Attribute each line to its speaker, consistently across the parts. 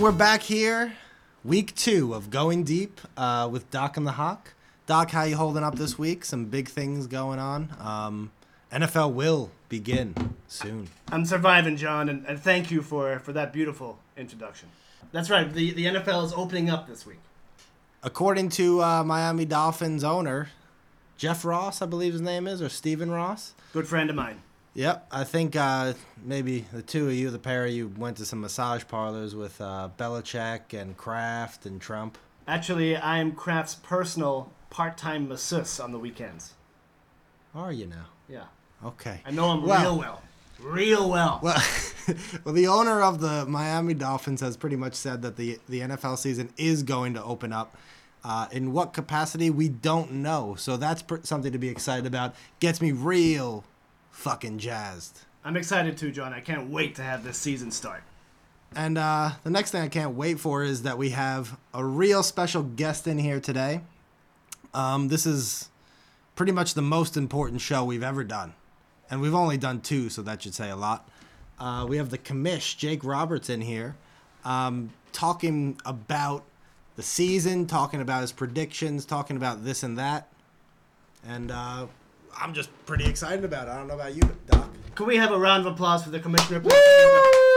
Speaker 1: we're back here, week two of Going Deep uh, with Doc and the Hawk. Doc, how you holding up this week? Some big things going on. Um, NFL will begin soon.
Speaker 2: I'm surviving, John, and, and thank you for, for that beautiful introduction. That's right, the, the NFL is opening up this week.
Speaker 1: According to uh, Miami Dolphins owner Jeff Ross, I believe his name is, or Stephen Ross.
Speaker 2: Good friend of mine.
Speaker 1: Yep, I think uh, maybe the two of you, the pair of you, went to some massage parlors with uh, Belichick and Kraft and Trump.
Speaker 2: Actually, I'm Kraft's personal part time masseuse on the weekends.
Speaker 1: Are you now?
Speaker 2: Yeah.
Speaker 1: Okay.
Speaker 2: I know him
Speaker 1: Well-
Speaker 2: real well. Real well.
Speaker 1: Well, well, the owner of the Miami Dolphins has pretty much said that the the NFL season is going to open up. Uh, in what capacity we don't know, so that's pr- something to be excited about. Gets me real fucking jazzed.
Speaker 2: I'm excited too, John. I can't wait to have this season start.
Speaker 1: And uh, the next thing I can't wait for is that we have a real special guest in here today. Um, this is pretty much the most important show we've ever done. And we've only done two, so that should say a lot. Uh, we have the commish, Jake Roberts, in here um, talking about the season, talking about his predictions, talking about this and that. And uh, I'm just pretty excited about it. I don't know about you, Doc.
Speaker 2: Can we have a round of applause for the commissioner? please?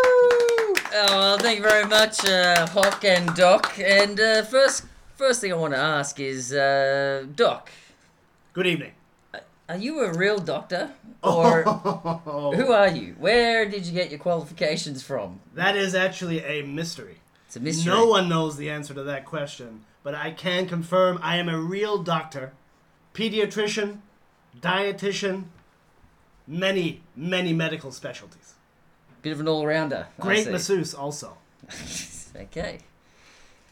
Speaker 3: Oh, well, thank you very much, uh, Hawk and Doc. And uh, first, first thing I want to ask is, uh, Doc,
Speaker 2: Good evening.
Speaker 3: are you a real doctor, or who are you? Where did you get your qualifications from?
Speaker 2: That is actually a mystery.
Speaker 3: It's a mystery.
Speaker 2: No one knows the answer to that question, but I can confirm I am a real doctor, pediatrician, dietitian, many, many medical specialties.
Speaker 3: Bit of an all-rounder. I
Speaker 2: Great
Speaker 3: see.
Speaker 2: masseuse also.
Speaker 3: okay.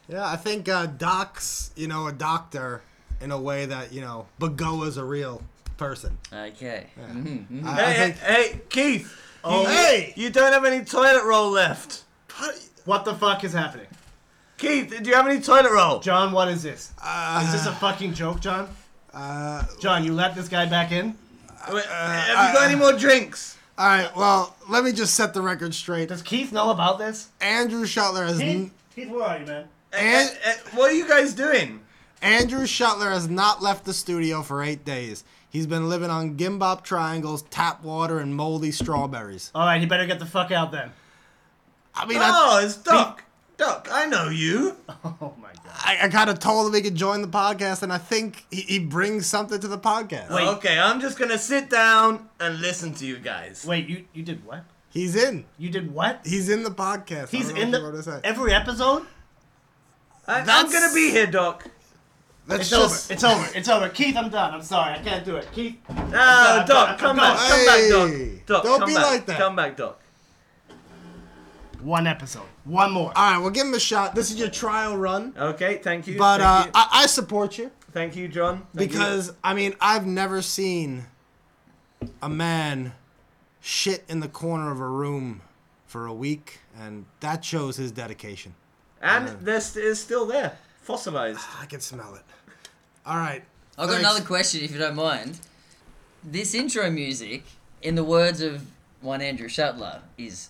Speaker 1: Yeah, I think uh, Doc's, you know, a doctor in a way that, you know, Bagoa's a real person.
Speaker 3: Okay.
Speaker 1: I, I
Speaker 4: Hey,
Speaker 1: think,
Speaker 4: hey, hey, Keith!
Speaker 2: Oh.
Speaker 4: you,
Speaker 1: Hey!
Speaker 4: You don't have any toilet roll left.
Speaker 2: What the fuck is happening?
Speaker 4: Keith, do you have any toilet roll?
Speaker 2: John, what is this?
Speaker 1: uh,
Speaker 2: Is this a fucking joke, John?
Speaker 1: uh,
Speaker 2: John, you let this guy back in?
Speaker 4: Wait, have you got any more drinks?
Speaker 1: all right, well, let me just set the record straight.
Speaker 2: Does Keith know about this?
Speaker 1: Andrew Shuttler has n-
Speaker 2: Keith, where are you, man?
Speaker 1: and,
Speaker 4: Eh, what are you guys doing?
Speaker 1: Andrew Shuttler has not left the studio for eight days. He's been living on gimbap triangles, tap water, and moldy strawberries.
Speaker 2: All right, he better get the fuck out then.
Speaker 1: I mean, I,
Speaker 4: Oh, it's Doc. Doc, I know you.
Speaker 2: Oh my god.
Speaker 1: I, I kind of told him he could join the podcast, and I think he, he brings something to the podcast.
Speaker 2: Wait.
Speaker 4: Okay, I'm just gonna sit down and listen to you guys.
Speaker 2: Wait, you you did what?
Speaker 1: He's in.
Speaker 2: You did what?
Speaker 1: He's in the podcast. I
Speaker 2: He's
Speaker 1: don't know
Speaker 2: in
Speaker 1: what you want to say.
Speaker 2: the every episode.
Speaker 4: I, I'm
Speaker 1: that's-
Speaker 4: gonna be here, Doc.
Speaker 1: That's
Speaker 2: It's
Speaker 1: just-
Speaker 2: over. It's over. It's over. Keith, I'm done. I'm sorry. I can't do it. Keith.
Speaker 4: Ah,
Speaker 2: I'm
Speaker 4: Doc,
Speaker 2: done.
Speaker 4: come
Speaker 2: I'm
Speaker 4: back,
Speaker 2: done.
Speaker 4: come
Speaker 1: Hey,
Speaker 4: back, Doc. Doc,
Speaker 1: don't
Speaker 4: come
Speaker 1: be
Speaker 4: back.
Speaker 1: like that.
Speaker 4: Come back, Doc.
Speaker 2: One episode. One more.
Speaker 1: All right, well, give him a shot. This is your trial run,
Speaker 4: Okay, thank you.
Speaker 1: but uh,
Speaker 4: thank, you.
Speaker 1: I, I support you
Speaker 4: thank you, John. Thank you.
Speaker 1: because I mean I've never seen a man shit in the corner of a room for a week, and that shows his dedication.
Speaker 4: and this is still there, fossilized.
Speaker 1: Ah, I can smell it. All right,
Speaker 3: I've got
Speaker 1: Thanks.
Speaker 3: another question, if you don't mind. This intro music, in the words of one Andrew Shuttler, is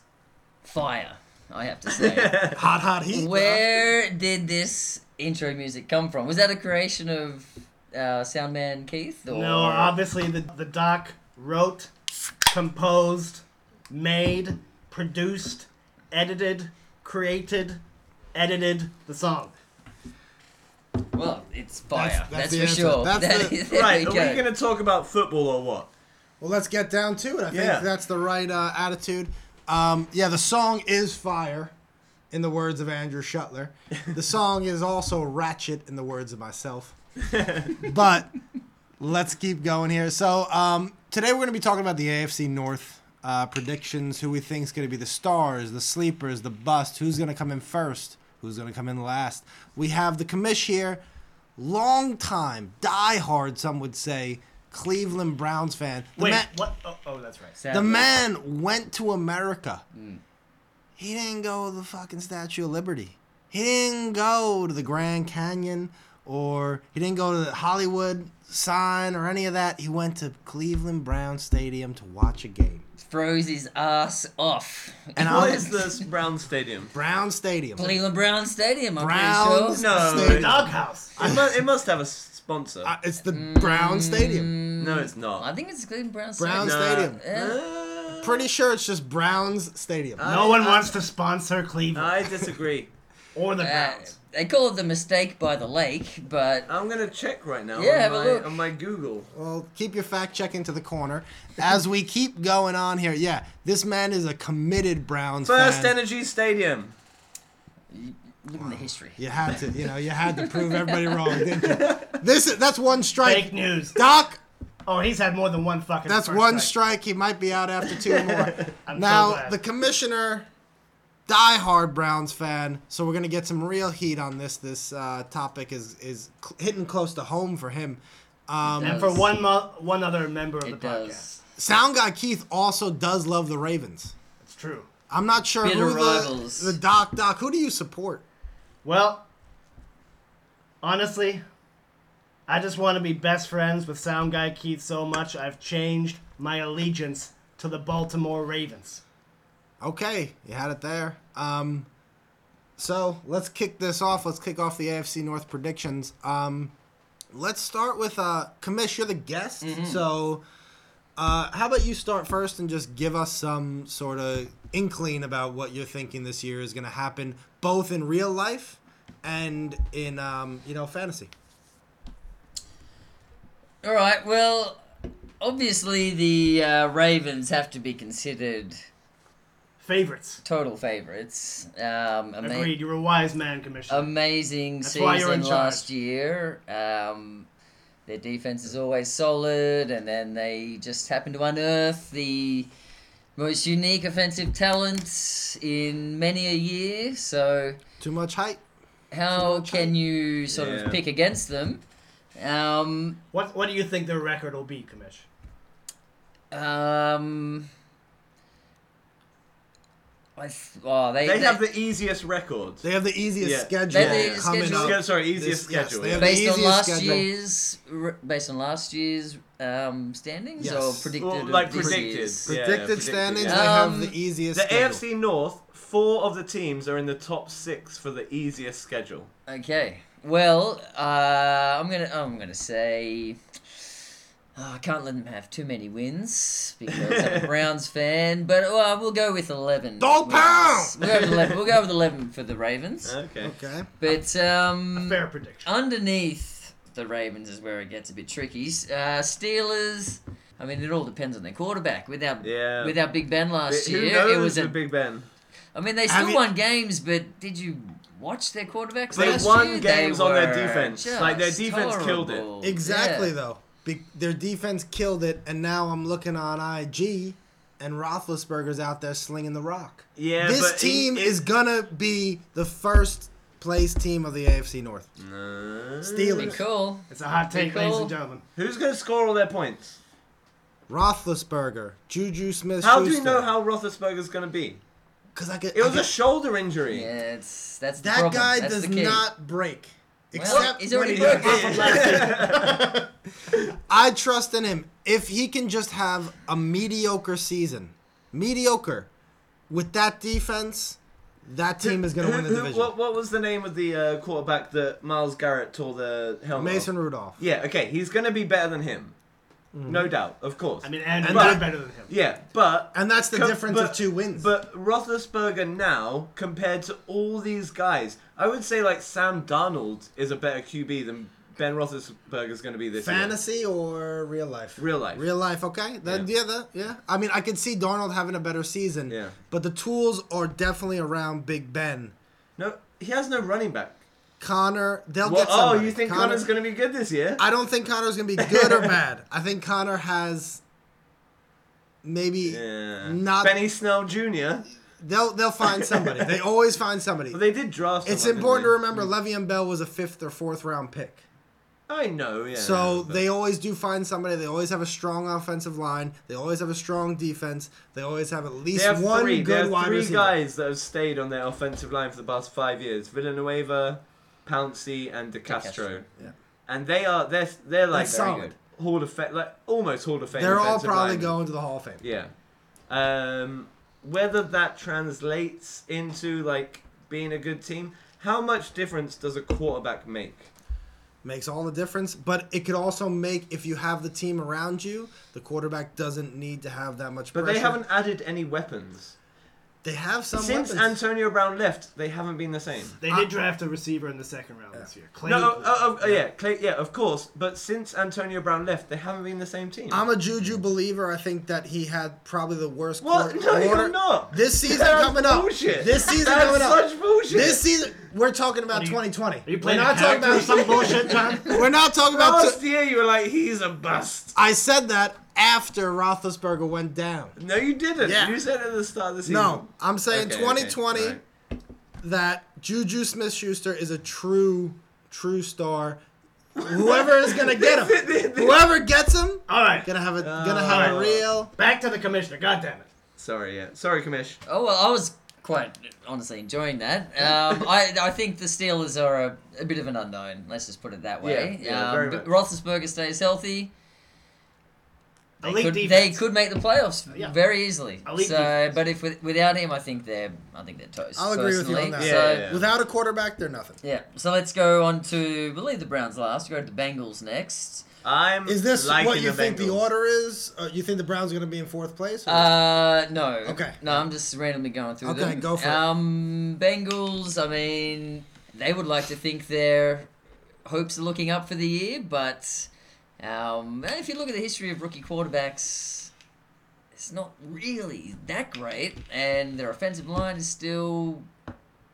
Speaker 3: fire. I have to say.
Speaker 1: hot, hot heat.
Speaker 3: Where did this intro music come from? Was that a creation of uh, Soundman Keith? Or...
Speaker 2: No, obviously the the doc wrote, composed, made, produced, edited, created, edited the song.
Speaker 3: Well, it's fire.
Speaker 1: That's-
Speaker 3: That's,
Speaker 1: that's the
Speaker 3: for
Speaker 1: answer.
Speaker 3: sure.
Speaker 1: That's
Speaker 3: That
Speaker 1: the-
Speaker 3: is- there
Speaker 4: Right,
Speaker 3: you
Speaker 4: are
Speaker 3: go.
Speaker 4: we gonna talk about football or what?
Speaker 1: Well, let's get down to it. I think
Speaker 4: Yeah.
Speaker 1: that's the right uh, attitude. Um, yeah, the song is fire, in the words of Andrew Shuttler. The song is also ratchet, in the words of myself. but let's keep going here. So um, today we're going to be talking about the AFC North uh, predictions, who we think is going to be the stars, the sleepers, the bust, who's going to come in first, who's going to come in last. We have the commish here, long time, diehard, some would say, Cleveland Browns fan. The
Speaker 2: Wait,
Speaker 1: man-
Speaker 2: what? Oh, oh, that's right.
Speaker 3: Sadly.
Speaker 1: the man went to America.
Speaker 4: Mm.
Speaker 1: He didn't go to the fucking Statue of Liberty. He didn't go to the Grand Canyon or he didn't go to the Hollywood sign or any of that. He went to Cleveland Brown Stadium to watch a game.
Speaker 3: Throws his ass off.
Speaker 1: And
Speaker 4: What
Speaker 1: I-
Speaker 4: is this
Speaker 1: Um,
Speaker 4: Brown Stadium?
Speaker 1: Brown Stadium.
Speaker 3: Cleveland Brown Stadium, I'm
Speaker 1: Brown
Speaker 3: pretty sure.
Speaker 4: No,
Speaker 1: Stadium.
Speaker 4: it-
Speaker 2: Doghouse.
Speaker 4: it, must, it must have a s- sponsor.
Speaker 1: Uh, it's the Brown Stadium.
Speaker 4: no, it's
Speaker 3: I
Speaker 4: not.
Speaker 3: think it's Cleveland Brown
Speaker 1: Brown
Speaker 3: Stadium.
Speaker 4: No.
Speaker 1: Stadium.
Speaker 4: Uh,
Speaker 1: Pretty sure it's just Brown's Stadium.
Speaker 4: Uh,
Speaker 2: No one
Speaker 4: I-
Speaker 2: wants to sponsor Cleveland
Speaker 4: I disagree.
Speaker 2: or the
Speaker 3: Uh,
Speaker 2: Browns.
Speaker 3: they call it the mistake by the lake, but
Speaker 4: I'm gonna check right now
Speaker 3: Yeah,
Speaker 4: on,
Speaker 3: have a
Speaker 4: my,
Speaker 3: look.
Speaker 4: on my Google.
Speaker 1: Well, keep your fact checking to the corner. As we keep going on here, yeah, this man is a committed Browns
Speaker 4: First
Speaker 1: fan.
Speaker 4: Energy Stadium.
Speaker 3: look at the history.
Speaker 1: you had to, you know, you had to prove everybody wrong, didn't you? This is that's one
Speaker 2: Fake
Speaker 1: strike,
Speaker 2: news.
Speaker 1: Doc.
Speaker 2: Oh, he's had more than one fucking.
Speaker 1: That's
Speaker 2: first
Speaker 1: one
Speaker 2: strike.
Speaker 1: strike. He might be out after two more.
Speaker 2: I'm so
Speaker 1: now
Speaker 2: glad.
Speaker 1: the commissioner, diehard Browns fan, so we're gonna get some real heat on this. This uh, topic is is cl- hitting close to home for him. Um,
Speaker 2: And for one mo- one other member of the
Speaker 3: It
Speaker 2: podcast,
Speaker 3: does.
Speaker 1: Sound guy Keith also does love the Ravens.
Speaker 2: it's true.
Speaker 1: I'm not sure
Speaker 3: Bitter
Speaker 1: who
Speaker 3: rivals.
Speaker 1: the the doc doc. Who do you support?
Speaker 2: Well, honestly, I just want to be best friends with Sound Guy Keith so much I've changed my allegiance to the Baltimore Ravens.
Speaker 1: Okay, you had it there. Um, so let's kick this off. Let's kick off the AFC North predictions. Um, let's start with uh, Commish. You're the guest, so uh, how about you start first and just give us some sort of inkling about what you're thinking this year is going to happen, both in real life and in um, you know fantasy.
Speaker 3: All right. Well, obviously the uh, Ravens have to be considered
Speaker 2: Favorites.
Speaker 3: total favourites. Um, ama-
Speaker 2: Agreed. You're a wise man,
Speaker 3: Um,
Speaker 2: Commissioner.
Speaker 3: amazing
Speaker 2: That's why you're in
Speaker 3: season
Speaker 2: charge.
Speaker 3: last year. Um, their defense is always solid, and then they just happen to unearth the most unique offensive talent in many a year. So
Speaker 1: Too much hype.
Speaker 3: how can you sort
Speaker 4: Yeah.
Speaker 3: of pick against them? Um,
Speaker 2: what What do you think their record will be, Commish?
Speaker 3: um, I th- oh, they,
Speaker 4: They
Speaker 3: they-
Speaker 4: have the easiest record.
Speaker 1: They have the easiest
Speaker 4: Yeah.
Speaker 1: schedule
Speaker 3: They have the
Speaker 1: coming
Speaker 3: schedule.
Speaker 1: up.
Speaker 4: Sche- Sorry, easiest
Speaker 1: This- yes,
Speaker 4: schedule.
Speaker 1: they
Speaker 4: yeah.
Speaker 1: have- the
Speaker 3: based on
Speaker 1: easiest
Speaker 3: last
Speaker 1: schedule.
Speaker 3: year's r- based on last year's um, standings
Speaker 1: Yes.
Speaker 3: or
Speaker 1: Well,
Speaker 3: predicted
Speaker 4: Well,
Speaker 3: of
Speaker 4: like
Speaker 3: this
Speaker 4: predicted.
Speaker 3: year's?
Speaker 4: Yeah, yeah,
Speaker 1: Predicted standings.
Speaker 4: yeah.
Speaker 1: They have
Speaker 3: Um,
Speaker 1: the easiest.
Speaker 4: The
Speaker 1: schedule.
Speaker 4: AFC North, four of the teams are in the top six for the easiest schedule.
Speaker 3: Okay. Well, uh, I'm gonna I'm gonna say oh, I can't let them have too many wins because I'm a Browns fan, but uh, we'll go with eleven.
Speaker 1: Dog
Speaker 3: wins.
Speaker 1: pound! Uh,
Speaker 3: We'll go, with 11, we'll go with eleven for the Ravens.
Speaker 4: Okay.
Speaker 1: Okay.
Speaker 3: But um,
Speaker 2: Fair prediction.
Speaker 3: underneath the Ravens is where it gets a bit tricky. S- Uh, Steelers. I mean, it all depends on their quarterback. Without
Speaker 4: Yeah.
Speaker 3: without Big Ben last
Speaker 4: Who
Speaker 3: year,
Speaker 4: knows
Speaker 3: it was
Speaker 4: with
Speaker 3: a.
Speaker 4: Big Ben?
Speaker 3: I mean, they
Speaker 1: Have
Speaker 3: still
Speaker 1: you-
Speaker 3: won games, but did you watch their quarterbacks?
Speaker 4: They
Speaker 3: last
Speaker 4: won
Speaker 3: year?
Speaker 4: games on their
Speaker 3: were
Speaker 4: defense.
Speaker 3: just
Speaker 4: Like, their defense killed it.
Speaker 3: horrible.
Speaker 1: Exactly
Speaker 3: Yeah.
Speaker 1: though, Be- their defense killed it, and now I'm looking on IG, and Roethlisberger's out there slinging the rock.
Speaker 4: Yeah,
Speaker 1: this
Speaker 4: but he-
Speaker 1: team
Speaker 4: it-
Speaker 1: is gonna be the first place team of the AFC North.
Speaker 4: No.
Speaker 3: Be
Speaker 1: Steelers,
Speaker 3: cool.
Speaker 2: It's a hot take,
Speaker 3: Nicole.
Speaker 2: ladies and gentlemen.
Speaker 4: Who's going to score all their points?
Speaker 1: Roethlisberger, Juju Smith.
Speaker 4: How do we know how Roethlisberger's going to be?
Speaker 1: Because I could.
Speaker 4: It
Speaker 1: I
Speaker 4: was a
Speaker 1: could-
Speaker 4: shoulder injury.
Speaker 3: Yeah, it's that's the
Speaker 1: that
Speaker 3: problem.
Speaker 1: guy
Speaker 3: That's
Speaker 1: does
Speaker 3: the key.
Speaker 1: not break.
Speaker 3: Well,
Speaker 1: Except
Speaker 3: he's already
Speaker 1: when he-
Speaker 4: Yeah.
Speaker 3: broken.
Speaker 1: I trust in him. If he can just have a mediocre season, mediocre, with that defense, that team is going to
Speaker 4: Who-
Speaker 1: win the
Speaker 4: who-
Speaker 1: division.
Speaker 4: what, what was the name of the uh, quarterback that Miles Garrett tore the helmet?
Speaker 1: Mason
Speaker 4: off?
Speaker 1: Rudolph. Mm-hmm.
Speaker 4: Yeah, okay, he's going to be better than him. No doubt, of course.
Speaker 2: I mean, Andrew,
Speaker 4: But-
Speaker 2: you're better than him.
Speaker 4: uh, yeah, but
Speaker 1: And that's the
Speaker 4: Co-
Speaker 1: difference
Speaker 4: but-
Speaker 1: of two wins.
Speaker 4: But Roethlisberger now, compared to all these guys, I would say like Sam Darnold is a better QB than Ben Roethlisberger's going to be this
Speaker 1: Fantasy or real life?
Speaker 4: Real life.
Speaker 1: Real life, okay. Then, yeah.
Speaker 4: Yeah.
Speaker 1: that, yeah. I mean, I could see Darnold having a better season.
Speaker 4: Yeah.
Speaker 1: But the tools are definitely around Big Ben.
Speaker 4: year. No, he has no running back.
Speaker 1: Connor, they'll
Speaker 4: Well,
Speaker 1: get
Speaker 4: oh,
Speaker 1: somebody.
Speaker 4: you think
Speaker 1: Connor-
Speaker 4: Connor's going to be good this year?
Speaker 1: I don't think Connor's going to be good or bad. I think Connor has maybe
Speaker 4: yeah.
Speaker 1: not.
Speaker 4: Benny Snell Jr.
Speaker 1: They'll they'll find somebody. they always find somebody.
Speaker 4: But they Mm. did draft.
Speaker 1: it's
Speaker 4: someone,
Speaker 1: important to
Speaker 4: didn't
Speaker 1: remember Le'Veon Bell was a fifth or fourth round pick.
Speaker 4: they? I know. Yeah.
Speaker 1: So
Speaker 4: but-
Speaker 1: they always do find somebody. They always have a strong offensive line. They always have a strong defense. They always have at
Speaker 4: They
Speaker 1: least
Speaker 4: have
Speaker 1: one
Speaker 4: three.
Speaker 1: good
Speaker 4: they have
Speaker 1: wide
Speaker 4: three
Speaker 1: receiver.
Speaker 4: guys that have stayed on their offensive line for the past five years: Villanueva, Pouncey, and De Castro.
Speaker 1: Yeah.
Speaker 4: And they are they're they're like
Speaker 1: That's
Speaker 4: very
Speaker 1: solid.
Speaker 4: good. Hall of Fame, like almost Hall of Fame.
Speaker 1: They're all
Speaker 4: defensive
Speaker 1: probably
Speaker 4: linemen.
Speaker 1: going to the Hall of Fame.
Speaker 4: Yeah. Um, whether that translates into like being a good team, how much difference does a quarterback make?
Speaker 1: Makes all the difference, but it could also make if you have the team around you, the quarterback doesn't need to have that much
Speaker 4: But
Speaker 1: pressure.
Speaker 4: they haven't added any weapons.
Speaker 1: They have some
Speaker 4: Since
Speaker 1: weapons.
Speaker 4: Antonio Brown left, they haven't been the same.
Speaker 2: They did draft a receiver in the second round this year. Clay
Speaker 4: No, oh, oh, oh, yeah, Clay, yeah, of course. But since Antonio Brown left, they haven't been the same team.
Speaker 1: I'm a Juju believer. I think that he had probably the worst
Speaker 4: What?
Speaker 1: quarter-
Speaker 4: No, you're
Speaker 1: quarter-
Speaker 4: not.
Speaker 1: This season
Speaker 4: That's
Speaker 1: coming up.
Speaker 4: bullshit.
Speaker 1: This season
Speaker 4: That's
Speaker 1: coming up.
Speaker 4: such bullshit.
Speaker 1: This season we're talking about
Speaker 2: Are you-
Speaker 1: 2020.
Speaker 2: Are you
Speaker 1: we're
Speaker 2: playing
Speaker 1: not talking about
Speaker 2: some bullshit, John?
Speaker 1: We're not talking about
Speaker 4: Last year, you were like, he's a bust.
Speaker 1: I said that after Roethlisberger went down.
Speaker 4: No, you didn't.
Speaker 1: Yeah.
Speaker 4: You said at the start of the season.
Speaker 1: No, I'm saying
Speaker 4: Okay, okay,
Speaker 1: 2020
Speaker 4: alright.
Speaker 1: that Juju Smith-Schuster is a true, true star. Whoever is gonna get him, whoever gets him,
Speaker 2: All right,
Speaker 1: gonna have a gonna have a
Speaker 2: Alright.
Speaker 1: real.
Speaker 2: back to the commissioner. God damn it.
Speaker 4: Sorry, yeah. Sorry, Kamish.
Speaker 3: Oh well, I was quite honestly enjoying that. Um, I I think the Steelers are a, a bit of an unknown. Let's just put it that way.
Speaker 4: Yeah, yeah,
Speaker 3: um,
Speaker 4: very
Speaker 3: but
Speaker 4: much.
Speaker 3: Roethlisberger stays healthy. They
Speaker 2: Elite
Speaker 3: could, they
Speaker 2: defense.
Speaker 3: could make the playoffs
Speaker 2: Yeah.
Speaker 3: very easily.
Speaker 2: Elite
Speaker 3: so,
Speaker 2: defense.
Speaker 3: but if with, without him, I think they're I think they're toast.
Speaker 1: I'll agree with you on
Speaker 3: personally.
Speaker 1: that.
Speaker 4: Yeah,
Speaker 3: So,
Speaker 4: yeah,
Speaker 1: Without a quarterback, they're nothing.
Speaker 3: yeah. So let's go on to we'll leave the Browns last. Go to the Bengals next.
Speaker 4: I'm.
Speaker 1: Is this
Speaker 4: liking
Speaker 1: what you
Speaker 4: the
Speaker 1: think the
Speaker 4: Bengals.
Speaker 1: order is? Uh, you think the Browns are going to be in fourth place? or-
Speaker 3: Uh, no.
Speaker 1: Okay.
Speaker 3: No, I'm just randomly going through
Speaker 1: Okay,
Speaker 3: them.
Speaker 1: go for it.
Speaker 3: um, Bengals, I mean, they would like to think their hopes are looking up for the year, but um, if you look at the history of rookie quarterbacks, it's not really that great, and their offensive line is still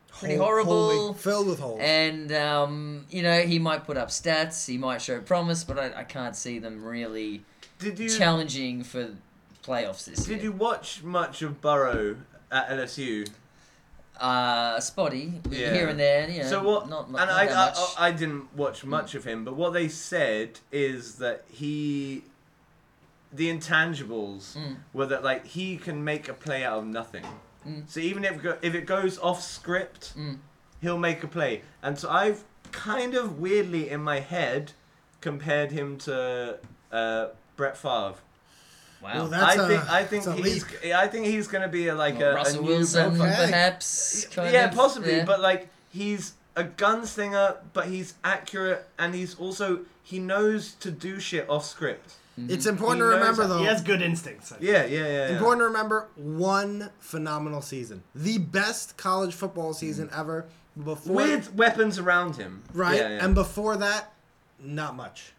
Speaker 3: pretty
Speaker 1: Hole-
Speaker 3: horrible.
Speaker 1: holy- filled with holes.
Speaker 3: And um, you know he might put up stats, he might show promise, but I, I can't see them really
Speaker 4: Did you
Speaker 3: challenging for playoffs this year.
Speaker 4: did you watch much of Burrow at LSU?
Speaker 3: uh, spotty
Speaker 4: Yeah.
Speaker 3: here and there. You know,
Speaker 4: so what?
Speaker 3: Not, not,
Speaker 4: and
Speaker 3: not
Speaker 4: I,
Speaker 3: that
Speaker 4: I,
Speaker 3: much.
Speaker 4: I I didn't watch much of him, but what they said is that he, the intangibles
Speaker 3: Hmm.
Speaker 4: were that like he can make a play out of nothing.
Speaker 3: Hmm.
Speaker 4: So even if it go, if it goes off script, he'll make a play. And so I've kind of weirdly in my head compared him to uh, Brett Favre.
Speaker 3: wow.
Speaker 1: Well,
Speaker 4: I
Speaker 1: that's a-
Speaker 4: think I think
Speaker 1: that's a
Speaker 4: he's
Speaker 1: leap.
Speaker 4: I think he's gonna be a, like
Speaker 3: Or
Speaker 4: a, a
Speaker 3: Russell
Speaker 4: new
Speaker 3: Wilson,
Speaker 4: Brett Favre.
Speaker 1: Okay.
Speaker 3: perhaps. kind
Speaker 4: yeah,
Speaker 3: of,
Speaker 4: possibly,
Speaker 3: yeah.
Speaker 4: but like he's a gunslinger, but he's accurate, and he's also he knows to do shit off script.
Speaker 1: it's important to
Speaker 4: He knows
Speaker 1: remember
Speaker 4: that-
Speaker 1: though.
Speaker 2: He has good instincts. I think.
Speaker 4: Yeah, yeah, yeah. yeah.
Speaker 1: Important to remember one phenomenal season, the best college football season ever. Before
Speaker 4: Mm. With weapons around him,
Speaker 1: right,
Speaker 4: Yeah, yeah.
Speaker 1: and before that, not much.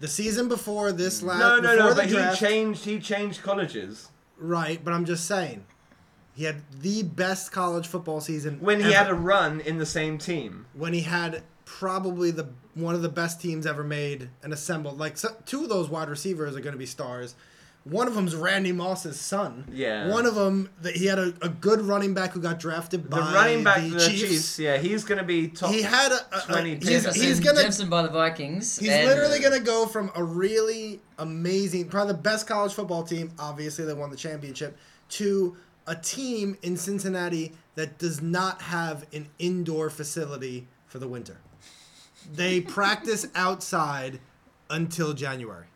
Speaker 1: The season before this last,
Speaker 4: Mm. no, no,
Speaker 1: before
Speaker 4: no.
Speaker 1: the
Speaker 4: But
Speaker 1: draft,
Speaker 4: he changed. He changed colleges
Speaker 1: Right, but I'm just saying, he had the best college football season
Speaker 4: when he
Speaker 1: ever.
Speaker 4: had a run in the same team.
Speaker 1: when he had probably the one of the best teams ever made and assembled. Like so, two of those wide receivers are going to be stars. One of them's Randy Moss's son.
Speaker 4: Yeah.
Speaker 1: One of them that he had a, a good running back who got drafted
Speaker 4: The
Speaker 1: by
Speaker 4: running back,
Speaker 1: the,
Speaker 4: for the Chiefs. yeah, he's gonna be top.
Speaker 1: He had a, a- a-
Speaker 4: 20
Speaker 1: he's,
Speaker 4: picks.
Speaker 1: he's
Speaker 3: Jefferson-
Speaker 1: gonna
Speaker 3: Jefferson by the Vikings.
Speaker 1: he's
Speaker 3: and-
Speaker 1: literally gonna go from a really amazing, probably the best college football team. Obviously, they won the championship to a team in Cincinnati that does not have an indoor facility for the winter. They practice outside until January,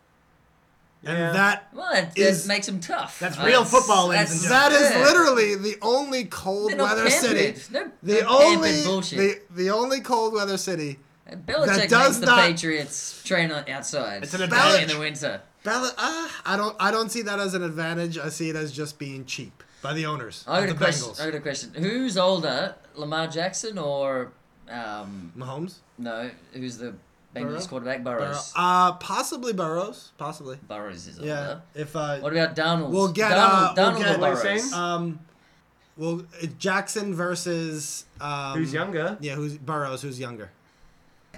Speaker 1: and
Speaker 4: Yeah.
Speaker 1: that
Speaker 3: Well, that, that
Speaker 1: is-
Speaker 3: makes him tough.
Speaker 2: That's real football, ladies and
Speaker 1: that is
Speaker 3: yeah.
Speaker 1: literally the only cold
Speaker 3: They're not
Speaker 1: weather city.
Speaker 3: pampered. They're-
Speaker 1: The
Speaker 3: they're
Speaker 1: only
Speaker 3: pampered bullshit.
Speaker 1: the, the only cold weather city
Speaker 3: And Belichick
Speaker 1: that does
Speaker 3: makes the
Speaker 1: not-
Speaker 3: Patriots train on- outside.
Speaker 2: It's an
Speaker 3: only
Speaker 1: advantage.
Speaker 3: in the winter.
Speaker 1: Ballot, uh, I don't. I don't see that as an advantage. I see it as just being cheap by the owners
Speaker 3: I
Speaker 1: of
Speaker 3: got
Speaker 1: the
Speaker 3: a question.
Speaker 1: Bengals.
Speaker 3: I got a question. Who's older, Lamar Jackson or um,
Speaker 1: Mahomes,
Speaker 3: no? Who's the Bengals
Speaker 1: Burrow?
Speaker 3: quarterback?
Speaker 1: Burrow.
Speaker 3: Burrows.
Speaker 1: uh, possibly Burrows, possibly.
Speaker 3: Burrows is older.
Speaker 1: Yeah. If uh,
Speaker 3: What about Donald?
Speaker 1: We'll get,
Speaker 3: Donald,
Speaker 1: uh, we'll
Speaker 3: Donald
Speaker 1: get-
Speaker 3: or
Speaker 4: What are you
Speaker 3: Burrows?
Speaker 4: saying?
Speaker 1: um, well, uh, Jackson versus um,
Speaker 4: who's younger?
Speaker 1: Yeah, who's Burrows? Who's younger?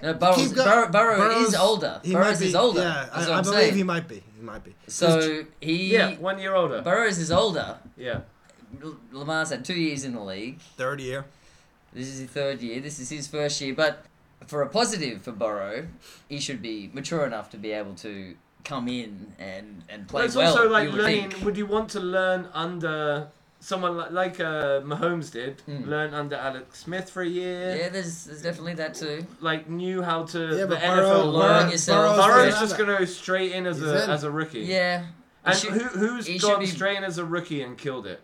Speaker 3: No, Burrows,
Speaker 1: Keep go-
Speaker 3: Burrow, Burrow
Speaker 1: Burrows-
Speaker 3: is older.
Speaker 1: He
Speaker 3: Burrows
Speaker 1: might be,
Speaker 3: is older.
Speaker 1: Yeah,
Speaker 3: That's
Speaker 1: I,
Speaker 3: what
Speaker 1: I
Speaker 3: I'm
Speaker 1: believe
Speaker 3: saying.
Speaker 1: he might be. He might be.
Speaker 3: So he
Speaker 4: Yeah, one year older.
Speaker 3: Burrows is older.
Speaker 4: yeah,
Speaker 3: L- Lamar's had two years in the league.
Speaker 1: third year.
Speaker 3: This is his third year. This is his first year. But for a positive for Burrow, he should be mature enough to be able to come in and and play
Speaker 4: But it's
Speaker 3: well.
Speaker 4: also like
Speaker 3: you would
Speaker 4: learning.
Speaker 3: think.
Speaker 4: Would you want to learn under someone like, like uh, Mahomes did, learned under Alex Smith for a year.
Speaker 3: Hmm. Yeah, there's there's definitely that too.
Speaker 4: Like knew how to
Speaker 1: Yeah,
Speaker 4: the
Speaker 1: but
Speaker 4: NFL.
Speaker 1: Burrow,
Speaker 3: learn
Speaker 1: Burrow,
Speaker 3: yourself.
Speaker 1: Burrow's
Speaker 4: Burrow's
Speaker 1: been-
Speaker 4: just gonna go straight in as
Speaker 1: He's
Speaker 4: a
Speaker 1: in.
Speaker 4: as a rookie.
Speaker 3: Yeah. He
Speaker 4: And
Speaker 3: should-
Speaker 4: who, who's
Speaker 3: he should
Speaker 4: gone
Speaker 3: be-
Speaker 4: straight in as a rookie and killed it?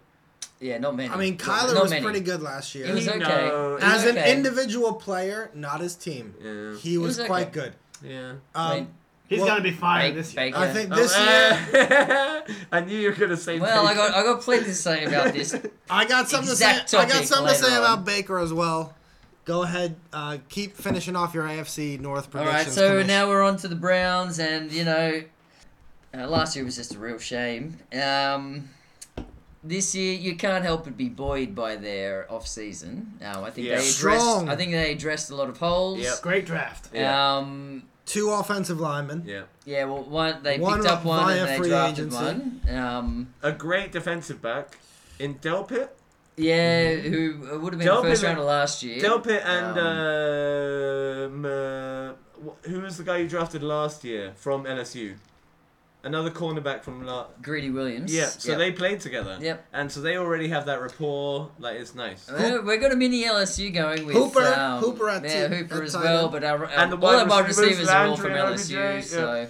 Speaker 3: Yeah, not many.
Speaker 1: I mean,
Speaker 3: Not-
Speaker 1: Kyler
Speaker 3: not
Speaker 1: was
Speaker 3: many.
Speaker 1: pretty good last year.
Speaker 3: He was
Speaker 4: No,
Speaker 3: okay.
Speaker 4: he-
Speaker 1: As an
Speaker 3: okay.
Speaker 1: individual player, not his team.
Speaker 4: Yeah.
Speaker 1: He was,
Speaker 3: was okay.
Speaker 1: quite good.
Speaker 4: Yeah.
Speaker 1: Um,
Speaker 3: Wait, uh,
Speaker 2: He's
Speaker 1: Well,
Speaker 2: gonna be
Speaker 3: Ba-
Speaker 2: fired this year.
Speaker 3: Baker.
Speaker 1: I think
Speaker 4: Oh,
Speaker 1: this year
Speaker 4: eh. I knew you were gonna say.
Speaker 3: Well, I
Speaker 4: Baker.
Speaker 3: got I got plenty to say about this.
Speaker 1: I got something to say.
Speaker 3: Exact
Speaker 1: I got
Speaker 3: topic
Speaker 1: something to say
Speaker 3: later on.
Speaker 1: about Baker as well. Go ahead, uh, keep finishing off your AFC North
Speaker 3: All
Speaker 1: predictions.
Speaker 3: right, so
Speaker 1: commission.
Speaker 3: now we're on to the Browns, and you know, uh, last year was just a real shame. Um, this year, you can't help but be buoyed by their off season. Um, I think
Speaker 4: Yeah.
Speaker 3: they addressed.
Speaker 1: Strong.
Speaker 3: I think they addressed a lot of holes.
Speaker 4: Yep.
Speaker 2: Great draft.
Speaker 4: Yeah.
Speaker 3: Um,
Speaker 1: two offensive linemen.
Speaker 4: yeah.
Speaker 3: yeah. Well, one they
Speaker 1: One
Speaker 3: picked up one
Speaker 1: via
Speaker 3: and they
Speaker 1: free
Speaker 3: drafted
Speaker 1: agency.
Speaker 3: one. Um,
Speaker 4: A great defensive back in Delpit.
Speaker 3: yeah,
Speaker 1: Mm-hmm.
Speaker 3: who uh, would have been
Speaker 4: Delpit
Speaker 3: the first
Speaker 4: and-
Speaker 3: round of last year.
Speaker 4: Delpit and uh,
Speaker 3: Um,
Speaker 4: um, uh, wh- who was the guy you drafted last year from LSU? Another cornerback from la-
Speaker 3: Greedy Williams.
Speaker 4: yeah. So
Speaker 3: Yep.
Speaker 4: they played together.
Speaker 3: Yep.
Speaker 4: And so they already have that rapport. Like it's nice.
Speaker 3: Well, we've got a mini LSU going with
Speaker 1: Hooper-
Speaker 3: um,
Speaker 1: Hooper at
Speaker 3: yeah,
Speaker 1: t-
Speaker 3: Hooper
Speaker 1: at
Speaker 3: as
Speaker 1: tight
Speaker 3: well,
Speaker 1: end.
Speaker 3: but our, our,
Speaker 4: And the
Speaker 3: all our
Speaker 4: wide
Speaker 3: wide
Speaker 4: receivers,
Speaker 3: receivers are all
Speaker 4: Landry
Speaker 3: from
Speaker 4: and
Speaker 3: LSU.
Speaker 4: OBJ, yeah.
Speaker 3: So,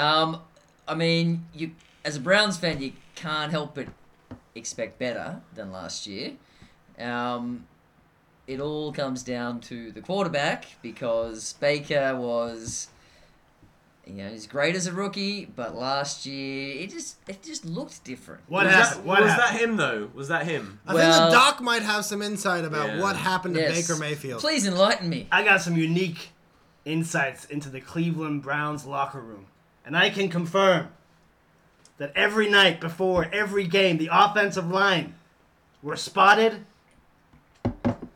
Speaker 3: um, I mean, you as a Browns fan, you can't help but expect better than last year. Um, it all comes down to the quarterback because Baker was. You know, he's great as a rookie, but last year it just it just looked different.
Speaker 2: What
Speaker 4: was
Speaker 2: happened?
Speaker 4: that,
Speaker 2: what
Speaker 4: was
Speaker 2: happened?
Speaker 4: that him though? Was that him?
Speaker 1: I
Speaker 3: Well-
Speaker 1: think the doc might have some insight about
Speaker 4: Yeah.
Speaker 1: what happened to
Speaker 3: Yes.
Speaker 1: Baker Mayfield.
Speaker 3: Please enlighten me.
Speaker 2: I got some unique insights into the Cleveland Browns locker room. And I can confirm that every night before every game, the offensive line were spotted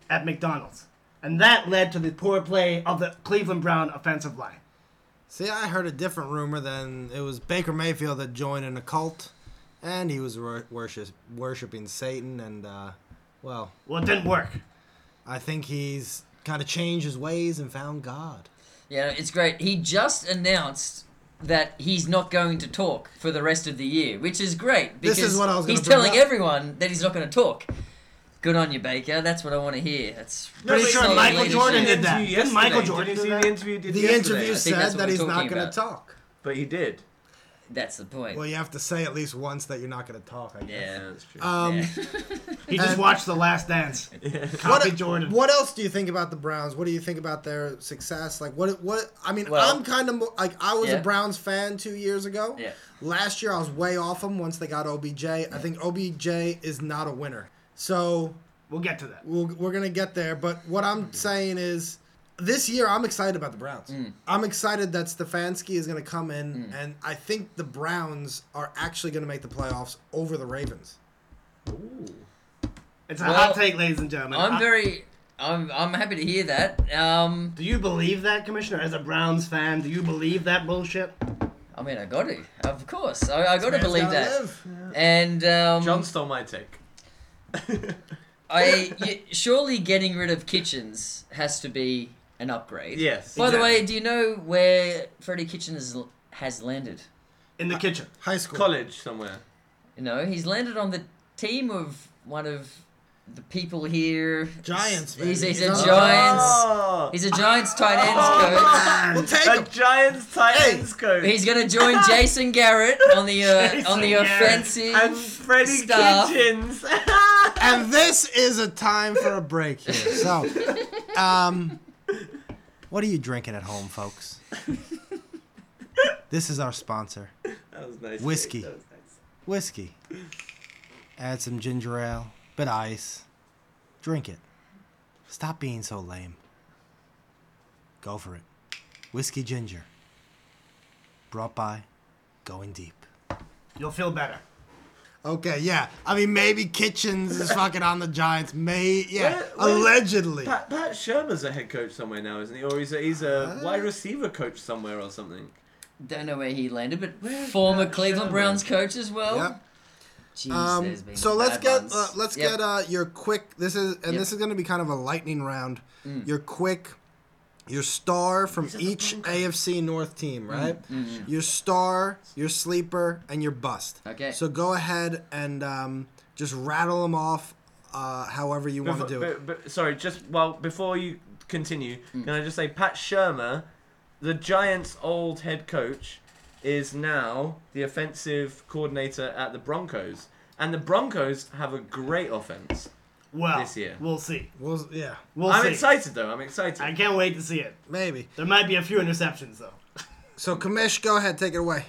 Speaker 2: at McDonald's. And that led to the poor play of the Cleveland Brown offensive line.
Speaker 1: See, I heard a different rumor than it was Baker Mayfield that joined an occult, and he was wor- worship, worshiping Satan, and uh, well,
Speaker 2: Well, it didn't work.
Speaker 1: I think he's kind of changed his ways and found God.
Speaker 3: Yeah, it's great. He just announced that he's not going to talk for the rest of the year, which is great because
Speaker 1: This is what I was gonna
Speaker 3: he's
Speaker 1: bring
Speaker 3: telling
Speaker 1: up.
Speaker 3: everyone that he's not going to talk. Good on you, Baker. That's what I want to hear. That's
Speaker 2: Pretty
Speaker 4: but
Speaker 2: sure
Speaker 4: he-
Speaker 3: solid
Speaker 2: Michael
Speaker 4: he
Speaker 3: leadership.
Speaker 2: Jordan
Speaker 4: did
Speaker 2: did
Speaker 4: an
Speaker 2: that.
Speaker 4: interview
Speaker 2: Didn't Michael
Speaker 4: yesterday.
Speaker 2: Jordan
Speaker 4: Didn't
Speaker 2: do
Speaker 4: you see
Speaker 2: that?
Speaker 4: the interview? he did
Speaker 1: The
Speaker 4: yesterday?
Speaker 1: interview
Speaker 3: think that's
Speaker 1: said
Speaker 3: what
Speaker 1: that
Speaker 3: we're
Speaker 1: he's not
Speaker 3: talking
Speaker 1: going
Speaker 3: about.
Speaker 1: to talk.
Speaker 4: But he did.
Speaker 3: That's the point.
Speaker 1: Well, you have to say at least once that you're not going to talk. I guess.
Speaker 4: Yeah,
Speaker 3: yeah.
Speaker 4: that's true.
Speaker 1: Um,
Speaker 3: Yeah.
Speaker 2: He just
Speaker 1: And-
Speaker 2: watched The Last Dance. Copy
Speaker 1: What-
Speaker 2: Jordan.
Speaker 1: What else do you think about the Browns? What do you think about their success? Like what what I mean,
Speaker 3: Well-
Speaker 1: I'm kind of like I was
Speaker 3: Yeah.
Speaker 1: a Browns fan 2 years ago.
Speaker 3: Yeah.
Speaker 1: Last year I was way off them once they got OBJ. I think OBJ is not a winner. So
Speaker 2: We'll get to that.
Speaker 1: we'll, we're going to get there, but what I'm saying is this year I'm excited about the Browns.
Speaker 3: Mm.
Speaker 1: I'm excited that Stefanski is going to come in and I think the Browns are actually going to make the playoffs over the Ravens.
Speaker 2: It's a
Speaker 3: Well,
Speaker 2: hot take, ladies and gentlemen. I-
Speaker 3: I'm very. I'm, I'm happy to hear that. Um,
Speaker 2: do you believe that, Commissioner? As a Browns fan, do you believe that bullshit?
Speaker 3: I mean, I got to. Of course. I, I got to
Speaker 1: Man's
Speaker 3: believe
Speaker 1: gotta
Speaker 3: that.
Speaker 1: live.
Speaker 3: And um,
Speaker 4: John stole my take.
Speaker 3: I y- surely getting rid of kitchens has to be an upgrade.
Speaker 4: Yes.
Speaker 3: By the
Speaker 2: Exactly.
Speaker 3: way, do you know where Freddie Kitchens has- has landed?
Speaker 2: In the kitchen.
Speaker 1: High school.
Speaker 4: College somewhere.
Speaker 3: You know, he's landed on the team of one of the people here.
Speaker 1: Giants,
Speaker 3: He's,
Speaker 1: baby.
Speaker 3: he's
Speaker 1: He's
Speaker 3: a
Speaker 1: on
Speaker 3: Giants.
Speaker 4: Oh,
Speaker 3: He's a Giants tight ends
Speaker 1: We'll take
Speaker 4: a
Speaker 1: 'em.
Speaker 4: Giants tight
Speaker 1: Hey.
Speaker 4: ends coach.
Speaker 3: coach. He's gonna join Jason Garrett on the uh, on
Speaker 2: Jason
Speaker 3: the
Speaker 2: Garrett
Speaker 3: offensive
Speaker 4: and Freddie
Speaker 3: staff.
Speaker 4: Kitchens.
Speaker 1: And this is a time for a break here. So, um, what are you drinking at home, folks? This is our sponsor,
Speaker 4: that was nice.
Speaker 1: Whiskey.
Speaker 4: That was nice.
Speaker 1: whiskey. Add some ginger ale, bit of ice. Drink it. Stop being so lame. Go for it. Whiskey ginger. Brought by Going Deep.
Speaker 2: You'll feel better.
Speaker 1: Okay, yeah. I mean, maybe Kitchens is fucking on the Giants. May, yeah,
Speaker 4: Where- where-
Speaker 1: allegedly.
Speaker 4: Pat, Pat Shermer's a head coach somewhere now, isn't he? Or he's a, he's a wide receiver coach somewhere or something.
Speaker 3: Don't know where he landed, but former
Speaker 4: Pat
Speaker 3: Cleveland
Speaker 4: Shermer?
Speaker 3: Browns coach as
Speaker 4: oh.
Speaker 3: well.
Speaker 1: Yep.
Speaker 3: Jeez,
Speaker 1: Um,
Speaker 3: there's been
Speaker 1: so let's
Speaker 3: bad
Speaker 1: get
Speaker 3: ones.
Speaker 1: uh, let's
Speaker 3: Yep.
Speaker 1: get uh, your quick. This is and
Speaker 3: Yep. Mm.
Speaker 1: this is going to be kind of a lightning round. Your quick, your star from each AFC North team,
Speaker 3: Mm.
Speaker 1: right? Your star, your sleeper, and your bust.
Speaker 3: Mm-hmm. Okay.
Speaker 1: So go ahead and um, Just rattle them off uh, however you want to
Speaker 4: Befo-
Speaker 1: do it.
Speaker 4: but, but- sorry, just well before you continue,
Speaker 2: Mm.
Speaker 4: can I just say Pat Shermer, the Giants' old head coach, is now the offensive coordinator at the Broncos, and the Broncos have a great offense.
Speaker 2: Well,
Speaker 4: This year.
Speaker 2: we'll see.
Speaker 1: Well, yeah,
Speaker 2: We'll
Speaker 4: I'm
Speaker 2: see.
Speaker 4: excited though. I'm excited.
Speaker 2: I can't wait to see it.
Speaker 1: maybe.
Speaker 2: There might be a few interceptions though.
Speaker 1: So Kamish, go ahead, take it away.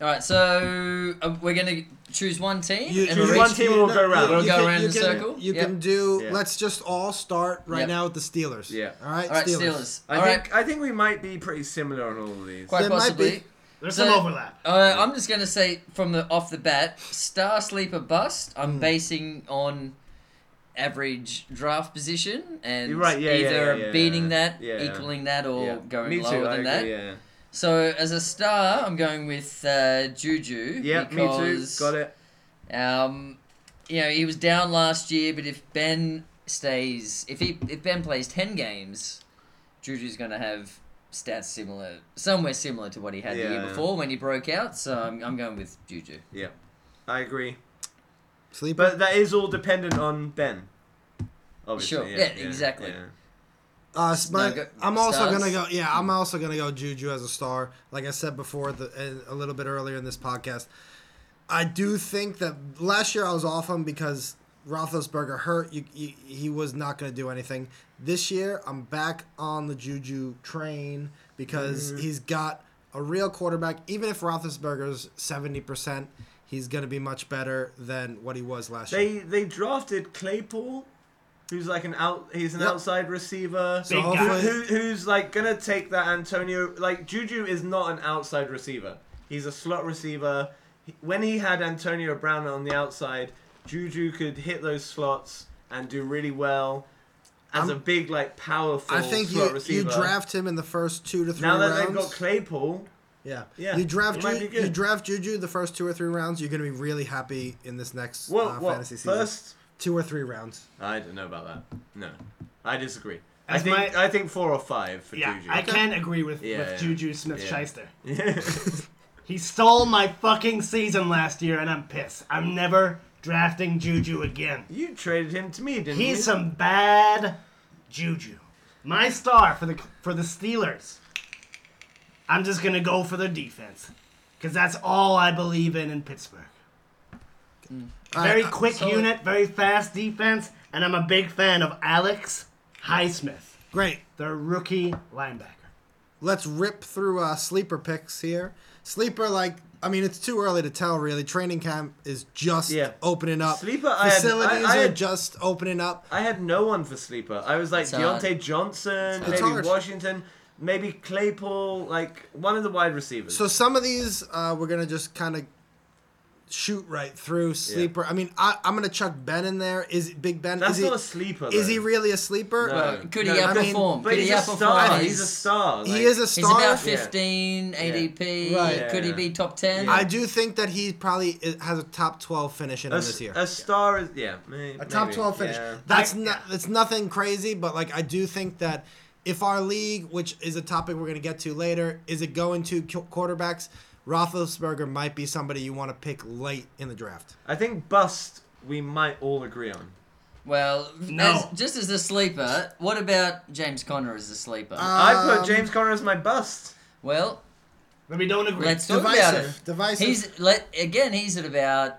Speaker 3: All right, so uh, we're gonna choose one team.
Speaker 1: You-
Speaker 3: and
Speaker 1: you-
Speaker 3: we'll
Speaker 4: one
Speaker 3: each-
Speaker 4: team will go around.
Speaker 3: We'll
Speaker 1: you
Speaker 3: go
Speaker 1: can-
Speaker 3: around
Speaker 1: you
Speaker 3: in a
Speaker 1: can-
Speaker 3: circle.
Speaker 1: You
Speaker 3: Yep.
Speaker 1: can do.
Speaker 4: Yeah.
Speaker 1: Let's just all start right
Speaker 3: Yep.
Speaker 1: now with the Steelers.
Speaker 4: Yeah.
Speaker 1: All right.
Speaker 3: All right,
Speaker 1: Steelers.
Speaker 3: Steelers.
Speaker 4: I
Speaker 3: All right,
Speaker 4: think I think we might be pretty similar on all of these.
Speaker 3: quite
Speaker 1: There might
Speaker 3: possibly.
Speaker 1: be-
Speaker 2: There's
Speaker 3: So-
Speaker 2: some overlap.
Speaker 3: Uh, I'm just gonna say from the off the bat, star sleeper bust.
Speaker 4: Hmm.
Speaker 3: I'm basing on average draft position and
Speaker 4: You're right, yeah, yeah,
Speaker 3: either
Speaker 4: yeah, yeah,
Speaker 3: beating that,
Speaker 4: yeah.
Speaker 3: equaling that, or
Speaker 4: Yeah.
Speaker 3: going
Speaker 4: me too,
Speaker 3: lower
Speaker 4: I
Speaker 3: than
Speaker 4: agree,
Speaker 3: that.
Speaker 4: Yeah,
Speaker 3: So as a star, I'm going with uh, Juju.
Speaker 4: yeah me too.
Speaker 3: because,
Speaker 4: Got it.
Speaker 3: Um, you know he was down last year, but if Ben stays, if he if Ben plays ten games, Juju's going to have stats similar, somewhere similar to what he had the year
Speaker 4: Yeah.
Speaker 3: before when he broke out. So I'm, I'm going with Juju.
Speaker 4: Yeah, I agree.
Speaker 1: Sleeper.
Speaker 4: But that is all dependent on Ben. Obviously,
Speaker 3: Sure, yeah, exactly.
Speaker 4: yeah.
Speaker 1: Uh, s- my-
Speaker 3: Snugget-
Speaker 1: I'm also
Speaker 3: stars.
Speaker 1: gonna go. Yeah,
Speaker 4: Hmm.
Speaker 1: I'm also gonna go Juju as a star. Like I said before, the, uh, a little bit earlier in this podcast, I do think that last year I was off him because Roethlisberger hurt. You, you, he was not gonna do anything. This year I'm back on the Juju train
Speaker 4: Hmm.
Speaker 1: because he's got a real quarterback. Even if Roethlisberger's seventy percent, he's gonna be much better than what he was last year.
Speaker 4: They they drafted Claypool, who's like an out. He's an
Speaker 1: Yep.
Speaker 4: outside receiver.
Speaker 2: Big
Speaker 4: who,
Speaker 2: guy.
Speaker 4: who- who's like gonna take that Antonio? Like Juju is not an outside receiver. He's a slot receiver. He- When he had Antonio Brown on the outside, Juju could hit those slots and do really well as a big like powerful
Speaker 1: I think
Speaker 4: slot
Speaker 1: you, you
Speaker 4: receiver.
Speaker 1: draft him in the first two to three
Speaker 4: now that
Speaker 1: rounds.
Speaker 4: they've got Claypool,
Speaker 1: Yeah.
Speaker 4: Yeah,
Speaker 1: You draft
Speaker 4: he
Speaker 1: Ju-
Speaker 4: might be good.
Speaker 1: you draft Juju the first two or three rounds, you're gonna be really happy in this next
Speaker 4: what
Speaker 1: uh,
Speaker 4: what
Speaker 1: fantasy season.
Speaker 4: first?
Speaker 1: two or three rounds.
Speaker 4: I don't know about that. No, I disagree. I
Speaker 2: As
Speaker 4: think
Speaker 2: my-
Speaker 4: I think four or five for
Speaker 2: Yeah,
Speaker 4: Juju.
Speaker 2: I can agree with,
Speaker 4: Yeah,
Speaker 2: with
Speaker 4: yeah.
Speaker 2: Juju Smith
Speaker 4: Yeah.
Speaker 2: Shyster. He stole my fucking season last year, and I'm pissed. I'm never drafting Juju again.
Speaker 4: You traded him to me, didn't you?
Speaker 2: He's some bad Juju. My star for the for the Steelers. I'm just gonna go for their defense, cause that's all I believe in in Pittsburgh. Very
Speaker 1: Mm. I- I-
Speaker 2: quick
Speaker 3: so-
Speaker 2: unit, very fast defense, and I'm a big fan of Alex Highsmith,
Speaker 1: Great.
Speaker 2: their rookie linebacker.
Speaker 1: Let's rip through uh, sleeper picks here. Sleeper, like I mean, it's too early to tell really. Training camp is just
Speaker 4: Yeah.
Speaker 1: opening up.
Speaker 4: Sleeper, I had-
Speaker 1: facilities
Speaker 4: I- I
Speaker 1: are
Speaker 4: had-
Speaker 1: just opening up.
Speaker 4: I had no one for sleeper. I was like
Speaker 3: It's hard.
Speaker 4: Deontay Johnson,
Speaker 1: It's
Speaker 4: maybe
Speaker 1: hard.
Speaker 4: Washington, maybe Claypool, like one of the wide receivers.
Speaker 1: So some of these uh, we're gonna just kind of shoot right through. Sleeper. I mean, I, I'm gonna chuck Ben in there. Is Big Ben?
Speaker 4: That's
Speaker 1: is he,
Speaker 4: not a sleeper.
Speaker 1: Is he
Speaker 4: though.
Speaker 1: really a sleeper?
Speaker 4: No.
Speaker 3: Could
Speaker 4: No,
Speaker 3: he
Speaker 1: I mean,
Speaker 3: outperform?
Speaker 4: But
Speaker 3: Could
Speaker 4: he's
Speaker 3: he
Speaker 4: a star.
Speaker 3: outperform?
Speaker 4: He's a star. Like,
Speaker 1: he is a
Speaker 3: He's
Speaker 1: star.
Speaker 3: about 15 ADP.
Speaker 1: Right.
Speaker 3: Could he be top 10?
Speaker 1: I do think that he probably i- has a top twelve finish in
Speaker 4: a,
Speaker 1: him
Speaker 4: s-
Speaker 1: this year.
Speaker 4: a star. Is yeah, may-
Speaker 1: A top
Speaker 4: maybe,
Speaker 1: twelve finish.
Speaker 4: yeah.
Speaker 1: That's
Speaker 2: I-
Speaker 1: not. That's nothing crazy, but like I do think that if our league, which is a topic we're going to get to later, is it going to qu- quarterbacks, Roethlisberger might be somebody you want to pick late in the draft.
Speaker 4: I think bust. We might all agree on.
Speaker 3: Well,
Speaker 2: No.
Speaker 3: as, just as a sleeper, what about James Conner as a sleeper?
Speaker 4: I
Speaker 1: Um,
Speaker 4: put James Conner as my bust.
Speaker 3: well,
Speaker 2: But we don't agree.
Speaker 3: let's talk about it.
Speaker 1: Divisive, divisive.
Speaker 3: He's let again. He's at about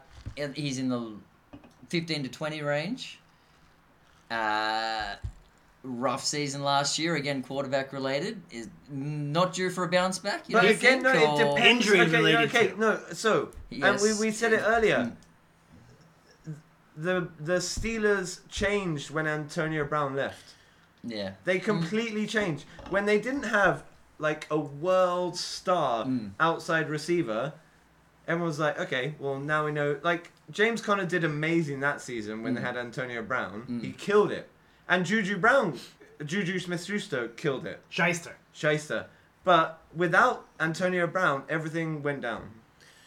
Speaker 3: he's in the fifteen to twenty range. Uh, rough season last year again, quarterback related is not due for a bounce back. You
Speaker 4: But
Speaker 3: don't
Speaker 4: again, no,
Speaker 3: think,
Speaker 4: it
Speaker 3: or-
Speaker 4: depends.
Speaker 2: Injury
Speaker 4: okay, yeah,
Speaker 2: related
Speaker 4: okay,
Speaker 2: to-
Speaker 4: no. So, and
Speaker 3: Yes.
Speaker 4: we, we said it earlier.
Speaker 2: Hmm.
Speaker 4: The the Steelers changed when Antonio Brown left.
Speaker 3: Yeah,
Speaker 4: They
Speaker 2: Hmm.
Speaker 4: completely changed when they didn't have like a world star
Speaker 2: Hmm.
Speaker 4: outside receiver. Everyone was like, okay, well now we know. Like James Conner did amazing that season when they
Speaker 2: Hmm.
Speaker 4: had Antonio Brown. He killed it, and Juju Brown, Juju Smith-Schuster killed it.
Speaker 2: Shyster.
Speaker 4: Shyster. But without Antonio Brown, everything went down.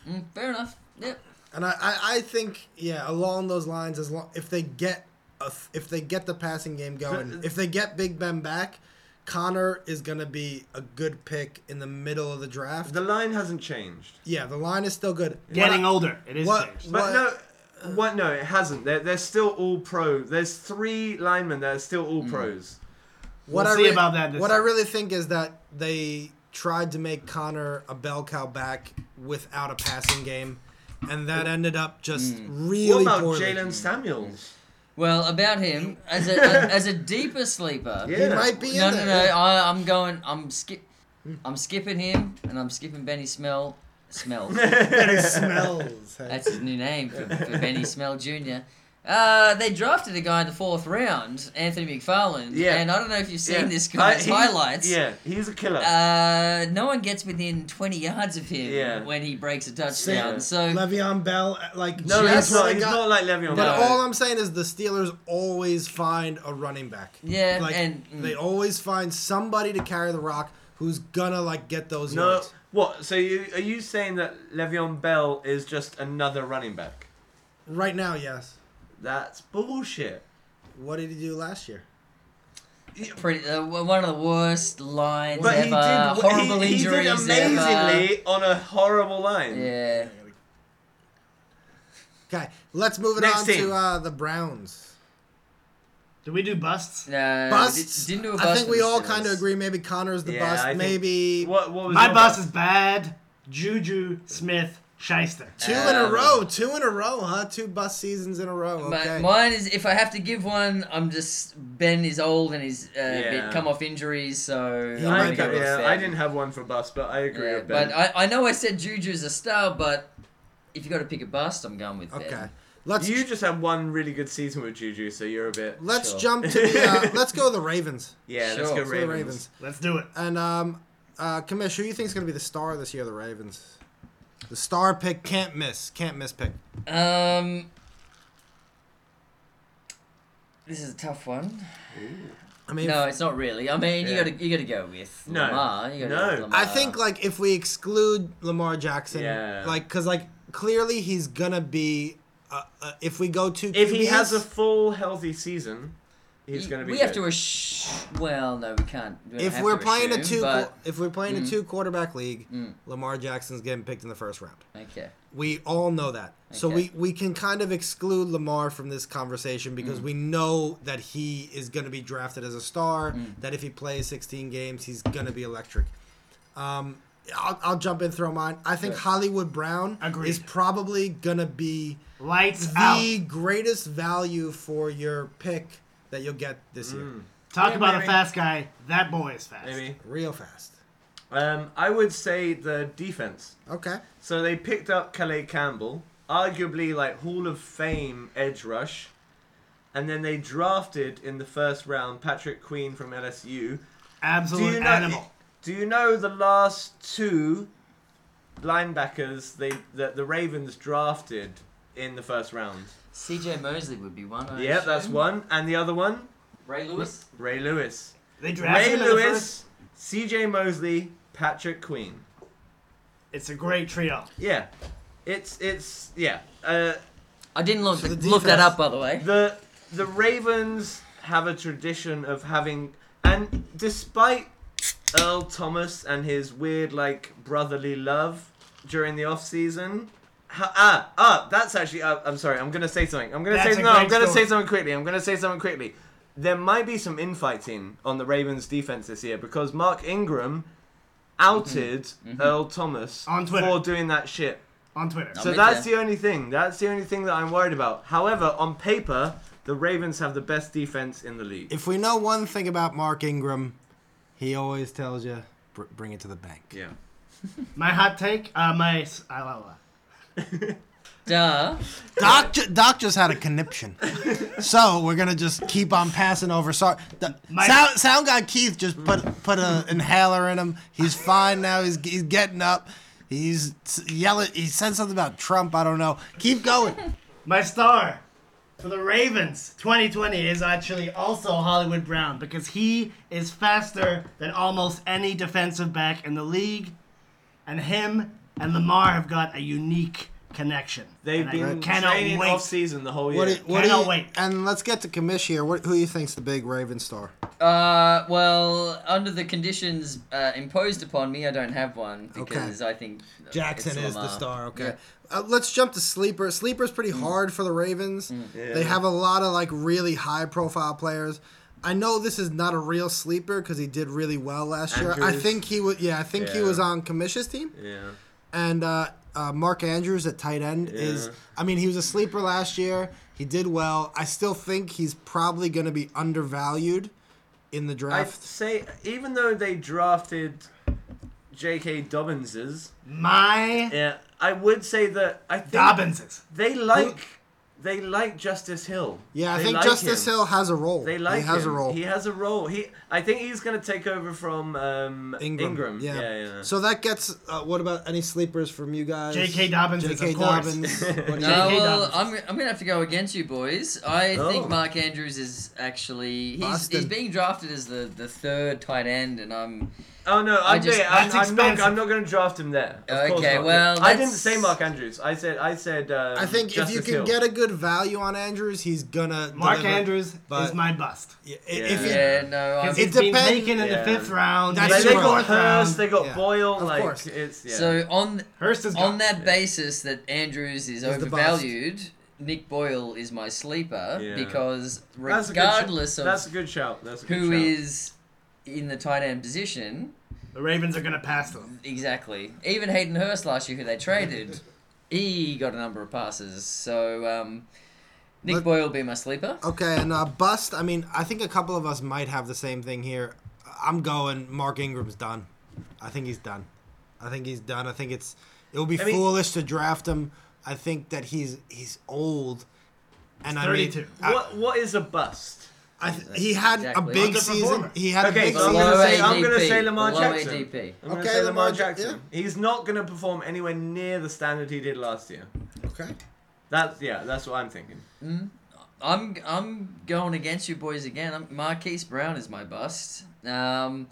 Speaker 3: Mm, fair enough. Yep.
Speaker 1: And I, I, I think yeah, along those lines, as long if they get a, if they get the passing game going,
Speaker 4: But-
Speaker 1: if they get Big Ben back, Connor is gonna be a good pick in the middle of the draft.
Speaker 4: The line hasn't changed.
Speaker 1: yeah, the line is still good.
Speaker 2: Getting
Speaker 1: What I-
Speaker 2: older. It is
Speaker 1: what-
Speaker 2: changed.
Speaker 4: But
Speaker 1: What-
Speaker 4: no, What? No, it hasn't. They're, they're still all pro. There's three linemen that are still all
Speaker 3: Hmm.
Speaker 4: pros.
Speaker 1: What
Speaker 2: We'll
Speaker 1: I
Speaker 2: see
Speaker 1: really,
Speaker 2: about that this
Speaker 1: what I
Speaker 2: time.
Speaker 1: really think is that they tried to make Connor a bell cow back without a passing game, and that ended up just
Speaker 4: Hmm. What
Speaker 1: really
Speaker 4: about
Speaker 1: poorly.
Speaker 4: Jalen Samuels?
Speaker 3: Well, about him as a as a deeper sleeper.
Speaker 1: He
Speaker 4: Yeah.
Speaker 1: might be in
Speaker 3: No, no,
Speaker 1: there.
Speaker 3: no. I, I'm going. I'm skip. I'm skipping him, and I'm skipping Benny Smell. Smell.
Speaker 1: And he smells. hey.
Speaker 3: That's his new name for, for Benny Smell Jr. Uh, they drafted a guy in the fourth round, Anthony McFarland.
Speaker 4: Yeah.
Speaker 3: And I don't know if you've seen
Speaker 4: Yeah.
Speaker 3: this
Speaker 4: Uh,
Speaker 3: guy's
Speaker 4: he-
Speaker 3: highlights.
Speaker 4: Yeah, he's a killer.
Speaker 3: Uh, no one gets within 20 yards of him
Speaker 4: Yeah.
Speaker 3: when he breaks a touchdown.
Speaker 4: Yeah.
Speaker 3: So
Speaker 1: Le'Veon Bell, uh, like
Speaker 4: no,
Speaker 1: that's
Speaker 4: he's
Speaker 1: what
Speaker 4: not.
Speaker 1: they
Speaker 4: He's
Speaker 1: got.
Speaker 4: not like Le'Veon
Speaker 3: No.
Speaker 1: But
Speaker 4: Bell.
Speaker 1: all I'm saying is the Steelers always find a running back.
Speaker 3: Yeah,
Speaker 1: like,
Speaker 3: and- mm.
Speaker 1: they always find somebody to carry the rock who's gonna like get those
Speaker 4: No.
Speaker 1: yards.
Speaker 4: What? So you are you saying that Le'Veon Bell is just another running back?
Speaker 1: Right now, yes.
Speaker 4: That's bullshit.
Speaker 1: What did he do last year?
Speaker 3: pretty uh, one of the worst lines
Speaker 4: But he
Speaker 3: ever.
Speaker 4: did.
Speaker 3: horrible
Speaker 4: he, he did
Speaker 3: injuries ever.
Speaker 4: amazingly on a horrible line.
Speaker 3: Yeah.
Speaker 1: Okay, let's move it
Speaker 4: Next
Speaker 1: on
Speaker 4: team.
Speaker 1: to uh, the Browns.
Speaker 2: Did we do busts?
Speaker 3: No,
Speaker 1: Busts.
Speaker 3: di- Uh, Didn't do a
Speaker 1: I
Speaker 3: bust
Speaker 1: think
Speaker 3: with
Speaker 1: we
Speaker 3: the
Speaker 1: all
Speaker 3: Steelers.
Speaker 1: kind of agree. Maybe Connor's the
Speaker 4: Yeah,
Speaker 1: bust.
Speaker 4: I think-
Speaker 1: maybe
Speaker 4: What? What was
Speaker 2: My
Speaker 4: your
Speaker 2: bust is bad. Juju Smith Shyster.
Speaker 1: two in a
Speaker 3: Um,
Speaker 1: row. Two in a row, huh? Two bust seasons in a row.
Speaker 3: My-
Speaker 1: Okay.
Speaker 3: mine is if I have to give one, I'm just Ben is old and he's uh, a bit
Speaker 4: Yeah.
Speaker 3: come off injuries, so
Speaker 1: He
Speaker 3: I'm
Speaker 4: I,
Speaker 1: might
Speaker 3: gonna go
Speaker 1: be-
Speaker 3: with
Speaker 4: yeah,
Speaker 3: Ben.
Speaker 4: I didn't have one for bust, but I agree
Speaker 3: Yeah,
Speaker 4: with Ben.
Speaker 3: but I, I know I said Juju's a star, but if you got to pick a bust, I'm going with Ben.
Speaker 1: okay. Let's
Speaker 4: you just had one really good season with Juju, so you're a bit.
Speaker 1: let's
Speaker 4: sure.
Speaker 1: jump to the. Uh, let's go the Ravens.
Speaker 4: Yeah, let's
Speaker 3: Sure.
Speaker 4: go
Speaker 1: Let's go the
Speaker 4: Ravens.
Speaker 1: Ravens.
Speaker 2: Let's do it.
Speaker 1: And um, uh, Commish, who do you think is going to be the star this year? of The Ravens. The star pick can't miss. Can't miss pick.
Speaker 3: Um, this is a tough one.
Speaker 1: I mean,
Speaker 3: No, it's not really. I mean,
Speaker 4: Yeah.
Speaker 3: you got to you got to go with
Speaker 4: No.
Speaker 3: Lamar. You gotta go
Speaker 4: No.
Speaker 3: with Lamar.
Speaker 1: I think like if we exclude Lamar Jackson,
Speaker 4: Yeah.
Speaker 1: like because like clearly he's gonna be. Uh, uh, if we go to
Speaker 4: If he has a
Speaker 1: QBs,
Speaker 4: full healthy season, he's
Speaker 3: You-
Speaker 4: going to be.
Speaker 3: We have to.
Speaker 4: good.
Speaker 3: Ass- well, no, we can't. we don't
Speaker 1: if
Speaker 3: have
Speaker 1: we're
Speaker 3: to
Speaker 1: playing a
Speaker 3: assume,
Speaker 1: two
Speaker 3: but-
Speaker 1: if we're playing
Speaker 4: mm-hmm.
Speaker 1: a two quarterback league,
Speaker 4: Mm.
Speaker 1: Lamar Jackson's getting picked in the first round.
Speaker 3: okay.
Speaker 1: We all know that. So
Speaker 3: Okay.
Speaker 1: we, we can kind of exclude Lamar from this conversation because we know that he is going to be drafted as a star, that if he plays 16 games, he's going to be electric. Um, I'll, I'll jump in, throw mine. I think
Speaker 3: Sure.
Speaker 1: Hollywood Brown
Speaker 2: Agreed.
Speaker 1: is probably going to be
Speaker 2: Lights
Speaker 1: the
Speaker 2: out.
Speaker 1: greatest value for your pick that you'll get this
Speaker 2: Mm.
Speaker 1: year.
Speaker 2: Talk
Speaker 4: Yeah,
Speaker 2: about
Speaker 4: maybe.
Speaker 2: a fast guy. That boy is fast.
Speaker 4: Maybe.
Speaker 1: Real fast.
Speaker 4: Um, I would say the defense.
Speaker 1: Okay.
Speaker 4: So they picked up Calais Campbell, arguably like Hall of Fame edge rush, and then they drafted in the first round Patrick Queen from LSU. Do
Speaker 2: Absolute
Speaker 4: you know?
Speaker 2: animal.
Speaker 4: Do you know the last two linebackers they that the Ravens drafted in the first round?
Speaker 3: C.J. Mosley would be one. I
Speaker 4: Yeah, that's
Speaker 3: assume.
Speaker 4: one, and the other one,
Speaker 3: Ray Lewis.
Speaker 4: Ray Lewis.
Speaker 2: They drafted
Speaker 4: e- Ray
Speaker 2: him in the first-
Speaker 4: Lewis, C.J. Mosley, Patrick Queen.
Speaker 2: It's a great trio.
Speaker 4: Yeah, it's it's yeah. Uh,
Speaker 3: I didn't look
Speaker 1: So the
Speaker 3: look that
Speaker 1: defense-
Speaker 3: up by the way.
Speaker 4: the the Ravens have a tradition of having, and despite Earl Thomas and his weird like brotherly love during the off season. Ha- ah, ah, that's actually. Uh, I'm sorry. I'm gonna say something. I'm gonna
Speaker 2: That's
Speaker 4: say
Speaker 2: a
Speaker 4: no. I'm
Speaker 2: great
Speaker 4: gonna
Speaker 2: story.
Speaker 4: say something quickly. I'm gonna say something quickly. There might be some infighting on the Ravens' defense this year because Mark Ingram outed Earl Thomas
Speaker 2: On Twitter.
Speaker 4: for doing that shit.
Speaker 2: On Twitter.
Speaker 3: No.
Speaker 4: So
Speaker 3: me
Speaker 4: that's
Speaker 3: too.
Speaker 4: the only thing. That's the only thing that I'm worried about. However, on paper, the Ravens have the best defense in the league.
Speaker 1: If we know one thing about Mark Ingram, he always tells you, "Br- bring it to the bank.
Speaker 4: Yeah.
Speaker 2: My hot take, uh, my. s- ah, la, la.
Speaker 3: Duh.
Speaker 1: Doc, ju- Doc just had a conniption. so we're going to just keep on passing over. Sorry. The-
Speaker 2: My-
Speaker 1: sound, sound guy Keith just put put an inhaler in him. He's fine now. He's, he's getting up. He's s- yelling. He said something about Trump. I don't know. Keep going.
Speaker 2: My star for the Ravens 2020 is actually also Hollywood Brown because he is faster than almost any defensive back in the league. And him and Lamar have got a unique connection.
Speaker 4: They've
Speaker 2: And I
Speaker 4: been
Speaker 2: cannot
Speaker 4: training
Speaker 2: wait.
Speaker 4: off season the whole year.
Speaker 1: What do, what do
Speaker 2: Cannot
Speaker 1: you,
Speaker 2: wait.
Speaker 1: And let's get to Kamish here. What, who do you think's the big Raven star?
Speaker 3: Uh, well, under the conditions uh, imposed upon me, I don't have one because I think uh,
Speaker 1: Jackson
Speaker 3: it's
Speaker 1: is the
Speaker 3: Lamar.
Speaker 1: star. Okay.
Speaker 3: Yeah. Mm.
Speaker 1: Uh, let's jump to sleeper. Sleeper's pretty hard for the Ravens.
Speaker 4: Yeah.
Speaker 1: They have a lot of like really high profile players. I know this is not a real sleeper because he did really well last year. I
Speaker 4: Andrews.
Speaker 1: think he was. Yeah, I think he
Speaker 4: Yeah.
Speaker 1: was on Kamish's team.
Speaker 4: yeah.
Speaker 1: And uh, uh, Mark Andrews at tight end is.
Speaker 4: Yeah.
Speaker 1: I mean, he was a sleeper last year. He did well. I still think he's probably going to be undervalued in the
Speaker 4: I'd
Speaker 1: draft.
Speaker 4: say even though they drafted J.K. Dobbinses,
Speaker 2: My
Speaker 4: yeah, I would say that I think
Speaker 2: Dobbinses.
Speaker 4: they like they like Justice Hill.
Speaker 1: yeah, I
Speaker 4: They
Speaker 1: think
Speaker 4: like
Speaker 1: Justice
Speaker 4: him.
Speaker 1: Hill has a role.
Speaker 4: They like
Speaker 1: he has
Speaker 4: him.
Speaker 1: a role.
Speaker 4: He has a role. He I think he's going to take over from um,
Speaker 1: Ingram.
Speaker 4: Ingram. Yeah, yeah. yeah.
Speaker 1: So that gets. Uh, what about any sleepers from you guys?
Speaker 2: J.K. Dobbins is,
Speaker 1: J.K.
Speaker 2: of course.
Speaker 1: Dobbins. What do you-
Speaker 3: No,
Speaker 2: J.K.
Speaker 3: well,
Speaker 2: Dobbins.
Speaker 3: I'm, I'm gonna have to go against you boys. I
Speaker 4: Oh.
Speaker 3: think Mark Andrews is actually he's, he's
Speaker 1: Boston.
Speaker 3: being drafted as the, the third tight end, and I'm
Speaker 4: Oh no, I'm,
Speaker 3: just-
Speaker 4: yeah, I'm,
Speaker 2: That's
Speaker 4: I'm not.
Speaker 2: expensive.
Speaker 4: I'm not going to draft him there. Of course
Speaker 3: Okay,
Speaker 4: not.
Speaker 3: well,
Speaker 4: I didn't
Speaker 3: that's-
Speaker 4: say Mark Andrews. I said I said. Um,
Speaker 1: I think
Speaker 4: Justice
Speaker 1: if you can
Speaker 4: Hill.
Speaker 1: get a good value on Andrews, he's gonna.
Speaker 2: Mark
Speaker 1: deliver.
Speaker 2: Andrews
Speaker 1: but-
Speaker 2: is my bust.
Speaker 1: Yeah, i- If he,
Speaker 4: Yeah.
Speaker 3: yeah no I'm,
Speaker 2: Because
Speaker 1: It
Speaker 2: it's been
Speaker 1: depends-
Speaker 2: taken in
Speaker 4: Yeah.
Speaker 2: the fifth round.
Speaker 1: That's
Speaker 4: Like,
Speaker 2: in the
Speaker 4: they
Speaker 1: true.
Speaker 4: got
Speaker 2: fourth round.
Speaker 4: Hurst. They got
Speaker 1: Yeah.
Speaker 4: Boyle.
Speaker 1: Of
Speaker 4: like
Speaker 1: course.
Speaker 4: it's yeah.
Speaker 3: so on
Speaker 2: Hurst is
Speaker 3: on
Speaker 2: gone.
Speaker 3: that basis that Andrews is
Speaker 1: the bust.
Speaker 3: overvalued. Nick Boyle is my sleeper
Speaker 4: Yeah.
Speaker 3: because
Speaker 4: That's a good shout.
Speaker 3: regardless of
Speaker 4: that's a good shout. That's a good
Speaker 3: who
Speaker 4: shout.
Speaker 3: is in the tight end position.
Speaker 2: The Ravens are going to pass them.
Speaker 3: Exactly. Even Hayden Hurst last year, who they traded, he got a number of passes. So um, Nick
Speaker 1: Let-
Speaker 3: Boyle will be my sleeper.
Speaker 1: okay, and uh, bust. I mean, I think a couple of us might have the same thing here. I'm going. Mark Ingram's done. I think he's done. I think he's done. I think it's. It would be
Speaker 4: I mean-
Speaker 1: foolish to draft him. I think that he's he's old, and I mean,
Speaker 2: 32.
Speaker 1: I-
Speaker 4: what what is a bust?
Speaker 1: I th- he had
Speaker 3: Exactly.
Speaker 1: a big
Speaker 2: Underperformer.
Speaker 1: season. He had a
Speaker 4: Okay,
Speaker 1: big
Speaker 4: so I'm
Speaker 1: season.
Speaker 4: gonna
Speaker 3: Below
Speaker 4: say I'm gonna
Speaker 3: ADP,
Speaker 4: say Lamar
Speaker 3: below
Speaker 4: Jackson.
Speaker 3: ADP.
Speaker 4: I'm gonna
Speaker 1: Okay,
Speaker 4: say Lamar,
Speaker 1: Lamar Ja-
Speaker 4: Jackson. He's not gonna perform anywhere near the standard he did last year.
Speaker 1: Okay.
Speaker 4: That's yeah. That's what I'm thinking.
Speaker 3: I'm I'm going against you boys again. I'm, Marquise Brown is my bust. Um,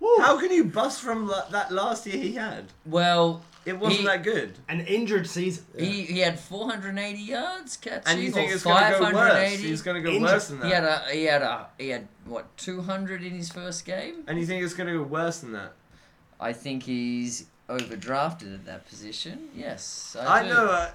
Speaker 4: How can you bust from la- that last year he had?
Speaker 3: well,
Speaker 4: It wasn't
Speaker 3: He-
Speaker 4: that good.
Speaker 2: An injured season.
Speaker 3: he, he had 480 yards catching.
Speaker 4: And you think
Speaker 3: or
Speaker 4: it's gonna go worse?
Speaker 3: 580.
Speaker 4: He's gonna go
Speaker 2: Injured.
Speaker 4: worse than that.
Speaker 3: He had a he had a he had what 200 in his first game.
Speaker 4: And you think it's gonna go worse than that?
Speaker 3: I think he's overdrafted at that position. Yes, I,
Speaker 4: I
Speaker 3: do.
Speaker 4: know. Uh,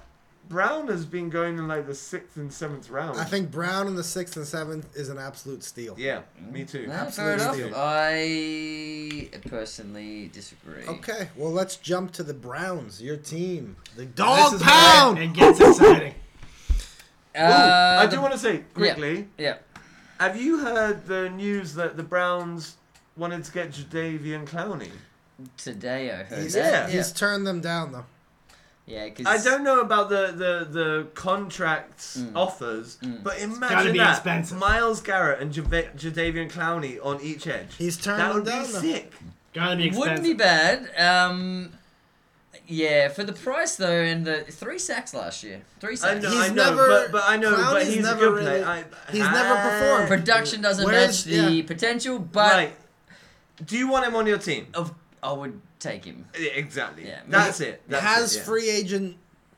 Speaker 4: Brown has been going in like the sixth and seventh round.
Speaker 1: I think Brown in the sixth and seventh is an absolute steal.
Speaker 4: Yeah, me too.
Speaker 3: No,
Speaker 1: Absolutely
Speaker 3: Mm. fair enough.
Speaker 1: steal.
Speaker 3: I personally disagree.
Speaker 1: Okay, well let's jump to the Browns, your team, the
Speaker 2: This
Speaker 1: dog
Speaker 2: is
Speaker 1: pound.
Speaker 2: where It gets exciting.
Speaker 3: Uh,
Speaker 4: Ooh, I
Speaker 3: the-
Speaker 4: do want to say quickly.
Speaker 3: Yeah.
Speaker 4: Have you heard the news that the Browns wanted to get Jadavian Clowney?
Speaker 3: Today I heard
Speaker 1: He's,
Speaker 3: that.
Speaker 1: he's turned them down though.
Speaker 3: yeah. Yeah, 'cause-
Speaker 4: I don't know about the the, the contracts
Speaker 3: Mm.
Speaker 4: offers, but imagine
Speaker 2: be
Speaker 4: that
Speaker 2: expensive.
Speaker 4: Miles Garrett and Jada- Jadavian Clowney on each edge.
Speaker 1: He's turned
Speaker 4: that
Speaker 1: them
Speaker 4: would be
Speaker 1: down, though.
Speaker 4: sick.
Speaker 2: Gotta be expensive.
Speaker 3: Wouldn't be bad. Um, yeah, for the price though, and the three sacks last year, three
Speaker 4: I
Speaker 3: sacks.
Speaker 4: know,
Speaker 1: He's
Speaker 4: I know,
Speaker 1: never-
Speaker 4: but, but I know, but
Speaker 1: Clowney's
Speaker 4: he's a
Speaker 1: never
Speaker 4: good
Speaker 1: really-
Speaker 4: player. I,
Speaker 1: he's never
Speaker 4: Ah,
Speaker 1: performed.
Speaker 3: Production doesn't
Speaker 1: Where's-
Speaker 3: match the
Speaker 1: yeah.
Speaker 3: potential, but
Speaker 4: right. Do you want him on your team?
Speaker 1: Oh.
Speaker 3: of I would take him.
Speaker 4: Yeah, Exactly.
Speaker 3: Yeah.
Speaker 4: That's it. That's
Speaker 1: Has
Speaker 4: it, yeah.
Speaker 1: free agent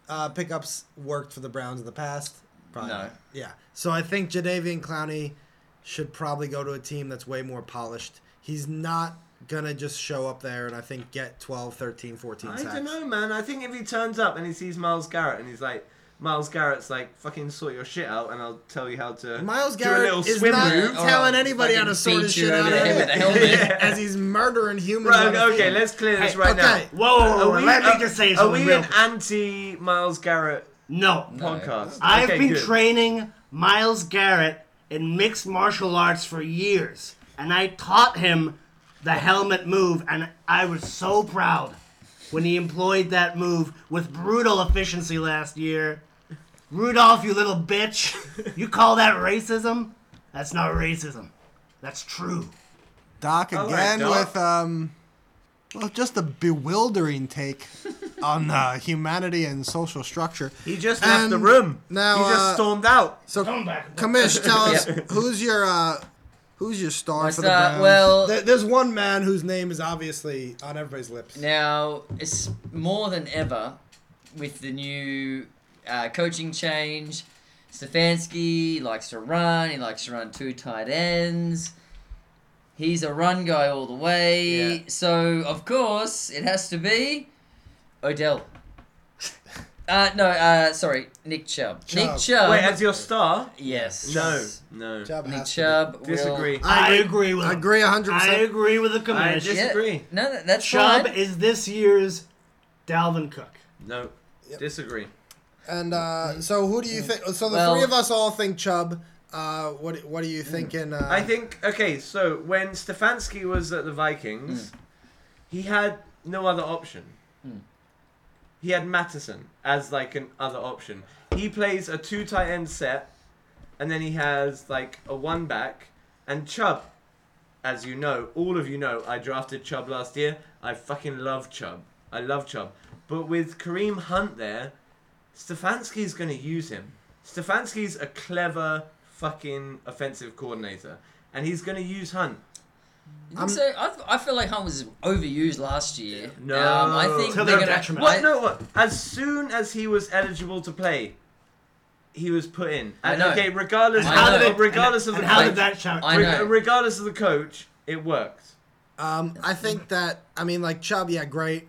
Speaker 1: uh, pickups worked for the Browns in the past? Probably
Speaker 3: No.
Speaker 1: not. Yeah. So I think Jadavian Clowney should probably go to a team that's way more polished. He's not gonna just show up there and I think get 12, 13, 14
Speaker 4: I
Speaker 1: sacks.
Speaker 4: don't know, man. I think if he turns up and he sees Miles Garrett and he's like, Miles Garrett's like, fucking sort your shit out and I'll tell you how to
Speaker 1: Miles
Speaker 4: do
Speaker 1: Garrett
Speaker 4: a little
Speaker 1: is
Speaker 4: swim
Speaker 1: not
Speaker 4: move.
Speaker 3: Or
Speaker 1: telling
Speaker 3: I'll
Speaker 1: anybody how to
Speaker 3: fucking
Speaker 1: sort his
Speaker 3: beat you
Speaker 1: shit
Speaker 3: over
Speaker 1: out
Speaker 3: the
Speaker 1: of
Speaker 3: head
Speaker 1: it.
Speaker 3: with a helmet.
Speaker 1: as he's murdering humans.
Speaker 4: Right,
Speaker 1: on the
Speaker 4: okay, okay,
Speaker 1: field.
Speaker 4: let's clear this
Speaker 2: Hey,
Speaker 4: right
Speaker 1: okay.
Speaker 4: now.
Speaker 2: Whoa, whoa,
Speaker 4: Are
Speaker 2: whoa,
Speaker 4: we-
Speaker 2: let
Speaker 4: uh,
Speaker 2: me just say
Speaker 4: Are
Speaker 2: something.
Speaker 4: we
Speaker 2: real
Speaker 4: an
Speaker 2: quick.
Speaker 4: anti Miles Garrett
Speaker 2: no.
Speaker 4: podcast?
Speaker 2: I've
Speaker 4: Okay,
Speaker 2: been
Speaker 4: good.
Speaker 2: training Miles Garrett in mixed martial arts for years, and I taught him the helmet move, and I was so proud when he employed that move with brutal efficiency last year. Rudolph, you little bitch. You call that racism? That's not racism. That's true.
Speaker 1: Doc
Speaker 4: All
Speaker 1: again
Speaker 4: right, Doc.
Speaker 1: with um, well, just a bewildering take on uh, humanity and social structure.
Speaker 4: He just left
Speaker 1: And
Speaker 4: the room.
Speaker 1: now,
Speaker 4: he just
Speaker 1: uh,
Speaker 4: stormed out.
Speaker 1: So,
Speaker 2: Come back.
Speaker 1: Kamish, tell us
Speaker 3: Yeah.
Speaker 1: who's your uh, who's your star
Speaker 3: My
Speaker 1: for the
Speaker 3: star-
Speaker 1: Browns?
Speaker 3: well-
Speaker 1: There- there's one man whose name is obviously on everybody's lips.
Speaker 3: Now, it's more than ever, with the new uh, coaching change, Stefanski likes to run. He likes to run two tight ends. He's a run guy all the way.
Speaker 4: Yeah.
Speaker 3: So of course it has to be Odell. Uh, no, uh, sorry, Nick Chubb. Nick
Speaker 1: Chubb.
Speaker 3: Chubb.
Speaker 4: Wait, as your star?
Speaker 3: yes.
Speaker 4: No, no.
Speaker 1: Chubb
Speaker 3: Nick
Speaker 1: has to be-
Speaker 3: Chubb. will-
Speaker 4: Disagree.
Speaker 2: I agree with
Speaker 1: I
Speaker 2: him.
Speaker 1: agree 100%.
Speaker 2: I agree with the
Speaker 4: I
Speaker 2: commission.
Speaker 3: Yeah.
Speaker 4: disagree.
Speaker 3: No, no, that's
Speaker 2: Chubb
Speaker 3: fine.
Speaker 2: is this year's Dalvin Cook.
Speaker 4: No, disagree.
Speaker 1: And
Speaker 4: Mm-hmm.
Speaker 1: uh, so, who do you think? So the
Speaker 3: Well-
Speaker 1: three of us all think Chubb. Uh, what What are you thinking? Uh,
Speaker 4: Mm. I think okay. So when Stefanski was at the Vikings, he had no other option. He had Mattison as like an other option. He plays a two tight end set, and then he has like a one back and Chubb. As you know, all of you know, I drafted Chubb last year. I fucking love Chubb. I love Chubb. But with Kareem Hunt there, Stefanski's going to use him. Stefanski's a clever fucking offensive coordinator, and he's going to use Hunt.
Speaker 3: You think so I, I feel like Hunt was overused last year.
Speaker 4: No.
Speaker 3: um, I think
Speaker 2: To
Speaker 3: they're
Speaker 2: their
Speaker 3: gonna.
Speaker 2: detriment.
Speaker 4: What?
Speaker 3: I-
Speaker 4: No, what? As soon as he was eligible to play, he was put in.
Speaker 3: I
Speaker 4: And,
Speaker 3: know.
Speaker 4: okay, regardless,
Speaker 3: And how
Speaker 4: of,
Speaker 3: did
Speaker 2: it-
Speaker 4: regardless
Speaker 2: and,
Speaker 4: of the
Speaker 2: how
Speaker 4: coach,
Speaker 2: did that shout?
Speaker 3: I know.
Speaker 4: reg- regardless of the coach, it worked.
Speaker 1: Um, I think that I mean like Chubb, yeah, great,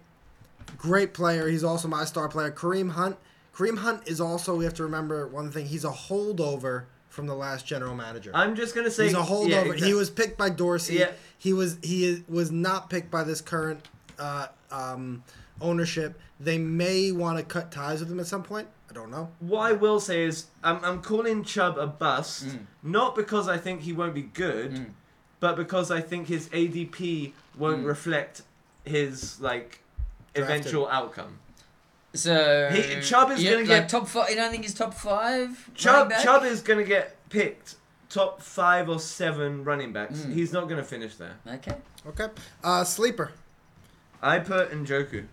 Speaker 1: great player. He's also my star player. Kareem Hunt. Kareem Hunt is also we have to remember one thing. He's a holdover from the last general manager.
Speaker 4: I'm just gonna say
Speaker 1: He's a holdover.
Speaker 4: yeah, exact-
Speaker 1: He was picked by Dorsey.
Speaker 4: Yeah.
Speaker 1: He was he is, was not picked by this current uh, um, ownership. They may want to cut ties with him at some point. I don't know.
Speaker 4: What I will say is, I'm, I'm calling Chubb a bust, not because I think he won't be good, but because I think his ADP won't reflect his like
Speaker 1: Drafted.
Speaker 4: eventual outcome.
Speaker 3: So
Speaker 4: He- Chubb is
Speaker 3: you-
Speaker 4: gonna
Speaker 3: like
Speaker 4: get-
Speaker 3: top five. You don't think he's top five? running
Speaker 4: Chubb
Speaker 3: back?
Speaker 4: Chubb is gonna get picked top five or seven running backs. He's not gonna finish there.
Speaker 3: Okay.
Speaker 1: Okay. Uh, sleeper.
Speaker 4: I put Njoku.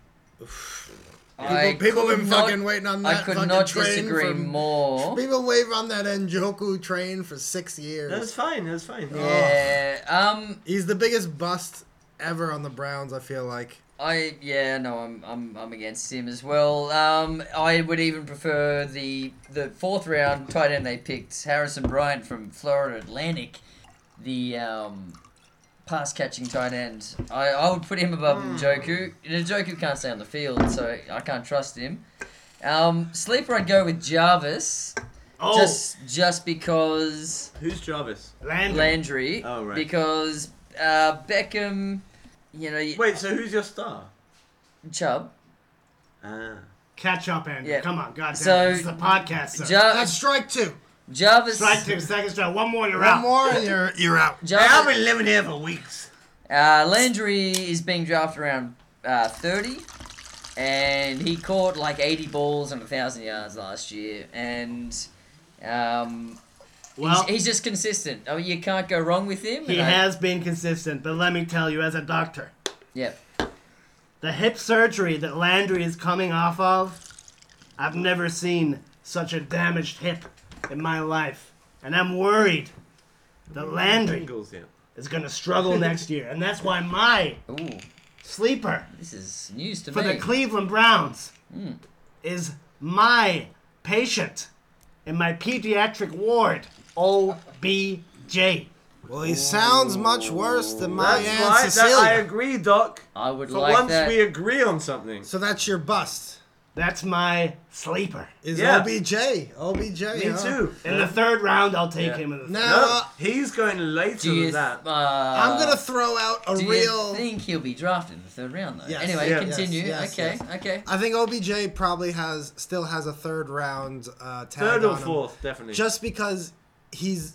Speaker 3: I
Speaker 1: people
Speaker 3: could
Speaker 1: been
Speaker 3: not-
Speaker 1: fucking waiting on
Speaker 3: I
Speaker 1: that
Speaker 3: could
Speaker 1: fucking
Speaker 3: not
Speaker 1: train
Speaker 3: disagree
Speaker 1: from-
Speaker 3: more.
Speaker 1: People wave on that Njoku train for six years.
Speaker 4: That's fine. That's fine.
Speaker 3: Yeah. Um.
Speaker 1: He's the biggest bust ever on the Browns. I feel like.
Speaker 3: I yeah no I'm I'm I'm against him as well. Um. I would even prefer the the fourth round tight end they picked Harrison Bryant from Florida Atlantic, the um. Pass catching tight end. I, I would put him above Njoku. Njoku can't stay on the field, so I can't trust him. Um, sleeper, I'd go with Jarvis.
Speaker 2: Oh,
Speaker 3: Just just because
Speaker 4: Who's Jarvis?
Speaker 2: Landry.
Speaker 3: Landry.
Speaker 4: Oh, right.
Speaker 3: Because uh, Beckham, you know,
Speaker 4: Wait. So who's your star?
Speaker 3: Chubb.
Speaker 4: Ah.
Speaker 2: Catch up, Andrew.
Speaker 3: Yeah.
Speaker 2: Come on, goddamn.
Speaker 3: So-
Speaker 2: So, this is a podcast. Sir.
Speaker 3: Jar-
Speaker 1: That's strike two.
Speaker 3: Jarvis.
Speaker 2: Strike two, second strike. One more, you're
Speaker 1: One
Speaker 2: out.
Speaker 1: more and you're you're out.
Speaker 3: Jarvis
Speaker 4: been living here for weeks.
Speaker 3: uh, Landry is being drafted around uh, 30, and he caught like 80 balls and 1,000 yards last year, and. Um,
Speaker 2: Well,
Speaker 3: he's, he's just consistent. Oh, you can't go wrong with him.
Speaker 2: he
Speaker 3: and I-
Speaker 2: has been consistent, but let me tell you, as a doctor,
Speaker 3: Yeah.
Speaker 2: the hip surgery that Landry is coming off of, I've never seen such a damaged hip in my life, and I'm worried that Landry
Speaker 4: Bengals, yeah.
Speaker 2: is going to struggle next year, and that's why my
Speaker 3: Ooh,
Speaker 2: sleeper
Speaker 3: this is news to
Speaker 2: for
Speaker 3: me.
Speaker 2: the Cleveland Browns is my patient in my pediatric ward, OBJ.
Speaker 1: Well, he sounds much worse than my
Speaker 4: That's
Speaker 1: aunt
Speaker 4: right.
Speaker 1: Cecilia.
Speaker 4: That, I agree, Doc.
Speaker 3: I would
Speaker 4: For
Speaker 3: like
Speaker 4: once,
Speaker 3: that.
Speaker 4: we agree on something.
Speaker 1: so that's your bust.
Speaker 2: That's my sleeper.
Speaker 1: Is
Speaker 4: Yeah.
Speaker 1: OBJ? OBJ.
Speaker 4: Me too.
Speaker 2: In the third round, I'll take
Speaker 4: Yeah.
Speaker 2: him. In the
Speaker 1: Now
Speaker 2: third.
Speaker 4: No, he's going later
Speaker 3: Do you
Speaker 4: than that.
Speaker 3: th- uh,
Speaker 1: I'm gonna throw out a
Speaker 3: Do you
Speaker 1: real.
Speaker 3: think he'll be drafted in the third round though?
Speaker 1: Yes.
Speaker 3: anyway,
Speaker 4: Yeah.
Speaker 3: continue.
Speaker 1: Yes,
Speaker 3: okay,
Speaker 1: yes,
Speaker 3: okay.
Speaker 1: I think OBJ probably has still has a third round uh, tag
Speaker 4: Third or
Speaker 1: on him.
Speaker 4: fourth, definitely.
Speaker 1: just because he's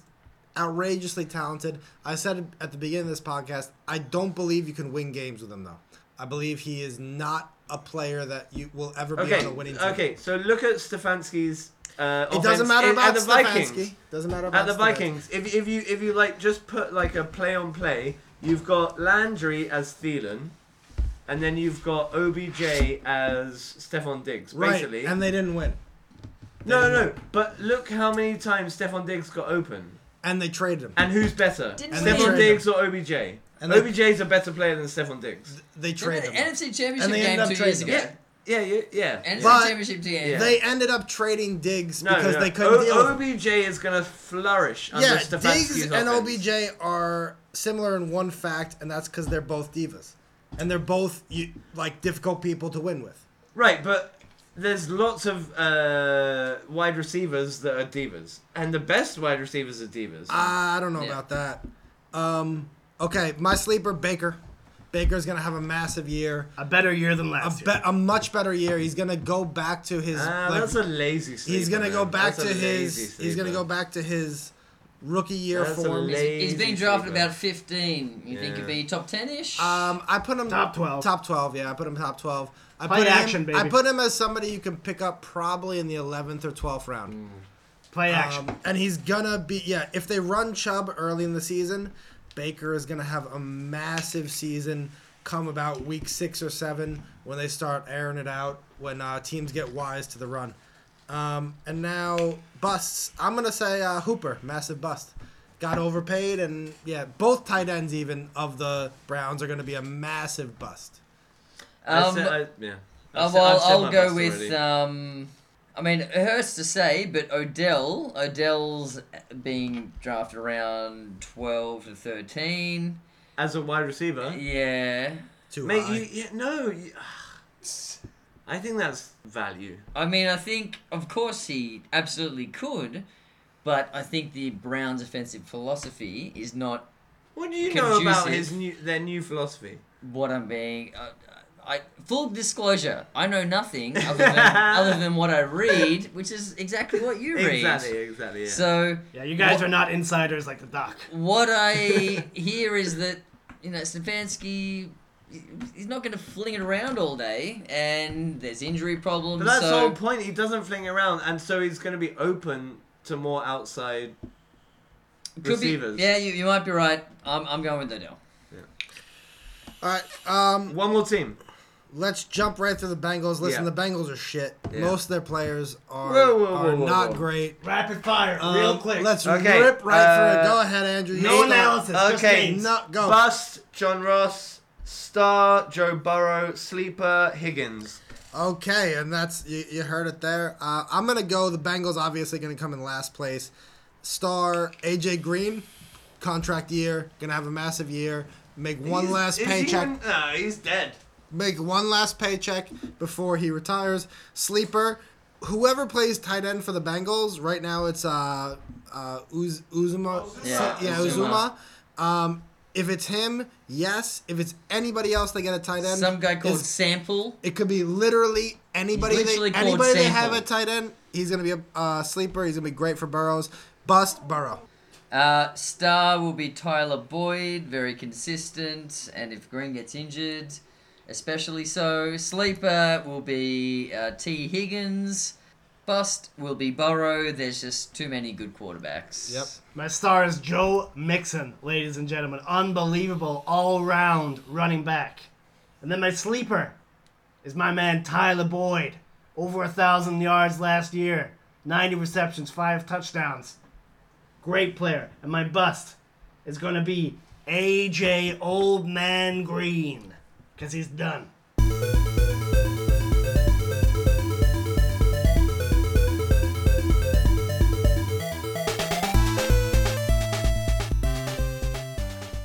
Speaker 1: outrageously talented. I said at the beginning of this podcast, I don't believe you can win games with him though. I believe he is not a player that you will ever be on
Speaker 4: okay.
Speaker 1: a winning team.
Speaker 4: Okay. So look at Stefanski's. Uh,
Speaker 1: It
Speaker 4: offense
Speaker 1: doesn't matter
Speaker 4: in-
Speaker 1: about
Speaker 4: at the Vikings.
Speaker 1: Stefanski. Doesn't matter about
Speaker 4: At the
Speaker 1: Stefanski.
Speaker 4: Vikings, if, if you if you like just put like a play on play, you've got Landry as Thielen, and then you've got OBJ as Stefan Diggs,
Speaker 1: Right.
Speaker 4: basically.
Speaker 1: And they didn't win.
Speaker 4: no, no, no. But look how many times Stefan Diggs got open,
Speaker 1: And they traded him.
Speaker 4: and who's better,
Speaker 3: Didn't
Speaker 1: they
Speaker 4: Stefan
Speaker 1: traded
Speaker 4: Diggs or OBJ?
Speaker 1: And they-
Speaker 4: OBJ is a better player than Stefan Diggs.
Speaker 1: They
Speaker 3: Didn't
Speaker 1: traded
Speaker 3: the
Speaker 1: him.
Speaker 3: NFC Championship
Speaker 1: they ended
Speaker 3: game
Speaker 1: up
Speaker 3: two
Speaker 1: trading
Speaker 3: years
Speaker 1: him.
Speaker 3: ago.
Speaker 4: Yeah. Yeah, yeah, yeah.
Speaker 3: And it's
Speaker 1: But-
Speaker 3: a championship team.
Speaker 4: Yeah.
Speaker 1: They ended up trading Diggs
Speaker 4: no,
Speaker 1: because
Speaker 4: no.
Speaker 1: they couldn't
Speaker 4: O-
Speaker 1: deal with
Speaker 4: OBJ is going to flourish under
Speaker 1: Yeah,
Speaker 4: Stefanski's
Speaker 1: Diggs and
Speaker 4: offense.
Speaker 1: OBJ are similar in one fact, and that's because they're both divas, and they're both you, like difficult people to win with.
Speaker 4: Right, but there's lots of uh, wide receivers that are divas, and the best wide receivers are divas.
Speaker 1: I don't know
Speaker 3: Yeah.
Speaker 1: about that. Um, okay, my sleeper Baker. Baker's gonna have a massive year,
Speaker 2: A better year than
Speaker 1: a
Speaker 2: last
Speaker 1: be-
Speaker 2: year.
Speaker 1: a much better year. He's gonna go back to his.
Speaker 4: Ah,
Speaker 1: like,
Speaker 4: that's a lazy sleeper.
Speaker 1: he's gonna
Speaker 4: man.
Speaker 1: go back
Speaker 4: That's
Speaker 1: to
Speaker 4: a lazy
Speaker 1: his. He's gonna go
Speaker 4: sleeper.
Speaker 1: back to his rookie year
Speaker 4: That's a
Speaker 1: form.
Speaker 4: lazy
Speaker 3: He's been drafted
Speaker 4: sleeper.
Speaker 3: about 15. You think
Speaker 4: Yeah.
Speaker 3: he'd be top 10 ish?
Speaker 1: Um, I put him
Speaker 2: Top 12.
Speaker 1: Top twelve, yeah. I put him top twelve. I
Speaker 2: Play
Speaker 1: put
Speaker 2: action,
Speaker 1: him,
Speaker 2: baby.
Speaker 1: I put him as somebody you can pick up probably in the eleventh or twelfth round.
Speaker 2: Play action.
Speaker 1: Um, and he's gonna be yeah. If they run Chubb early in the season, Baker is gonna have a massive season. Come about week six or seven when they start airing it out when uh, teams get wise to the run. Um, and now busts. I'm gonna say uh, Hooper, massive bust. Got overpaid and yeah, both tight ends even of the Browns are gonna be a massive bust.
Speaker 4: I've
Speaker 3: um,
Speaker 4: said- I- yeah.
Speaker 3: Uh,
Speaker 4: I've said-
Speaker 3: well,
Speaker 4: I've said
Speaker 3: I'll
Speaker 4: my
Speaker 3: go
Speaker 4: best
Speaker 3: with.
Speaker 4: already.
Speaker 3: Um, I mean, it hurts to say, but Odell. Odell's being drafted around 12 to 13.
Speaker 4: as a wide receiver.
Speaker 3: Yeah.
Speaker 1: Too
Speaker 4: Mate,
Speaker 1: high.
Speaker 4: you, you no. You, I think that's value.
Speaker 3: I mean, I think, of course, he absolutely could, but I think the Browns' offensive philosophy is not
Speaker 4: What do you know about
Speaker 3: Conducive.
Speaker 4: his new their new philosophy?
Speaker 3: what I'm being. Uh, I full disclosure, I know nothing other than, other than what I read, which is exactly what you read.
Speaker 4: Exactly, exactly. Yeah.
Speaker 3: So
Speaker 2: yeah, you guys
Speaker 3: what-
Speaker 2: are not insiders like the doc.
Speaker 3: what I hear is that you know Stefanski. He's not going to fling it around all day, and there's injury problems.
Speaker 4: but that's
Speaker 3: so
Speaker 4: the whole point. He doesn't fling around, and so he's going to be open to more outside
Speaker 3: could be-
Speaker 4: receivers.
Speaker 3: yeah, you, you might be right. I'm, I'm going with Odell.
Speaker 1: All right. Um,
Speaker 4: One more team.
Speaker 1: Let's jump right to the Bengals. Listen,
Speaker 4: Yeah.
Speaker 1: the Bengals are shit.
Speaker 4: Yeah.
Speaker 1: Most of their players are,
Speaker 4: Whoa, whoa, whoa,
Speaker 1: are
Speaker 4: whoa,
Speaker 1: not
Speaker 4: whoa.
Speaker 1: great.
Speaker 2: Rapid fire,
Speaker 1: Um,
Speaker 2: real quick.
Speaker 1: Let's
Speaker 4: Okay,
Speaker 1: rip right through it.
Speaker 4: uh,
Speaker 1: Go ahead, Andrew. You
Speaker 2: no
Speaker 1: start.
Speaker 2: analysis. Just
Speaker 4: Okay,
Speaker 2: names.
Speaker 1: No, go.
Speaker 4: Bust John Ross. Star Joe Burrow. Sleeper Higgins.
Speaker 1: Okay, and that's you, you heard it there. Uh, I'm gonna go. The Bengals obviously gonna come in last place. Star AJ Green, contract year, gonna have a massive year. Make one
Speaker 4: He's-
Speaker 1: last
Speaker 4: is he
Speaker 1: paycheck.
Speaker 4: even- no, he's dead.
Speaker 1: make one last paycheck before he retires. Sleeper, whoever plays tight end for the Bengals right now, it's uh, uh, Uz- Uzuma.
Speaker 3: Yeah,
Speaker 1: Uzuma. Um, if it's him, yes. If it's anybody else, they get a tight end.
Speaker 3: Some guy called
Speaker 1: It's-
Speaker 3: Sample.
Speaker 1: It could be literally anybody.
Speaker 3: Literally
Speaker 1: they,
Speaker 3: called
Speaker 1: anybody they have
Speaker 3: Sample.
Speaker 1: at tight end, he's gonna be a uh, sleeper. He's gonna be great for Burrows. Bust Burrow.
Speaker 3: Uh, star will be Tyler Boyd, very consistent, and if Green gets injured, especially so. Sleeper will be uh, T. Higgins. Bust will be Burrow. There's just too many good quarterbacks.
Speaker 1: Yep.
Speaker 2: My star is Joe Mixon, ladies and gentlemen. Unbelievable all round running back. And then my sleeper is my man Tyler Boyd. Over a thousand yards last year, 90 receptions, five touchdowns. Great player. And my bust is going to be AJ Old Man Green because he's done.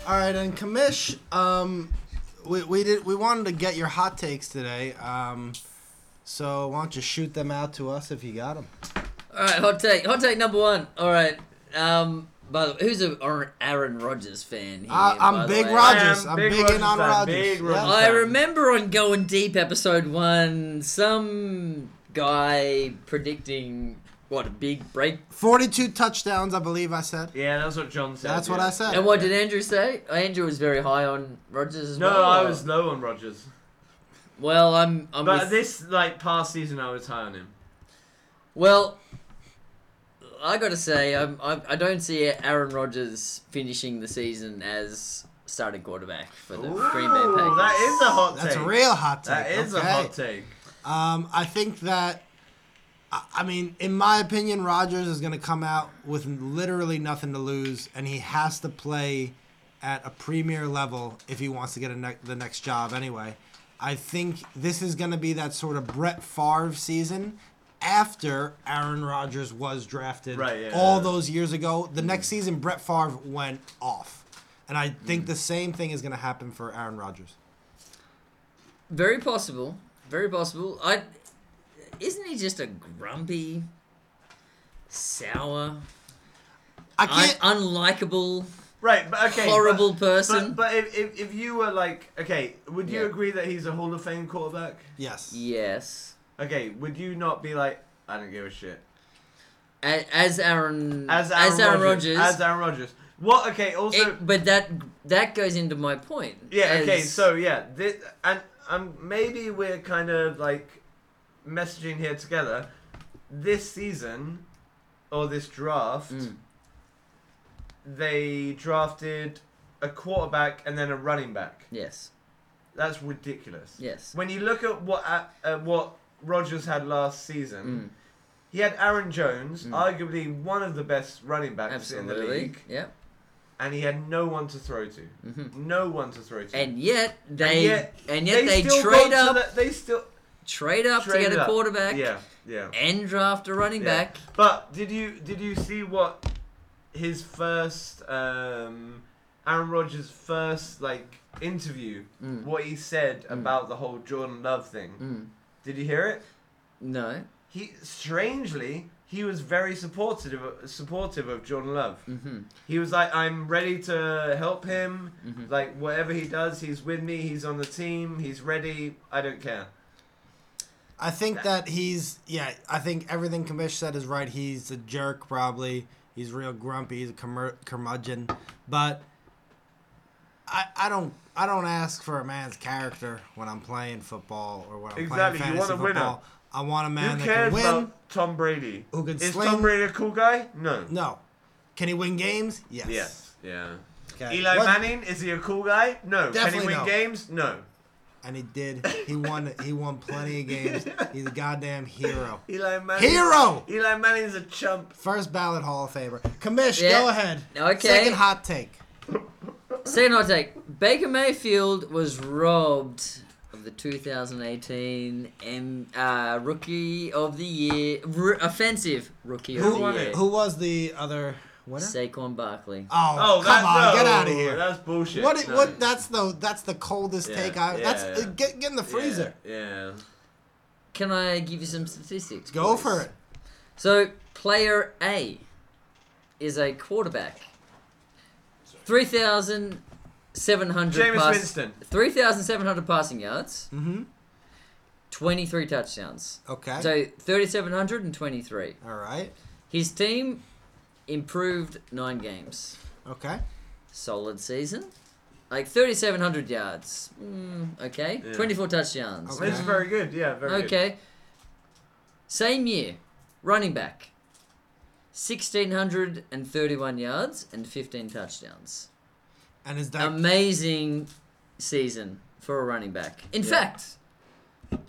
Speaker 1: All right, and Kamish, um, we, we did we wanted to get your hot takes today. Um, so why don't you shoot them out to us if you got them?
Speaker 3: All right, hot take. Hot take number one. All right. Um, by the way, who's a Ar- Aaron Rodgers fan here?
Speaker 1: I,
Speaker 3: by
Speaker 1: I'm
Speaker 3: the
Speaker 1: big
Speaker 3: way?
Speaker 1: Rogers.
Speaker 4: I
Speaker 1: I'm
Speaker 4: am
Speaker 1: big,
Speaker 4: big
Speaker 1: in
Speaker 4: Rodgers
Speaker 1: on
Speaker 4: fan,
Speaker 1: Rogers.
Speaker 4: big
Speaker 1: yeah.
Speaker 4: Rodgers.
Speaker 3: I remember on Going Deep episode one, some guy predicting what a big break.
Speaker 1: Forty-two touchdowns, I believe I said.
Speaker 4: Yeah, that's what John said.
Speaker 1: That's what
Speaker 4: yeah.
Speaker 1: I said.
Speaker 3: And what did Andrew say? Andrew was very high on Rogers as
Speaker 4: No,
Speaker 3: well.
Speaker 4: I was low on Rogers,
Speaker 3: Well, I'm. I'm
Speaker 4: but
Speaker 3: with-
Speaker 4: this like past season, I was high on him.
Speaker 3: Well, I got to say, I'm, I'm, I don't see Aaron Rodgers finishing the season as starting quarterback for the Green Bay
Speaker 4: Ooh,
Speaker 3: Packers.
Speaker 4: that is a hot take.
Speaker 1: That's a real hot take.
Speaker 4: That is
Speaker 1: okay.
Speaker 4: a hot take.
Speaker 1: Um, I think that, I I mean, in my opinion, Rogers is going to come out with literally nothing to lose, and he has to play at a premier level if he wants to get a ne- the next job anyway. I think this is going to be that sort of Brett Favre season after Aaron Rodgers was drafted
Speaker 4: Right, yeah.
Speaker 1: all those years ago. The next season, Brett Favre went off. And I
Speaker 4: Mm.
Speaker 1: think the same thing is going to happen for Aaron Rodgers.
Speaker 3: Very possible. Very possible. I isn't he just a grumpy, sour,
Speaker 1: I
Speaker 3: un-
Speaker 1: can't.
Speaker 3: unlikable,
Speaker 4: Right, but okay.
Speaker 3: horrible
Speaker 4: but,
Speaker 3: person?
Speaker 4: But, but if, if, if you were like, okay, would you
Speaker 3: Yeah.
Speaker 4: agree that he's a Hall of Fame quarterback?
Speaker 1: yes.
Speaker 3: yes.
Speaker 4: Okay, would you not be like, I don't give a shit?
Speaker 3: A- As Aaron,
Speaker 4: As Aaron, Rodgers.
Speaker 3: Rodgers,
Speaker 4: As Aaron Rodgers. What? Okay, also.
Speaker 3: it- but that that goes into my point.
Speaker 4: yeah, okay,
Speaker 3: as-
Speaker 4: so yeah. This, and um, maybe we're kind of like messaging here together. This season, or this draft,
Speaker 3: Mm.
Speaker 4: they drafted a quarterback and then a running back.
Speaker 3: yes,
Speaker 4: That's ridiculous.
Speaker 3: yes,
Speaker 4: When you look at what uh, uh, what Rogers had last
Speaker 3: Mm.
Speaker 4: season, he had Aaron Jones, arguably one of the best running backs in the
Speaker 3: absolutely.
Speaker 4: league,
Speaker 3: Yeah,
Speaker 4: and he had no one to throw to. No one to throw to.
Speaker 3: Mm-hmm. and yet they and yet, they,
Speaker 4: still
Speaker 3: trade up,
Speaker 4: got to the- they still
Speaker 3: trade up to
Speaker 4: traded
Speaker 3: get a
Speaker 4: up.
Speaker 3: quarterback
Speaker 4: Yeah, yeah.
Speaker 3: and draft a running
Speaker 4: yeah.
Speaker 3: back.
Speaker 4: But did you did you see what his first um, Aaron Rodgers' first like interview?
Speaker 3: Mm.
Speaker 4: What he said about the whole Jordan Love thing. Did you hear it?
Speaker 3: No,
Speaker 4: he strangely he was very supportive supportive of Jordan Love. Mm-hmm. He was like, "I'm ready to help him.
Speaker 3: Mm-hmm.
Speaker 4: Like whatever he does, he's with me. He's on the team. He's ready. I don't care."
Speaker 1: I think that he's yeah. I think everything Kamish said is right. He's a jerk, probably. He's real grumpy. He's a curmur- curmudgeon, but I I don't I don't ask for a man's character when I'm playing football or when I'm
Speaker 4: Exactly, you
Speaker 1: playing
Speaker 4: want
Speaker 1: fantasy
Speaker 4: a winner.
Speaker 1: football. I want a man
Speaker 4: Who
Speaker 1: that
Speaker 4: cares
Speaker 1: can win.
Speaker 4: about Tom Brady?
Speaker 1: Who can
Speaker 4: Is
Speaker 1: sling?
Speaker 4: Tom Brady a cool guy? No.
Speaker 1: No, can he win games? Yes.
Speaker 4: Yes. Yeah.
Speaker 1: Okay.
Speaker 4: Eli
Speaker 1: What-
Speaker 4: Manning is he a cool guy? No. Can
Speaker 1: Definitely
Speaker 4: he win
Speaker 1: no.
Speaker 4: games? No.
Speaker 1: And he did. He won. he won plenty of games. He's a goddamn hero.
Speaker 4: Eli Manning.
Speaker 1: Hero.
Speaker 4: Eli Manning's a chump.
Speaker 1: First ballot Hall of Famer. Kamish,
Speaker 3: Yeah.
Speaker 1: go ahead.
Speaker 3: Okay.
Speaker 1: Second hot take.
Speaker 3: Second hot take. Baker Mayfield was robbed of the 2018 M, uh, Rookie of the Year, r- Offensive Rookie of
Speaker 4: Who
Speaker 3: the
Speaker 4: won
Speaker 3: Year.
Speaker 4: it?
Speaker 1: Who was the other winner?
Speaker 3: Saquon Barkley.
Speaker 1: Oh,
Speaker 4: Oh, that,
Speaker 1: come on,
Speaker 4: no,
Speaker 1: get out of here.
Speaker 4: That's bullshit.
Speaker 1: What?
Speaker 4: No.
Speaker 1: What? That's the that's the coldest
Speaker 4: Yeah,
Speaker 1: take I. That's
Speaker 4: yeah,
Speaker 1: uh,
Speaker 4: yeah.
Speaker 1: get get in the freezer.
Speaker 4: Yeah. yeah.
Speaker 3: Can I give you some statistics?
Speaker 1: Go
Speaker 3: please?
Speaker 1: for it.
Speaker 3: So, player A is a quarterback. 3,700
Speaker 4: Jameis
Speaker 3: pass-
Speaker 4: Winston.
Speaker 3: 3,700 passing yards. Mm-hmm. 23 touchdowns.
Speaker 1: Okay.
Speaker 3: So, 3,723.
Speaker 1: All right.
Speaker 3: His team improved nine games.
Speaker 1: Okay.
Speaker 3: Solid season. Like 3,700 yards. Mm, okay.
Speaker 4: Yeah.
Speaker 3: 24 touchdowns.
Speaker 1: Okay.
Speaker 4: It's very good, yeah, very good.
Speaker 3: Okay. Same year, running back. 1,631 yards and 15 touchdowns.
Speaker 1: And is that
Speaker 3: Um, Amazing season for a running back. In
Speaker 4: Yeah.
Speaker 3: fact,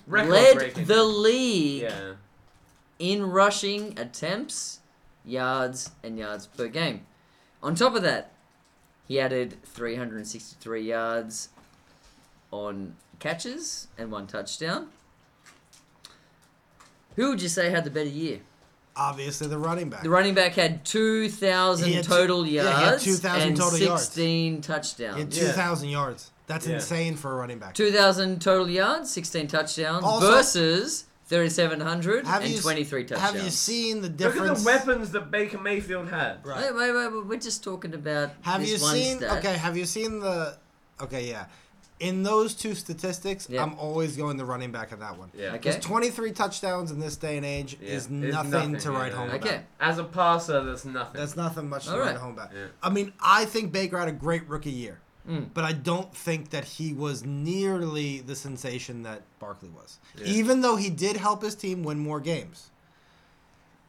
Speaker 4: Record
Speaker 3: led
Speaker 4: breaking.
Speaker 3: the league
Speaker 4: yeah.
Speaker 3: in rushing attempts, yards, and yards per game. On top of that, he added 363 yards on catches and one touchdown. Who would you say had the better year?
Speaker 1: obviously the running back?
Speaker 3: The running back had 2,000
Speaker 1: He had two-
Speaker 3: total
Speaker 1: yeah, he had
Speaker 3: yards
Speaker 1: 2,000
Speaker 3: and
Speaker 1: total yards.
Speaker 3: 16
Speaker 1: He had
Speaker 3: touchdowns.
Speaker 1: two thousand yards. That's
Speaker 4: Yeah.
Speaker 1: insane for a running back.
Speaker 3: 2,000 total yards, 16 touchdowns
Speaker 1: Also-
Speaker 3: versus 3,700
Speaker 1: Have
Speaker 3: and
Speaker 1: you s-
Speaker 3: 23 touchdowns.
Speaker 1: Have you seen the
Speaker 4: Look
Speaker 1: difference?
Speaker 4: at the weapons that Baker Mayfield had.
Speaker 1: Right.
Speaker 3: Wait, wait, wait, wait, We're just talking about.
Speaker 1: Have
Speaker 3: this
Speaker 1: you
Speaker 3: one
Speaker 1: seen?
Speaker 3: stat.
Speaker 1: Okay, have you seen the? Okay, yeah. In those two statistics,
Speaker 3: Yeah.
Speaker 1: I'm always going the running back on that one.
Speaker 4: Yeah.
Speaker 3: Okay.
Speaker 1: Because 23 touchdowns in this day and age
Speaker 4: Yeah.
Speaker 1: is
Speaker 4: It's
Speaker 1: nothing, to
Speaker 4: nothing,
Speaker 1: write
Speaker 4: yeah.
Speaker 1: home about.
Speaker 3: Okay.
Speaker 4: As a passer, that's nothing.
Speaker 1: That's nothing much to
Speaker 3: All
Speaker 1: write
Speaker 3: right.
Speaker 1: home about.
Speaker 4: Yeah. Mm.
Speaker 1: I mean, I think Baker had a great rookie year, but I don't think that he was nearly the sensation that Barkley was. Even though he did help his team win more games,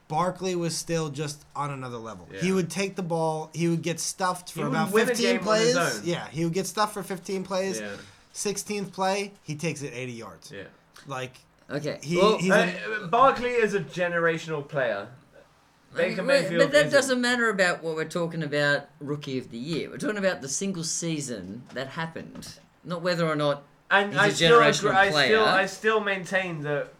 Speaker 1: Barkley was still just on another level. He
Speaker 4: Yeah.
Speaker 1: would take the ball, he would get stuffed for
Speaker 4: would
Speaker 1: about
Speaker 4: win a
Speaker 1: 15
Speaker 4: game on his
Speaker 1: plays.
Speaker 4: own.
Speaker 1: Yeah, he would get stuffed for 15 plays.
Speaker 4: Yeah.
Speaker 1: 16th play, he takes it 80 yards.
Speaker 4: yeah.
Speaker 1: Like,
Speaker 3: Okay.
Speaker 1: He-
Speaker 3: well,
Speaker 1: he's-
Speaker 4: Uh, Barkley is a generational player.
Speaker 3: I mean,
Speaker 4: Baker
Speaker 3: wait,
Speaker 4: Mayfield.
Speaker 3: but that
Speaker 4: isn't.
Speaker 3: doesn't matter about what we're talking about. Rookie of the year. We're talking about the single season that happened, not whether or not
Speaker 4: And
Speaker 3: He's
Speaker 4: I
Speaker 3: a
Speaker 4: still,
Speaker 3: generational
Speaker 4: agree, I
Speaker 3: player.
Speaker 4: still, I still maintain that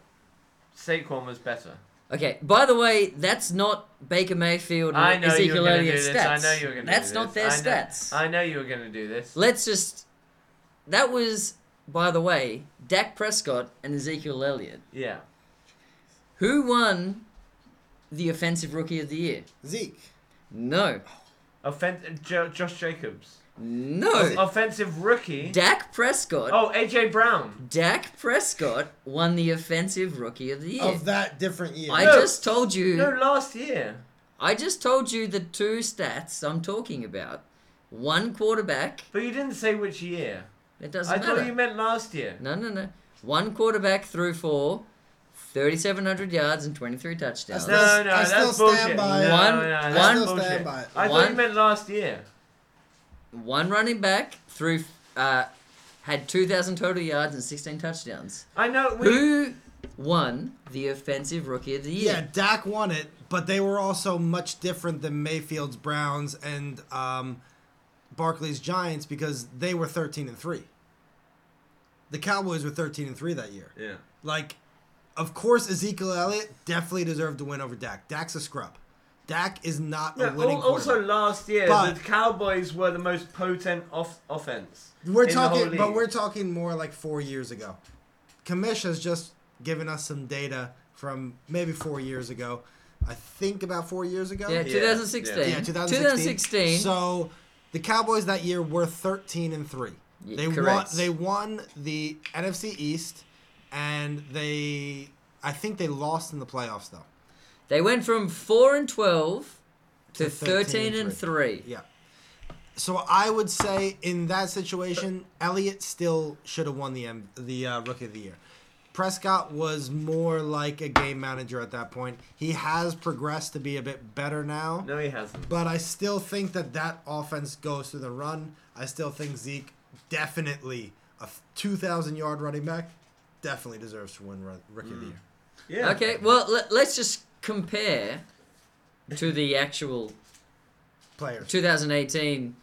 Speaker 4: Saquon was better.
Speaker 3: Okay. By the way, that's not Baker Mayfield
Speaker 4: I
Speaker 3: and
Speaker 4: know you were
Speaker 3: Ezekiel
Speaker 4: going to do
Speaker 3: Elliott's
Speaker 4: this.
Speaker 3: stats.
Speaker 4: I know you were going to do
Speaker 3: That's
Speaker 4: this.
Speaker 3: not their
Speaker 4: I know-
Speaker 3: stats.
Speaker 4: I know you were going to do this.
Speaker 3: Let's just. That was, by the way, Dak Prescott and Ezekiel Elliott.
Speaker 4: Yeah.
Speaker 3: Who won the offensive rookie of the year?
Speaker 1: Zeke.
Speaker 3: No.
Speaker 4: Offen- jo- Josh Jacobs. Oh,
Speaker 3: No.
Speaker 4: Offensive rookie.
Speaker 3: Dak Prescott.
Speaker 4: Oh, AJ Brown.
Speaker 3: Dak Prescott won the offensive rookie of the year.
Speaker 1: Of that different year.
Speaker 3: I
Speaker 4: No.
Speaker 3: just told you.
Speaker 4: No, last year.
Speaker 3: I just told you the two stats I'm talking about. One quarterback.
Speaker 4: But you didn't say which year.
Speaker 3: It doesn't
Speaker 4: I
Speaker 3: matter.
Speaker 4: thought you meant last year.
Speaker 3: No, no, no. One quarterback threw for 3,700 yards and 23 touchdowns.
Speaker 4: No,
Speaker 1: still-
Speaker 4: no,
Speaker 1: I still
Speaker 4: that's
Speaker 1: stand
Speaker 4: bullshit.
Speaker 1: by
Speaker 3: it.
Speaker 4: no,
Speaker 3: One-
Speaker 4: no, that's
Speaker 3: one-
Speaker 1: I still
Speaker 4: bullshit.
Speaker 1: stand by it.
Speaker 4: I thought
Speaker 3: One-
Speaker 4: you meant last year.
Speaker 3: One running back threw, uh, had 2,000 total yards and 16 touchdowns.
Speaker 4: I know. We,
Speaker 3: Who won the Offensive Rookie of the Year?
Speaker 1: Yeah, Dak won it, but they were also much different than Mayfield's Browns and um, Barkley's Giants because they were 13 and 3. The Cowboys were 13 and 3 that year.
Speaker 4: Yeah.
Speaker 1: Like, of course, Ezekiel Elliott definitely deserved to win over Dak. Dak's a scrub. Dak is not
Speaker 4: No,
Speaker 1: a winning
Speaker 4: al- also
Speaker 1: quarterback.
Speaker 4: last year,
Speaker 1: But-
Speaker 4: the Cowboys were the most potent off offense.
Speaker 1: We're
Speaker 4: in the whole
Speaker 1: talking, but
Speaker 4: league.
Speaker 1: we're talking more like four years ago. Kamish has just given us some data from maybe four years ago. I think about four years ago.
Speaker 3: Yeah, 2016.
Speaker 4: Yeah,
Speaker 1: Yeah, 2016. So the Cowboys that year were 13 and 3.
Speaker 3: Yeah,
Speaker 1: They won
Speaker 3: correct.
Speaker 1: they won the NFC East and they I think they lost in the playoffs though.
Speaker 3: They went from 4 and 12 to
Speaker 1: To
Speaker 3: 13 and 3.
Speaker 1: Yeah. So I would say in that situation Elliott still should have won the M- the uh, rookie of the year. Prescott was more like a game manager at that point. He has progressed to be a bit better now.
Speaker 4: No, he hasn't.
Speaker 1: But I still think that that offense goes through the run. I still think Zeke definitely a 2,000 yard running back definitely deserves to win Ro- Rookie of
Speaker 3: Mm.
Speaker 1: the Year.
Speaker 4: Yeah.
Speaker 3: Okay, well, let, let's just compare to the actual
Speaker 1: Players.
Speaker 3: 2018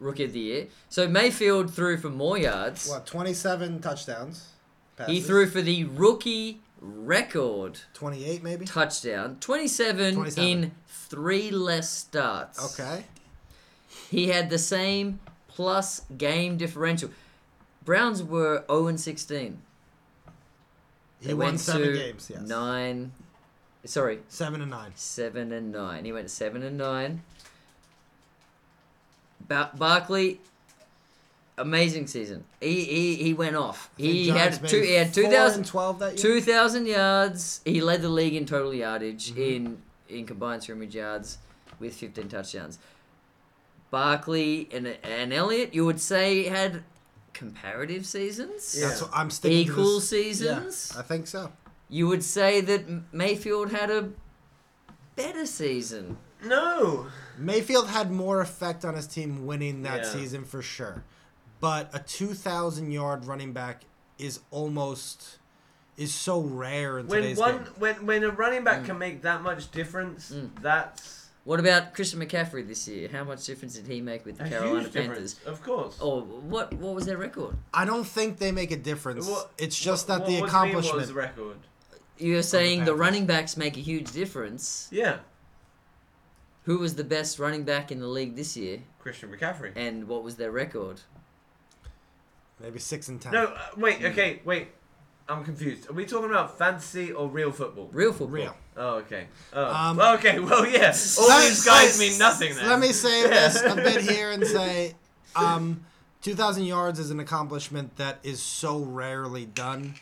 Speaker 3: Rookie of the Year. So Mayfield threw for more yards.
Speaker 1: What, 27 touchdowns?
Speaker 3: He
Speaker 1: passes?
Speaker 3: threw for the rookie record
Speaker 1: 28 maybe?
Speaker 3: touchdown, 27,
Speaker 1: 27.
Speaker 3: in three less starts.
Speaker 1: Okay.
Speaker 3: He had the same plus game differential. Browns were 0 and 16.
Speaker 1: He won seven games, yes.
Speaker 3: Nine. Sorry,
Speaker 1: Seven and nine.
Speaker 3: seven and nine. He went seven and nine. Ba- Barkley, amazing season. He he, he went off.
Speaker 1: I think
Speaker 3: He
Speaker 1: Giants
Speaker 3: had two.
Speaker 1: made
Speaker 3: He had
Speaker 1: four
Speaker 3: two thousand.
Speaker 1: and 12 that year.
Speaker 3: Two thousand yards. He led the league in total yardage
Speaker 1: Mm-hmm.
Speaker 3: in in combined scrimmage yards with fifteen touchdowns. Barkley and and Elliott, you would say, had comparative seasons.
Speaker 1: That's
Speaker 4: Yeah.
Speaker 1: what I'm sticking to
Speaker 3: Equal
Speaker 1: this- yeah,
Speaker 3: seasons?
Speaker 1: I think so.
Speaker 3: You would say that M- Mayfield had a better season.
Speaker 4: No.
Speaker 1: Mayfield had more effect on his team winning that
Speaker 4: Yeah.
Speaker 1: season for sure. But a 2,000 yard running back is almost is so rare in
Speaker 4: When
Speaker 1: today's
Speaker 4: one
Speaker 1: game. Mm.
Speaker 4: when when a running back can make that much difference, that's
Speaker 3: What about Christian McCaffrey this year? How much difference did he make with the
Speaker 4: a
Speaker 3: Carolina
Speaker 4: huge difference.
Speaker 3: Panthers?
Speaker 4: Of course.
Speaker 1: Oh,
Speaker 3: Or what? What was their record?
Speaker 1: I don't think they make a difference.
Speaker 4: What-
Speaker 1: it's just
Speaker 4: what-
Speaker 1: that the
Speaker 4: what do you mean, what was
Speaker 1: accomplishment.
Speaker 4: the record.
Speaker 3: You're saying the
Speaker 1: Panthers.
Speaker 3: running backs make a huge difference.
Speaker 4: Yeah,
Speaker 3: Who was the best running back in the league this year?
Speaker 4: Christian McCaffrey.
Speaker 3: And what was their record?
Speaker 1: Maybe six and ten.
Speaker 4: No, uh, wait.
Speaker 1: Mm.
Speaker 4: Okay, wait. I'm confused. Are we talking about fantasy or real football?
Speaker 3: Real football.
Speaker 1: Real.
Speaker 4: Oh, okay. Oh,
Speaker 1: Um,
Speaker 4: well, okay. Well, yeah. All
Speaker 1: Let me
Speaker 4: these guys
Speaker 1: say-
Speaker 4: mean nothing. Then.
Speaker 1: Let me say
Speaker 4: Yeah.
Speaker 1: this a bit here and say, um, two thousand yards is an accomplishment that is so rarely done,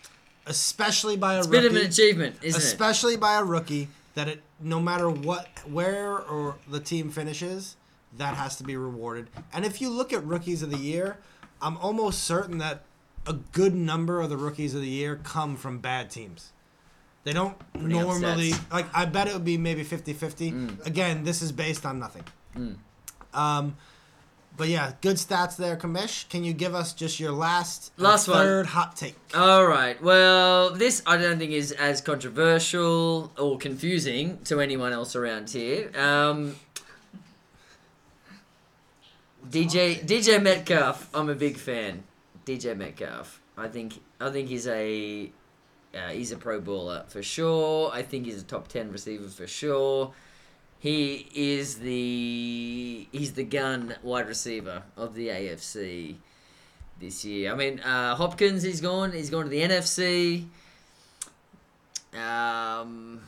Speaker 1: especially by a
Speaker 3: It's a bit
Speaker 1: rookie.
Speaker 3: of an achievement, isn't it?
Speaker 1: especially by a rookie that it no matter what where or the team finishes that has to be rewarded and if you look at rookies of the year i'm almost certain that a good number of the rookies of the year come from bad teams they don't
Speaker 3: up
Speaker 1: normally
Speaker 3: stats.
Speaker 1: like i bet it would be maybe 50-50
Speaker 3: Mm.
Speaker 1: again this is based on nothing um but yeah good stats there Kamish. can you give us just your last and
Speaker 3: Last one.
Speaker 1: third hot take
Speaker 3: All right. Well, this I don't think is as controversial or confusing to anyone else around here. Um, DJ DJ Metcalf, I'm a big fan. DJ Metcalf. I think I think he's a uh, he's a pro baller for sure. I think he's a top ten receiver for sure. He is the he's the gun wide receiver of the AFC this year. I mean, uh, Hopkins he's gone. He's gone to the NFC. Um,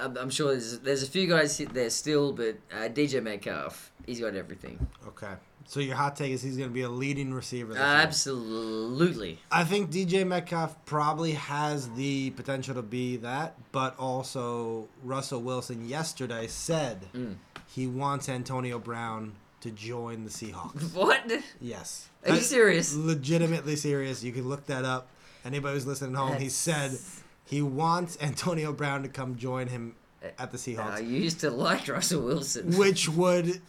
Speaker 3: I'm, I'm sure there's there's a few guys hit there still, but uh, DJ Metcalf he's got everything.
Speaker 1: Okay. So your hot take is he's going to be a leading receiver. This year.
Speaker 3: Absolutely.
Speaker 1: I think DJ Metcalf probably has the potential to be that, but also Russell Wilson yesterday said
Speaker 3: Mm.
Speaker 1: he wants Antonio Brown to join the Seahawks.
Speaker 3: What?
Speaker 1: yes.
Speaker 3: Are you
Speaker 1: That's
Speaker 3: serious?
Speaker 1: Legitimately serious. You can look that up. Anybody who's listening at home, he said
Speaker 3: That's-
Speaker 1: he wants Antonio Brown to come join him at the
Speaker 3: Uh,
Speaker 1: Seahawks,
Speaker 3: you used to like Russell Wilson.
Speaker 1: which would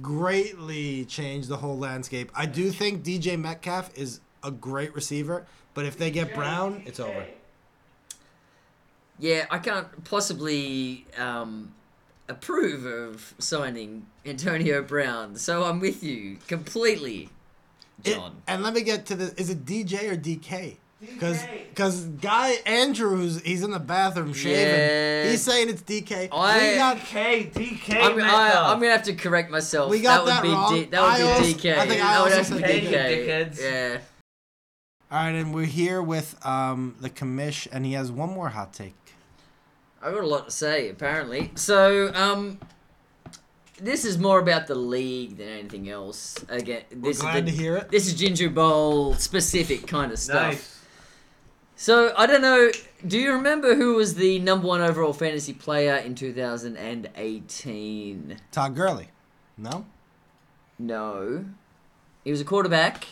Speaker 1: greatly change the whole landscape. I do think DJ Metcalf is a great receiver, but if they get Brown, it's over.
Speaker 3: Yeah, I can't possibly um, approve of signing Antonio Brown, so I'm with you completely,
Speaker 1: It-
Speaker 3: John.
Speaker 1: and let me get to the. Is it DJ or DK? Because because guy Andrews, he's in the bathroom shaving.
Speaker 3: Yeah.
Speaker 1: He's saying it's DK.
Speaker 3: I-
Speaker 1: we got
Speaker 4: DK, DK,
Speaker 3: I'm, I,
Speaker 4: Metcalf.
Speaker 3: I'm gonna have to correct myself.
Speaker 1: uh, We got that
Speaker 3: that would be
Speaker 1: wrong.
Speaker 3: D, that would
Speaker 1: I
Speaker 3: be
Speaker 1: also-
Speaker 3: DK.
Speaker 1: I think I
Speaker 3: that would
Speaker 1: also
Speaker 3: have to be
Speaker 1: said
Speaker 3: DK.
Speaker 4: DK.
Speaker 3: Yeah.
Speaker 1: All right, and we're here with um, the commish, and he has one more hot take.
Speaker 3: I've got a lot to say, apparently. So, um, this is more about the league than anything else. Again, this
Speaker 1: glad
Speaker 3: is the,
Speaker 1: to hear it.
Speaker 3: This is Ginger Bowl specific kind of stuff.
Speaker 4: nice.
Speaker 3: So I don't know. Do you remember who was the number one overall fantasy player in 2018?
Speaker 1: Todd Gurley. No?
Speaker 3: No, he was a quarterback,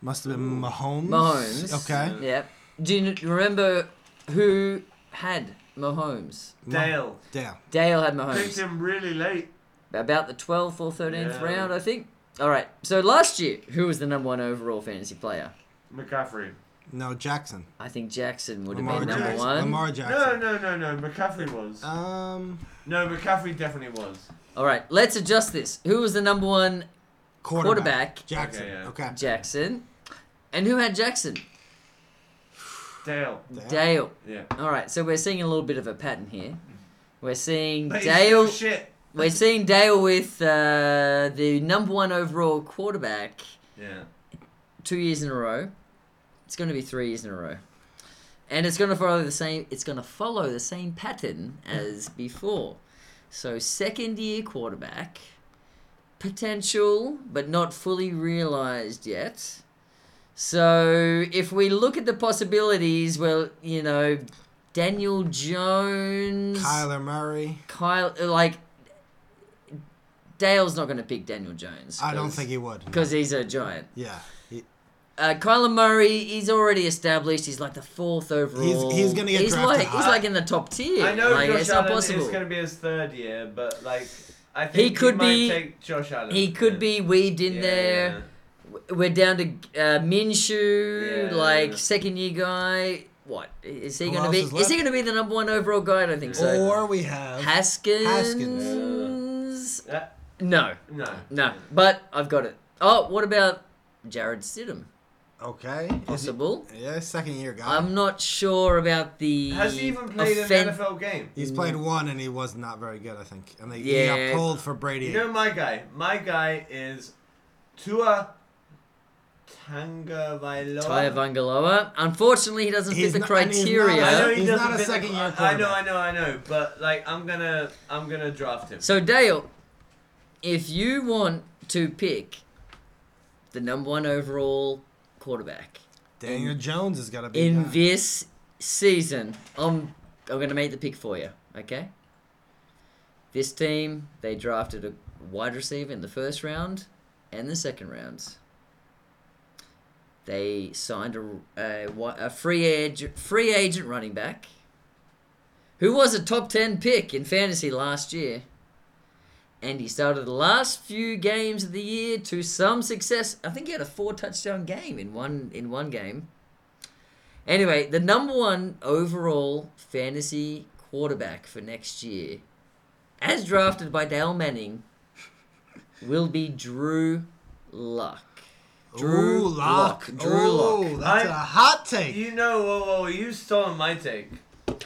Speaker 1: Must have been Mahomes.
Speaker 3: Mahomes.
Speaker 1: Okay.
Speaker 3: Yep. Do you n- remember who had Mahomes?
Speaker 4: Dale
Speaker 1: Damn.
Speaker 3: Dale had
Speaker 4: picked
Speaker 3: Mahomes.
Speaker 4: him really late.
Speaker 3: About the 12th or 13th
Speaker 4: Yeah.
Speaker 3: round, I think. All right. So last year, who was the number one overall fantasy player?
Speaker 4: McCaffrey.
Speaker 1: No, Jackson.
Speaker 3: I think Jackson would have
Speaker 1: Lamar
Speaker 3: been number
Speaker 1: Jackson.
Speaker 3: one.
Speaker 1: Lamar
Speaker 4: No,
Speaker 1: Jackson.
Speaker 4: no, no, no. McCaffrey was.
Speaker 1: Um,
Speaker 4: No, McCaffrey definitely was.
Speaker 3: All right. Let's adjust this. Who was the number one
Speaker 1: quarterback.
Speaker 3: Quarterback.
Speaker 1: Jackson.
Speaker 4: Okay, yeah.
Speaker 1: Okay.
Speaker 3: Jackson? And who had Jackson?
Speaker 4: Dale.
Speaker 1: Damn.
Speaker 3: Dale.
Speaker 4: Yeah.
Speaker 3: All right, so we're seeing a little bit of a pattern here. We're seeing
Speaker 4: But he's still
Speaker 3: Dale.
Speaker 4: Shit.
Speaker 3: We're seeing Dale with uh, the number one overall quarterback
Speaker 4: Yeah.
Speaker 3: two years in a row. It's going to be three years in a row, and it's going to follow the same. It's going to follow the same pattern as before. So second year quarterback, potential but not fully realized yet. So if we look at the possibilities, well, you know, Daniel Jones,
Speaker 1: Kyler Murray.
Speaker 3: Kyle like. Dale's not going to pick Daniel Jones.
Speaker 1: I don't think he would.
Speaker 3: because he's a giant.
Speaker 1: Yeah. He,
Speaker 3: Uh, Kyler Murray, he's already established. He's like the fourth overall.
Speaker 1: he's gonna get
Speaker 3: He's
Speaker 1: drafted
Speaker 3: like he's
Speaker 1: high.
Speaker 3: like in the top tier.
Speaker 4: I know
Speaker 3: like,
Speaker 4: Josh
Speaker 3: it's
Speaker 4: Allen
Speaker 3: not
Speaker 4: is
Speaker 3: possible.
Speaker 4: going to be his third year, but like I think he
Speaker 3: could
Speaker 4: might
Speaker 3: be-
Speaker 4: take Josh Allen.
Speaker 3: He could
Speaker 4: Yeah.
Speaker 3: be weaved in
Speaker 4: Yeah,
Speaker 3: there.
Speaker 4: yeah.
Speaker 3: W- We're down to uh, Minshew,
Speaker 4: Yeah.
Speaker 3: like second year guy. What is he
Speaker 1: Who
Speaker 3: going to
Speaker 1: else
Speaker 3: be?
Speaker 1: is
Speaker 3: Is,
Speaker 1: left?
Speaker 3: he going to be the number one overall guy? I don't think so.
Speaker 1: or we have.
Speaker 3: Haskins.
Speaker 1: Haskins.
Speaker 4: That-
Speaker 3: No,
Speaker 4: no.
Speaker 3: no. But I've got it. Oh, what about Jared Stidham?
Speaker 1: okay. Is he-
Speaker 3: Possible. Um,
Speaker 1: yeah, second year guy.
Speaker 3: I'm not sure about the.
Speaker 4: Has he even played
Speaker 3: offen-
Speaker 4: an NFL game?
Speaker 1: He's played one and he was not very good, I think. And they, he
Speaker 3: Yeah.
Speaker 1: got pulled for Brady.
Speaker 4: You know my guy. My guy is Tua Tanga
Speaker 3: Taya Vangaloa. Unfortunately, he doesn't
Speaker 1: He's
Speaker 3: fit the
Speaker 1: not- and he's not-
Speaker 4: I know
Speaker 3: criteria.
Speaker 4: he
Speaker 1: He's
Speaker 4: doesn't
Speaker 1: not a
Speaker 4: fit the-
Speaker 1: second-year
Speaker 4: I know, I
Speaker 1: quarterback.
Speaker 4: know, I know. But like, I'm gonna, I'm gonna draft him.
Speaker 3: So, Dale, if you want to pick the number one overall quarterback
Speaker 1: Daniel Jones is going to be.
Speaker 3: in
Speaker 1: back.
Speaker 3: this season, I'm I'm going to make the pick for you. Okay. This team they drafted a wide receiver in the first round and the second rounds. They signed a, a, wi- a free agent free agent running back, who was a top ten pick in fantasy last year, and he started the last few games of the year to some success. I think he had a four touchdown game in one in one game. Anyway, the number one overall fantasy quarterback for next year, as drafted by Dale Manning, will be Drew Luck. Drew
Speaker 1: Ooh, Lock.
Speaker 3: Lock. Drew
Speaker 1: Ooh,
Speaker 3: Lock.
Speaker 1: That's
Speaker 4: I'm-
Speaker 1: a hot take.
Speaker 4: You know, whoa, whoa, you stole my take.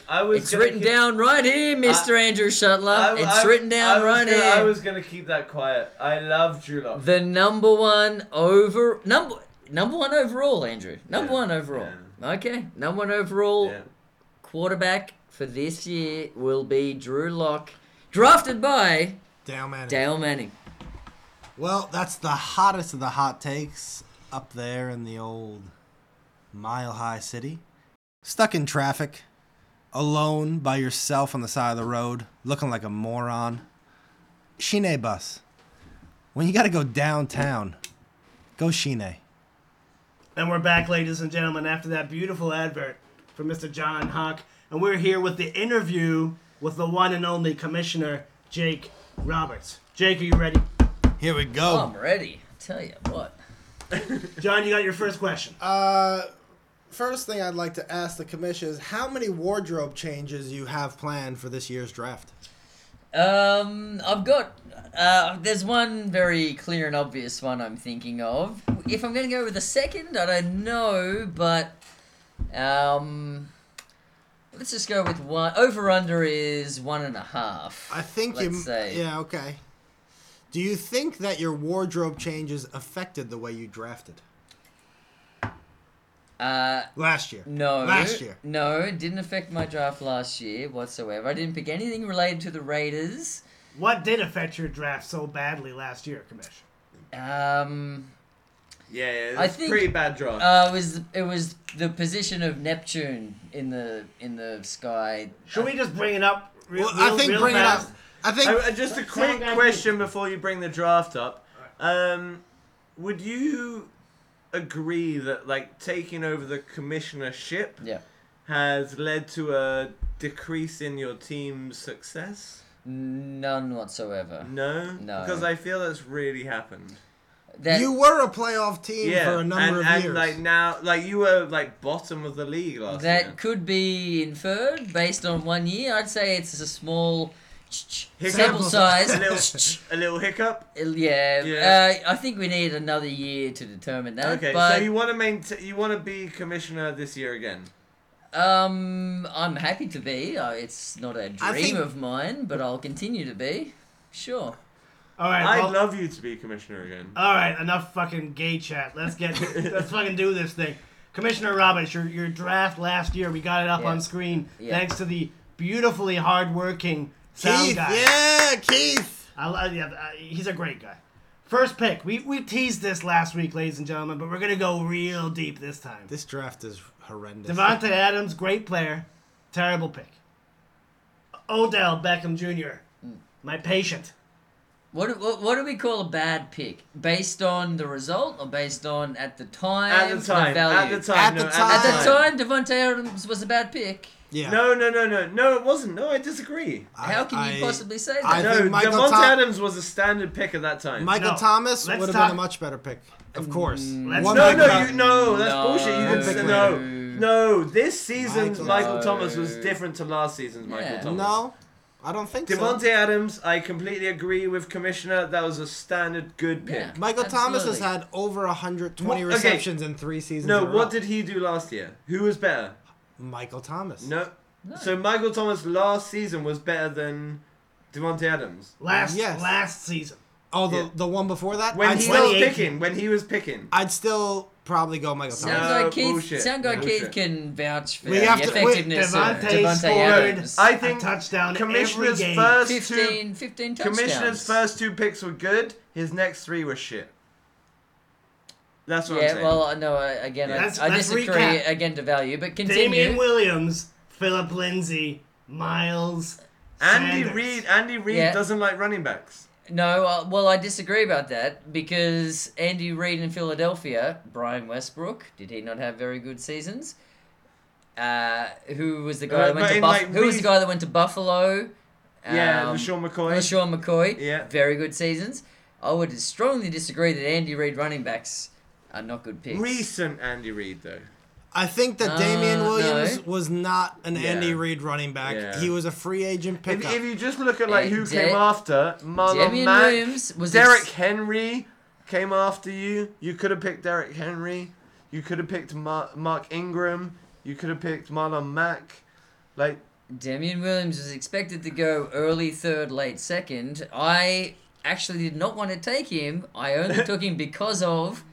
Speaker 4: I was.
Speaker 3: It's
Speaker 4: gonna
Speaker 3: written
Speaker 4: keep-
Speaker 3: down right here, Mr. Andrew Shuttler.
Speaker 4: I-
Speaker 3: It's
Speaker 4: I-
Speaker 3: written
Speaker 4: I
Speaker 3: down
Speaker 4: was
Speaker 3: right
Speaker 4: gonna- I
Speaker 3: here.
Speaker 4: was gonna keep that quiet. I love Drew Lock.
Speaker 3: The number one over number number one overall, Andrew. Number
Speaker 4: Yeah,
Speaker 3: one overall. Okay, number one overall
Speaker 4: Yeah.
Speaker 3: quarterback for this year will be Drew Lock, drafted by
Speaker 1: Dale Manning.
Speaker 3: Dale Manning.
Speaker 1: Well, that's the hottest of the hot takes up there in the old mile high city. Stuck in traffic, alone by yourself on the side of the road, looking like a moron. Shine bus. When you gotta go downtown, go Shine.
Speaker 2: And we're back, ladies and gentlemen, after that beautiful advert from Mr. John Huck. And we're here with the interview with the one and only Commissioner Jake Roberts. Jake, are you ready?
Speaker 1: Here we
Speaker 3: Oh, I'm
Speaker 1: go.
Speaker 3: ready. tell you what.
Speaker 2: John, you got your first question.
Speaker 1: Uh, first thing I'd like to ask the commission is how many wardrobe changes you have planned for this year's draft?
Speaker 3: Um, I've got. Uh, there's one very clear and obvious one I'm thinking of. If I'm going to go with a second, I don't know, but um, let's just go with one. Over under is one and a half.
Speaker 1: I think
Speaker 3: let's
Speaker 1: you.
Speaker 3: say.
Speaker 1: Yeah, okay. Do you think that your wardrobe changes affected the way you drafted
Speaker 3: Uh,
Speaker 1: last year?
Speaker 3: no.
Speaker 1: Last year.
Speaker 3: No, it didn't affect my draft last year whatsoever. I didn't pick anything related to the Raiders.
Speaker 2: What did affect your draft so badly last year, Commissioner?
Speaker 3: Um,
Speaker 4: Yeah, yeah it's
Speaker 3: I think-
Speaker 4: pretty bad draw.
Speaker 3: uh, it was it was the position of Neptune in the in the sky.
Speaker 2: Should we just bring it up? re- Real,
Speaker 1: Well, I think
Speaker 2: real
Speaker 1: bring it up.
Speaker 2: fast?
Speaker 1: I think
Speaker 4: I- I- just a
Speaker 2: Let's
Speaker 4: quick
Speaker 2: take that
Speaker 4: question before you bring the draft up. Um, would you agree that like taking over the commissionership
Speaker 3: Yeah.
Speaker 4: has led to a decrease in your team's success?
Speaker 3: None whatsoever.
Speaker 4: No,
Speaker 3: No.
Speaker 4: because I feel that's really happened.
Speaker 3: That,
Speaker 1: you were a playoff team
Speaker 4: yeah,
Speaker 1: for a number
Speaker 4: and,
Speaker 1: of
Speaker 4: and
Speaker 1: years.
Speaker 4: like now, like you were like bottom of the league last
Speaker 3: that
Speaker 4: year.
Speaker 3: could be inferred based on one year. I'd say it's a small
Speaker 4: Hiccup.
Speaker 3: sample size.
Speaker 4: a little, a little hiccup.
Speaker 3: It'll- yeah,
Speaker 4: Yeah.
Speaker 3: Uh, I think we need another year to determine that.
Speaker 4: Okay,
Speaker 3: but
Speaker 4: so you want to maintain, you want to be commissioner this year again.
Speaker 3: um, I'm happy to be. Uh, it's not a dream
Speaker 1: think-
Speaker 3: of mine, but I'll continue to be. Sure.
Speaker 2: All right.
Speaker 4: I'd
Speaker 2: well-
Speaker 4: love you to be commissioner again.
Speaker 2: All right, enough fucking gay chat. Let's get let's fucking do this thing. Commissioner Roberts, your your draft last year, we got it up
Speaker 3: Yeah.
Speaker 2: on screen
Speaker 3: Yeah.
Speaker 2: thanks to the beautifully hardworking sound
Speaker 1: Keith,
Speaker 2: guy.
Speaker 1: yeah, Keith.
Speaker 2: I love yeah, uh, he's a great guy. First pick. We we teased this last week, ladies and gentlemen, but we're gonna go real deep this time.
Speaker 1: This draft is horrendous.
Speaker 2: Devonte Adams, great player, terrible pick. Odell Beckham Jr., my patient.
Speaker 3: What, do- what, what do we call a bad pick? Based on the result or based on at the time?
Speaker 4: At the time, at
Speaker 3: value?
Speaker 4: the time,
Speaker 1: At
Speaker 4: no,
Speaker 1: the
Speaker 3: At
Speaker 1: time.
Speaker 3: the time, Devontae Adams was a bad pick.
Speaker 1: yeah.
Speaker 4: No, no, no, no, no. It wasn't. No, I disagree.
Speaker 1: I-
Speaker 3: How can
Speaker 1: I-
Speaker 3: you possibly say that?
Speaker 1: I
Speaker 4: No,
Speaker 1: think Michael
Speaker 4: Devontae
Speaker 1: Tom-
Speaker 4: Adams was a standard pick at that time.
Speaker 1: Michael
Speaker 2: No.
Speaker 1: Thomas
Speaker 2: Let's
Speaker 1: would have
Speaker 2: talk-
Speaker 1: been a much better pick,
Speaker 3: Mm.
Speaker 1: of course.
Speaker 2: Let's
Speaker 1: One
Speaker 2: not-
Speaker 1: Michael
Speaker 4: no, no,
Speaker 1: Thomas.
Speaker 4: you, no, that's
Speaker 3: No.
Speaker 4: bullshit. You didn't
Speaker 1: Pick
Speaker 4: say,
Speaker 1: later.
Speaker 4: no, no. This season's
Speaker 1: Michael-
Speaker 4: Michael
Speaker 1: No.
Speaker 4: Thomas was different to last season's Michael
Speaker 3: Yeah.
Speaker 4: Thomas.
Speaker 1: No, I don't think
Speaker 4: Devontae
Speaker 1: so.
Speaker 4: Adams, I completely agree with Commissioner. That was a standard good pick.
Speaker 3: Yeah.
Speaker 1: Michael Thomas has
Speaker 3: Absolutely.
Speaker 1: had over 120
Speaker 4: Wha- okay.
Speaker 1: receptions in three seasons.
Speaker 4: No,
Speaker 1: in a row.
Speaker 4: what did he do last year? Who was better?
Speaker 1: Michael Thomas?
Speaker 4: No. So Michael Thomas last season was better than Devontae Adams.
Speaker 2: Last
Speaker 1: Yes.
Speaker 2: last season.
Speaker 1: Oh, the,
Speaker 4: Yeah.
Speaker 1: the one before that?
Speaker 4: When
Speaker 1: I'd
Speaker 4: he
Speaker 1: still,
Speaker 4: was
Speaker 2: 2018.
Speaker 4: picking, when he was picking.
Speaker 1: I'd still probably go Michael
Speaker 3: Sound
Speaker 1: Thomas.
Speaker 4: No,
Speaker 3: guy Keith,
Speaker 4: bullshit.
Speaker 3: sound guy
Speaker 4: No,
Speaker 3: Keith
Speaker 4: bullshit.
Speaker 3: can vouch for
Speaker 1: We
Speaker 3: the
Speaker 1: have to- wait,
Speaker 3: effectiveness of
Speaker 2: Devontae
Speaker 3: Devontae
Speaker 2: scored.
Speaker 3: Adams.
Speaker 4: I think
Speaker 2: touchdown
Speaker 4: Commissioner's
Speaker 2: every game.
Speaker 4: first two
Speaker 3: 15, 15 touchdowns.
Speaker 4: Commissioner's first two picks were good. His next three were shit. That's what I'm
Speaker 3: Yeah,
Speaker 4: saying.
Speaker 3: well, uh, no, I- again, I,
Speaker 2: Let's-
Speaker 3: I
Speaker 2: let's
Speaker 3: disagree
Speaker 2: recap.
Speaker 3: again to value, but
Speaker 2: Damian
Speaker 3: continue.
Speaker 2: Williams, Philip Lindsay, Miles.
Speaker 4: Andy
Speaker 2: Sanders.
Speaker 4: Reid. Andy Reid
Speaker 3: Yeah.
Speaker 4: doesn't like running backs.
Speaker 3: No, uh, well, I disagree about that because Andy Reid in Philadelphia, Brian Westbrook, did he not have very good seasons? Uh, who was the guy
Speaker 4: Uh,
Speaker 3: that went
Speaker 4: but
Speaker 3: to
Speaker 4: in,
Speaker 3: Buff-
Speaker 4: like,
Speaker 3: Who was the
Speaker 4: Reid-
Speaker 3: guy that went to Buffalo?
Speaker 4: yeah,
Speaker 3: Um,
Speaker 4: LaShawn McCoy.
Speaker 3: LaShawn McCoy.
Speaker 4: Yeah.
Speaker 3: Very good seasons. I would strongly disagree that Andy Reid running backs are not good picks.
Speaker 4: Recent Andy Reid though.
Speaker 1: I think that
Speaker 3: Uh,
Speaker 1: Damian Williams
Speaker 3: no.
Speaker 1: was not an
Speaker 4: eh? Yeah.
Speaker 1: Andy Reid running back.
Speaker 4: Yeah.
Speaker 1: He was a free agent
Speaker 4: If,
Speaker 1: pickup.
Speaker 4: if you just look at like
Speaker 3: Uh,
Speaker 4: who
Speaker 3: Da-
Speaker 4: came after Marlon
Speaker 3: Damian
Speaker 4: Mack,
Speaker 3: Williams was
Speaker 4: Derek
Speaker 3: ex-
Speaker 4: Henry, came after you. You could have picked Derek Henry. You could have picked Mar- Mark Ingram. You could have picked Marlon Mack. Like,
Speaker 3: Damian Williams was expected to go early third, late second. I actually did not want to take him. I only took him because of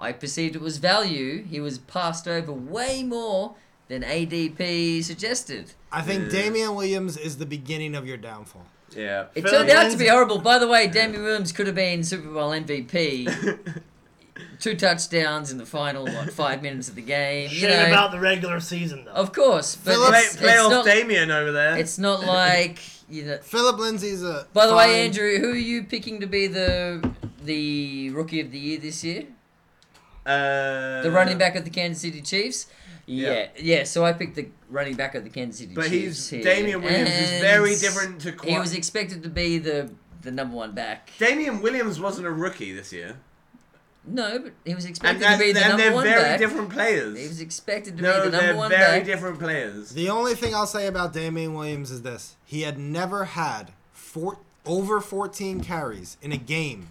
Speaker 3: I perceived it was value. He was passed over way more than ADP suggested.
Speaker 1: I think
Speaker 4: Yeah.
Speaker 1: Damian Williams is the beginning of your downfall.
Speaker 4: yeah.
Speaker 3: It
Speaker 2: Phil
Speaker 3: turned out to
Speaker 2: Lindsay-
Speaker 3: be horrible. By the way, Damian Williams could have been Super Bowl MVP. Two touchdowns in the final, what, five minutes of the game. You
Speaker 2: Shit
Speaker 3: know,
Speaker 2: about the regular season though.
Speaker 3: of course, but
Speaker 1: Philip-
Speaker 4: Play,
Speaker 3: it's, it's
Speaker 4: playoff
Speaker 3: not,
Speaker 4: Damien over there.
Speaker 3: it's not like you know.
Speaker 1: Philip Lindsay's a.
Speaker 3: By the
Speaker 1: fine-
Speaker 3: way, Andrew, who are you picking to be the the rookie of the year this year?
Speaker 4: uh,
Speaker 3: The running back of the Kansas City Chiefs. Yeah, yeah.
Speaker 4: Yeah.
Speaker 3: so I picked the running back of the Kansas City
Speaker 4: But
Speaker 3: Chiefs.
Speaker 4: he's
Speaker 3: here,
Speaker 4: Damian Williams is
Speaker 3: and
Speaker 4: very different to
Speaker 3: He was
Speaker 4: Quan.
Speaker 3: expected to be the the number one back.
Speaker 4: Damian Williams wasn't a rookie this year,
Speaker 3: No, but he was
Speaker 4: and,
Speaker 3: expected to
Speaker 4: that's,
Speaker 3: be the
Speaker 4: and
Speaker 3: number
Speaker 4: they're
Speaker 3: one
Speaker 4: very
Speaker 3: back.
Speaker 4: different
Speaker 3: He was
Speaker 4: players.
Speaker 3: expected to
Speaker 4: No,
Speaker 3: be the number
Speaker 4: they're
Speaker 3: one
Speaker 4: very
Speaker 3: back.
Speaker 4: different players.
Speaker 1: The only thing I'll say about Damian Williams is this: he had never had four, over 14 carries in a game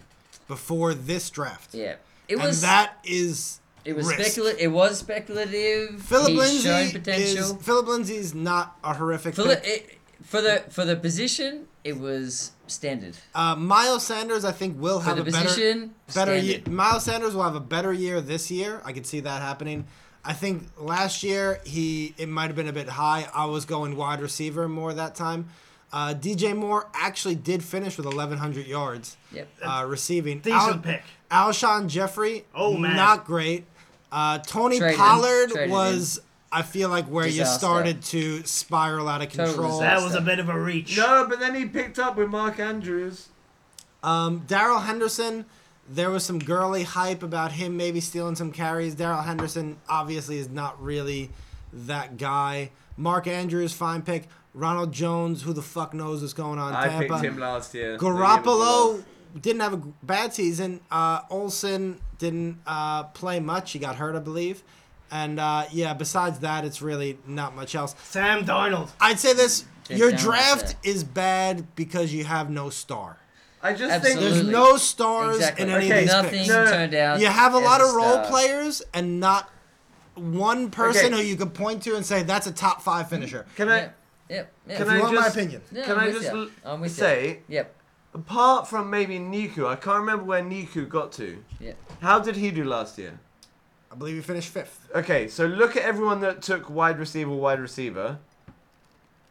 Speaker 1: before this draft.
Speaker 3: Yeah, it
Speaker 1: and
Speaker 3: was
Speaker 1: that is
Speaker 3: it was
Speaker 1: risk.
Speaker 3: speculative. It was speculative.
Speaker 1: Philip
Speaker 3: He's shown
Speaker 1: Lindsay is
Speaker 3: potential.
Speaker 1: Philip Lindsay's not a horrific
Speaker 3: For
Speaker 1: pick.
Speaker 3: the, it, for the for the position, it was standard.
Speaker 1: Uh, Miles Sanders, I think, will
Speaker 3: For
Speaker 1: have
Speaker 3: the
Speaker 1: a better
Speaker 3: position,
Speaker 1: better year.
Speaker 3: standard.
Speaker 1: Miles Sanders will have a better year this year. I could see that happening. I think last year he it might have been a bit high. I was going wide receiver more that time. Uh, DJ Moore actually did finish with 1,100 yards
Speaker 3: Yep.
Speaker 1: uh, receiving.
Speaker 2: Decent
Speaker 1: Al-
Speaker 2: pick.
Speaker 1: Alshon Jeffrey,
Speaker 2: Oh, man.
Speaker 1: not great. Uh, Tony
Speaker 3: Traded.
Speaker 1: Pollard
Speaker 3: Traded
Speaker 1: was, I feel like, where you
Speaker 3: Disaster.
Speaker 1: started to spiral out of
Speaker 3: Total
Speaker 1: control.
Speaker 2: That
Speaker 3: disaster.
Speaker 2: was a bit of a reach.
Speaker 4: No, but then he picked up with Mark Andrews.
Speaker 1: Um, Daryl Henderson, there was some girly hype about him maybe stealing some carries. Daryl Henderson obviously is not really that guy. Mark Andrews, fine pick. Ronald Jones, who the fuck knows what's going on? in
Speaker 4: I
Speaker 1: Tampa.
Speaker 4: picked him last year. the year
Speaker 1: Garoppolo
Speaker 4: before
Speaker 1: didn't have a g- bad season. Uh, Olson didn't uh, play much. He got hurt, I believe. And uh, yeah, besides that, it's really not much else.
Speaker 2: Sam Darnold.
Speaker 1: I'd say this:
Speaker 3: Jake
Speaker 1: your
Speaker 3: Allen
Speaker 1: draft
Speaker 3: said.
Speaker 1: is bad because you have no star.
Speaker 4: last. I just
Speaker 1: There's
Speaker 3: Absolutely.
Speaker 4: think
Speaker 1: no stars
Speaker 3: exactly.
Speaker 1: in any
Speaker 4: Okay,
Speaker 1: of these
Speaker 3: Nothing
Speaker 1: picks.
Speaker 4: No, no.
Speaker 3: turned out.
Speaker 1: You have a
Speaker 3: as
Speaker 1: lot of role
Speaker 3: star.
Speaker 1: players and not one person
Speaker 4: Okay.
Speaker 1: who you could point to and say that's a top five finisher.
Speaker 4: Can I?
Speaker 3: Yep. Yep. yep.
Speaker 4: Can
Speaker 1: If you
Speaker 4: I
Speaker 1: want my
Speaker 4: just-
Speaker 1: opinion.
Speaker 3: Yeah,
Speaker 4: Can
Speaker 3: I'm
Speaker 4: I
Speaker 3: with
Speaker 4: just
Speaker 3: ya.
Speaker 4: l-
Speaker 3: I'm with ya.
Speaker 4: say,
Speaker 3: Yep.
Speaker 4: apart from maybe Niku, I can't remember where Niku got to.
Speaker 3: Yep.
Speaker 4: How did he do last year?
Speaker 1: I believe you finished fifth.
Speaker 4: Okay, so look at everyone that took wide receiver, wide receiver.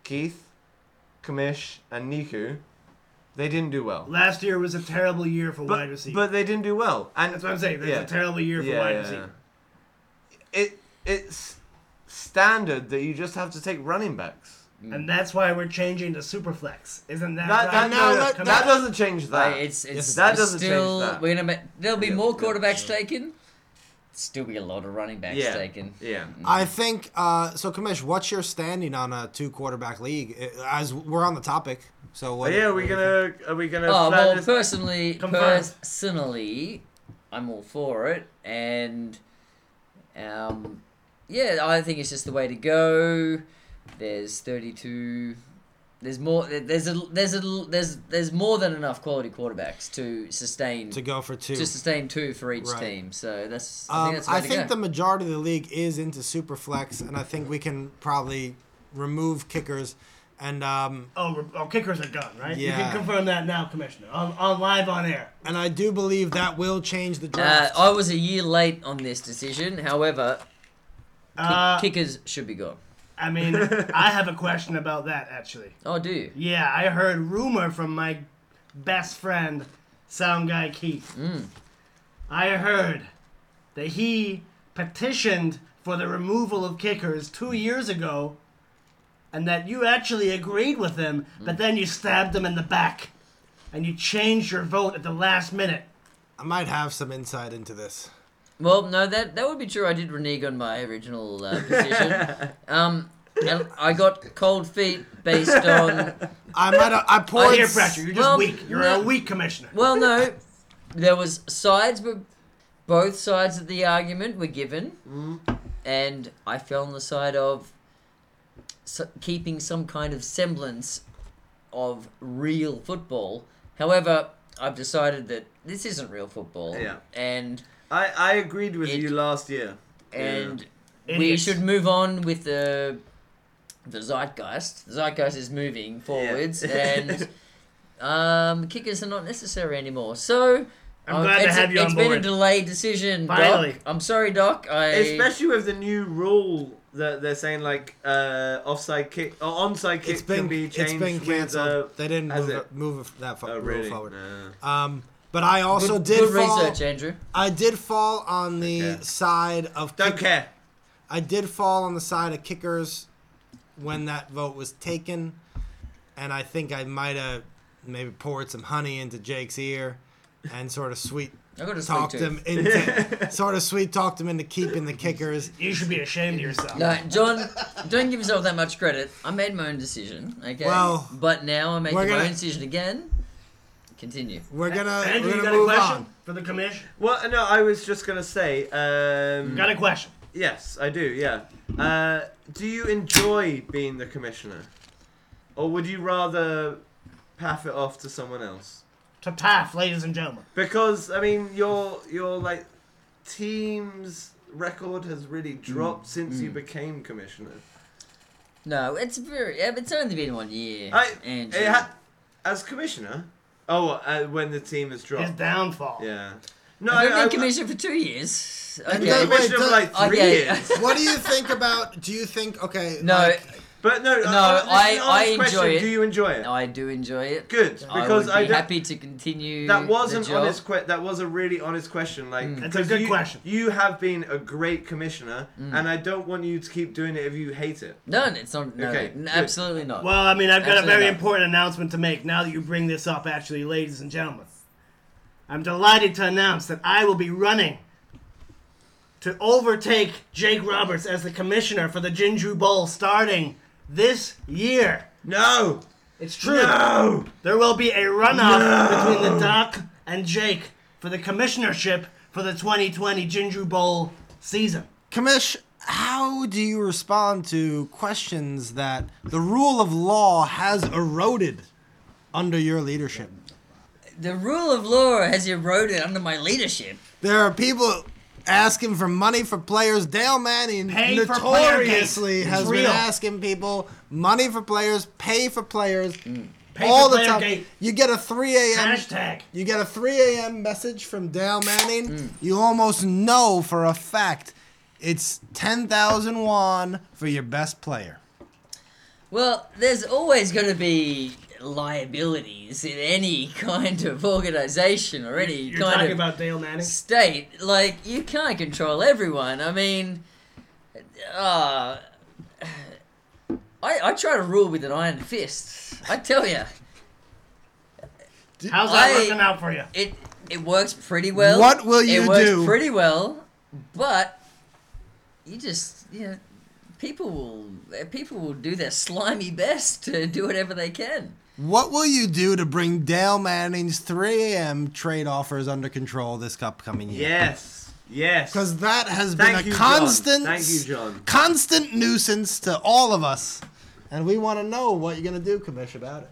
Speaker 4: Keith, Kamish, and Niku. They didn't do well.
Speaker 2: Last year was a terrible year for wide
Speaker 4: But,
Speaker 2: receiver.
Speaker 4: but they didn't do well. And
Speaker 2: That's what I'm saying. It was
Speaker 4: Yeah.
Speaker 2: a terrible year for
Speaker 4: Yeah,
Speaker 2: wide
Speaker 4: yeah,
Speaker 2: receiver.
Speaker 4: It it's standard that you just have to take running backs.
Speaker 2: And that's why we're changing to Superflex. Isn't that,
Speaker 4: That
Speaker 2: right?
Speaker 4: that,
Speaker 1: now
Speaker 4: no,
Speaker 1: let-
Speaker 4: that,
Speaker 2: that-
Speaker 4: doesn't change that.
Speaker 3: Like, it's it's
Speaker 4: that
Speaker 3: it's
Speaker 4: doesn't change
Speaker 3: still
Speaker 4: that.
Speaker 3: we're gonna make, there'll be
Speaker 4: Yeah,
Speaker 3: more
Speaker 4: yeah,
Speaker 3: quarterbacks taken. Still be a lot of running backs
Speaker 4: yeah.
Speaker 3: taken.
Speaker 4: Yeah.
Speaker 1: I think uh, so. Kamesh, what's your standing on a two quarterback league? Uh, As we're on the topic, so what?
Speaker 4: But Oh, yeah, are
Speaker 1: what
Speaker 4: we
Speaker 1: do you
Speaker 4: gonna are we gonna
Speaker 3: Oh
Speaker 4: plan
Speaker 3: well,
Speaker 4: this-
Speaker 3: personally,
Speaker 2: Confirmed.
Speaker 3: personally, I'm all for it, and um, yeah, I think it's just the way to go. There's 32. There's more. There's a. There's a. There's there's more than enough quality quarterbacks to sustain
Speaker 1: think? to go for two?
Speaker 3: to sustain two for each
Speaker 1: Right.
Speaker 3: team. So that's. I
Speaker 1: Um,
Speaker 3: think that's the way
Speaker 1: I
Speaker 3: to
Speaker 1: think
Speaker 3: go.
Speaker 1: the majority of the league is into super flex, and I think we can probably remove kickers. And um,
Speaker 2: Oh, re- oh, kickers are gone, right? You
Speaker 1: Yeah.
Speaker 2: can confirm that now, Commissioner. On, on live on air.
Speaker 1: and I do believe that will change the
Speaker 3: Uh,
Speaker 1: draft.
Speaker 3: I was a year late on this decision. However, kick-
Speaker 2: Uh,
Speaker 3: kickers should be gone.
Speaker 2: I mean, I have a question about that actually.
Speaker 3: Oh, do you?
Speaker 2: Yeah, I heard rumor from my best friend, sound guy Keith.
Speaker 3: Mm.
Speaker 2: I heard that he petitioned for the removal of kickers two years ago, and that you actually agreed with him,
Speaker 3: Mm.
Speaker 2: but then you stabbed him in the back, and you changed your vote at the last minute.
Speaker 1: I might have some insight into this.
Speaker 3: Well, no, that that would be true. I did renege on my original uh, position. um, and I got cold feet based on.
Speaker 1: I might have, I
Speaker 2: I
Speaker 1: poured.
Speaker 2: hear pressure. You're just
Speaker 3: well,
Speaker 2: weak. You're
Speaker 3: no-
Speaker 2: a weak commissioner.
Speaker 3: Well, no, there was sides, but both sides of the argument were given, and I fell on the side of so- keeping some kind of semblance of real football. However, I've decided that this isn't real football.
Speaker 4: Yeah.
Speaker 3: And
Speaker 4: I, I agreed with
Speaker 3: It-
Speaker 4: you last year.
Speaker 3: and we
Speaker 2: Idiots.
Speaker 3: should move on with the the zeitgeist. The zeitgeist is moving forwards, and um, kickers are not necessary anymore. So
Speaker 2: I'm
Speaker 3: uh,
Speaker 2: glad to
Speaker 3: it's a-
Speaker 2: have you on
Speaker 3: it's been a
Speaker 2: board.
Speaker 3: delayed decision,
Speaker 2: Finally.
Speaker 3: Doc. I'm sorry, Doc. I
Speaker 4: especially with the new rule that they're saying like uh, offside kick or onside kick
Speaker 1: It's been
Speaker 4: can be
Speaker 1: it's
Speaker 4: changed.
Speaker 1: been
Speaker 4: with,
Speaker 1: canceled.
Speaker 4: uh,
Speaker 1: they didn't
Speaker 4: has
Speaker 1: move,
Speaker 4: it?
Speaker 1: it- move it that far,
Speaker 4: oh, really?
Speaker 1: forward.
Speaker 4: Nah.
Speaker 1: Um, but I
Speaker 3: good,
Speaker 1: also did
Speaker 3: good
Speaker 1: fall.
Speaker 3: research, Andrew.
Speaker 1: I did fall on the
Speaker 4: Okay.
Speaker 1: side of
Speaker 4: Don't care.
Speaker 1: I did fall on the side of kickers when that vote was taken, and I think I might have maybe poured some honey into Jake's ear and sort of sweet
Speaker 3: I got a sweet
Speaker 1: talked
Speaker 3: tooth.
Speaker 1: him into sort of sweet talked him into keeping the kickers.
Speaker 2: You should be ashamed of yourself.
Speaker 3: No, John, don't give yourself that much credit. I made my own decision, okay?
Speaker 1: Well,
Speaker 3: but now I'm making
Speaker 1: we're
Speaker 3: my
Speaker 1: gonna-
Speaker 3: own decision again. Continue.
Speaker 1: We're gonna
Speaker 2: Andrew,
Speaker 1: we're
Speaker 2: you
Speaker 1: gonna
Speaker 2: got a
Speaker 1: move
Speaker 2: question
Speaker 1: on.
Speaker 2: for the commission?
Speaker 4: Well, no, I was just gonna say. Um,
Speaker 2: Got a question.
Speaker 4: Yes, I do. Yeah. Uh, do you enjoy being the commissioner, or would you rather pass it off to someone else?
Speaker 2: To Taff, ladies and gentlemen.
Speaker 4: Because I mean, your your like team's record has really dropped since you became commissioner.
Speaker 3: No, it's very. yeah, It's only been one year.
Speaker 4: I
Speaker 3: Andrew.
Speaker 4: it ha- as commissioner. Oh, uh, when the team has
Speaker 2: His
Speaker 4: dropped.
Speaker 2: downfall.
Speaker 4: Yeah. No,
Speaker 3: I've
Speaker 4: I, I,
Speaker 3: been commissioner for two years. Oh,
Speaker 4: I've been
Speaker 1: No,
Speaker 3: Okay.
Speaker 1: wait,
Speaker 4: commissioner for like three
Speaker 3: okay.
Speaker 4: years.
Speaker 1: What do you think about? Do you think okay?
Speaker 3: No,
Speaker 1: like,
Speaker 4: But no,
Speaker 3: No,
Speaker 4: uh, this is an
Speaker 3: I-
Speaker 4: honest
Speaker 3: I enjoy
Speaker 4: question.
Speaker 3: it.
Speaker 4: Do you enjoy it?
Speaker 3: I do enjoy it.
Speaker 4: Good,
Speaker 3: I
Speaker 4: because
Speaker 3: would
Speaker 4: I,
Speaker 3: be
Speaker 4: don't.
Speaker 3: happy to continue.
Speaker 4: That was
Speaker 3: the
Speaker 4: an
Speaker 3: job. Mm.
Speaker 4: honest que- That was a really honest question. Like,
Speaker 2: That's a
Speaker 4: 'cause
Speaker 2: good
Speaker 4: you,
Speaker 2: question.
Speaker 4: You have been a great commissioner,
Speaker 3: Mm.
Speaker 4: and I don't want you to keep doing it if you hate it.
Speaker 3: No, it's not. No,
Speaker 4: Okay,
Speaker 3: n-
Speaker 4: good.
Speaker 3: absolutely not.
Speaker 2: Well, I mean, I've got
Speaker 3: Absolutely
Speaker 2: a very
Speaker 3: not.
Speaker 2: important announcement to make now that you bring this up, actually, ladies and gentlemen. I'm delighted to announce that I will be running to overtake Jake Roberts as the commissioner for the Jinju Bowl starting this year.
Speaker 4: No,
Speaker 2: It's true.
Speaker 4: no.
Speaker 2: There will be a runoff between the Doc and Jake for the commissionership for the 2020 Jinju Bowl season.
Speaker 1: Kamish, how do you respond to questions that the rule of law has eroded under your leadership?
Speaker 3: the rule of law has eroded under my leadership.
Speaker 1: There are people asking for money for players. Dale Manning
Speaker 2: Pay for player gates.
Speaker 1: notoriously
Speaker 2: It's
Speaker 1: has been
Speaker 2: real.
Speaker 1: asking people money for players, pay for players,
Speaker 2: Mm. Pay
Speaker 1: all
Speaker 2: for
Speaker 1: the
Speaker 2: player
Speaker 1: time.
Speaker 2: gate.
Speaker 1: You get a 3 a.m.
Speaker 2: Hashtag.
Speaker 1: You get a 3 a.m. message from Dale Manning.
Speaker 2: Mm.
Speaker 1: You almost know for a fact it's 10,000 won for your best player.
Speaker 3: Well, there's always going to be liabilities in any kind of organization or any
Speaker 2: You're
Speaker 3: kind
Speaker 2: talking
Speaker 3: of
Speaker 2: about Dale Manning?
Speaker 3: state. Like, you can't control everyone. I mean, uh, I, I try to rule with an iron fist. I tell you,
Speaker 2: How's that
Speaker 3: I-
Speaker 2: working out for you?
Speaker 3: it it works pretty well.
Speaker 1: What will you
Speaker 3: It works
Speaker 1: do?
Speaker 3: pretty well, but you just you know, people will people will do their slimy best to do whatever they can.
Speaker 1: What will you do to bring Dale Manning's 3 a.m. trade offers under control this upcoming year?
Speaker 4: Yes, yes.
Speaker 1: Because that has
Speaker 4: Thank
Speaker 1: been
Speaker 4: you,
Speaker 1: a
Speaker 4: John.
Speaker 1: constant,
Speaker 4: Thank you, John.
Speaker 1: constant nuisance to all of us, and we want to know what you're gonna do, Kamish, about it.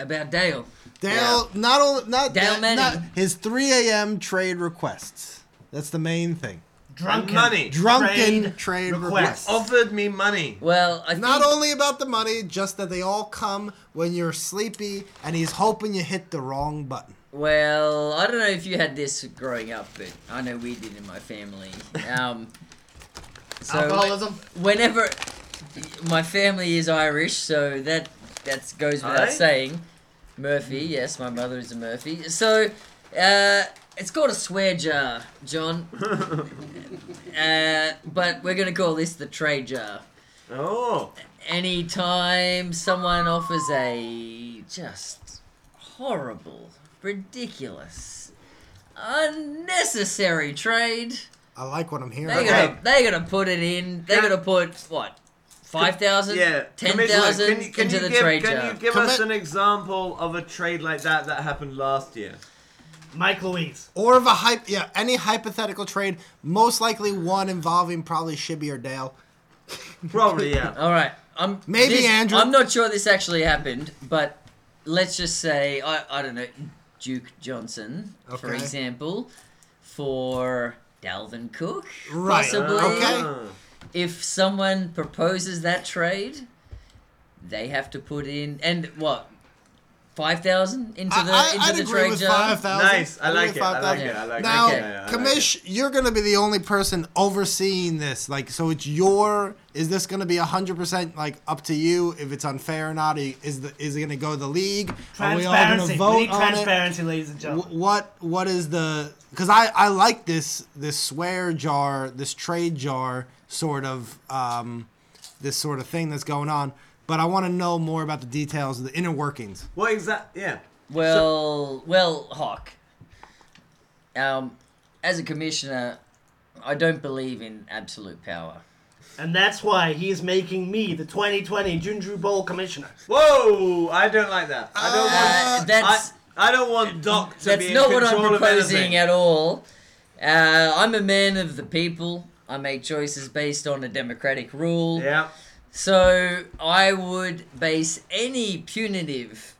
Speaker 3: About Dale.
Speaker 1: Dale, not only not
Speaker 3: Dale
Speaker 1: that- not-
Speaker 3: Manning.
Speaker 1: his 3 a.m. trade requests. That's the main thing.
Speaker 2: Drunken.
Speaker 4: money.
Speaker 1: Drunken trade,
Speaker 2: requests.
Speaker 1: requests.
Speaker 4: Offered me money.
Speaker 3: Well, I
Speaker 1: Not
Speaker 3: think,
Speaker 1: only about the money, just that they all come when you're sleepy, and he's hoping you hit the wrong button.
Speaker 3: Well, I don't know if you had this growing up, but I know we did in my family. Um, so
Speaker 2: Alcoholism.
Speaker 3: whenever my family is Irish, so that that goes without
Speaker 4: Aye.
Speaker 3: saying. Murphy, yes, my mother is a Murphy. So uh, it's called a swear jar, John. uh, but we're gonna call this the trade jar.
Speaker 4: Oh,
Speaker 3: Anytime someone offers a just horrible, ridiculous, unnecessary trade,
Speaker 1: I like what I'm hearing.
Speaker 3: they're
Speaker 4: Okay.
Speaker 3: gonna they're gonna put it in. They're
Speaker 4: Can-
Speaker 3: gonna put what five thousand,
Speaker 4: yeah.
Speaker 3: ten
Speaker 4: Commissioner,
Speaker 3: thousand
Speaker 4: can you- can
Speaker 3: into
Speaker 4: you
Speaker 3: the
Speaker 4: give,
Speaker 3: trade
Speaker 4: Can
Speaker 3: jar.
Speaker 4: you give us
Speaker 1: Commi-
Speaker 4: an example of a trade like that that happened last year?
Speaker 2: Mike Louise.
Speaker 1: Or of a hype, yeah, any hypothetical trade, most likely one involving probably Shibby or Dale.
Speaker 4: Probably, yeah.
Speaker 3: All right, I'm
Speaker 1: Maybe
Speaker 3: this-
Speaker 1: Andrew-
Speaker 3: I'm not sure this actually happened, but let's just say I I don't know. Duke Johnson, for
Speaker 1: Okay.
Speaker 3: example, for Dalvin Cook.
Speaker 1: Right.
Speaker 3: Possibly.
Speaker 1: Okay.
Speaker 4: Ah.
Speaker 3: If someone proposes that trade, they have to put in and what five thousand into the
Speaker 1: I,
Speaker 3: into
Speaker 1: I, I'd
Speaker 3: the
Speaker 1: agree
Speaker 3: trade
Speaker 1: with
Speaker 3: jar.
Speaker 1: five thousand.
Speaker 4: Nice. I like it. I like it. I like
Speaker 1: Now,
Speaker 4: it.
Speaker 3: Okay.
Speaker 4: Yeah, yeah, I like
Speaker 1: Kamish, you're going to be the only person overseeing this. Like, so it's your. Is this going to be hundred percent like up to you if it's unfair or not? Is the is it going to go to the league? Are we all going
Speaker 2: Transparency.
Speaker 1: to
Speaker 2: We,
Speaker 1: vote
Speaker 2: need
Speaker 1: on it?
Speaker 2: transparency, ladies and
Speaker 1: Wh-
Speaker 2: gentlemen.
Speaker 1: What what is the? Because I I like this this swear jar, this trade jar sort of um, this sort of thing that's going on. But I want to know more about the details of the inner workings.
Speaker 4: What exactly? Yeah.
Speaker 3: Well, well, Hawk. Um, as a commissioner, I don't believe in absolute power.
Speaker 2: And that's why he is making me the 2020 Junju Bowl commissioner.
Speaker 4: Whoa! I don't like that. I don't
Speaker 1: Uh,
Speaker 4: want.
Speaker 3: that's-
Speaker 4: I, I don't want Doc to
Speaker 3: That's
Speaker 4: be
Speaker 3: not
Speaker 4: in
Speaker 3: what I'm
Speaker 4: control of
Speaker 3: proposing
Speaker 4: anything.
Speaker 3: at all. Uh, I'm a man of the people. I make choices based on a democratic rule.
Speaker 4: Yeah.
Speaker 3: So I would base any punitive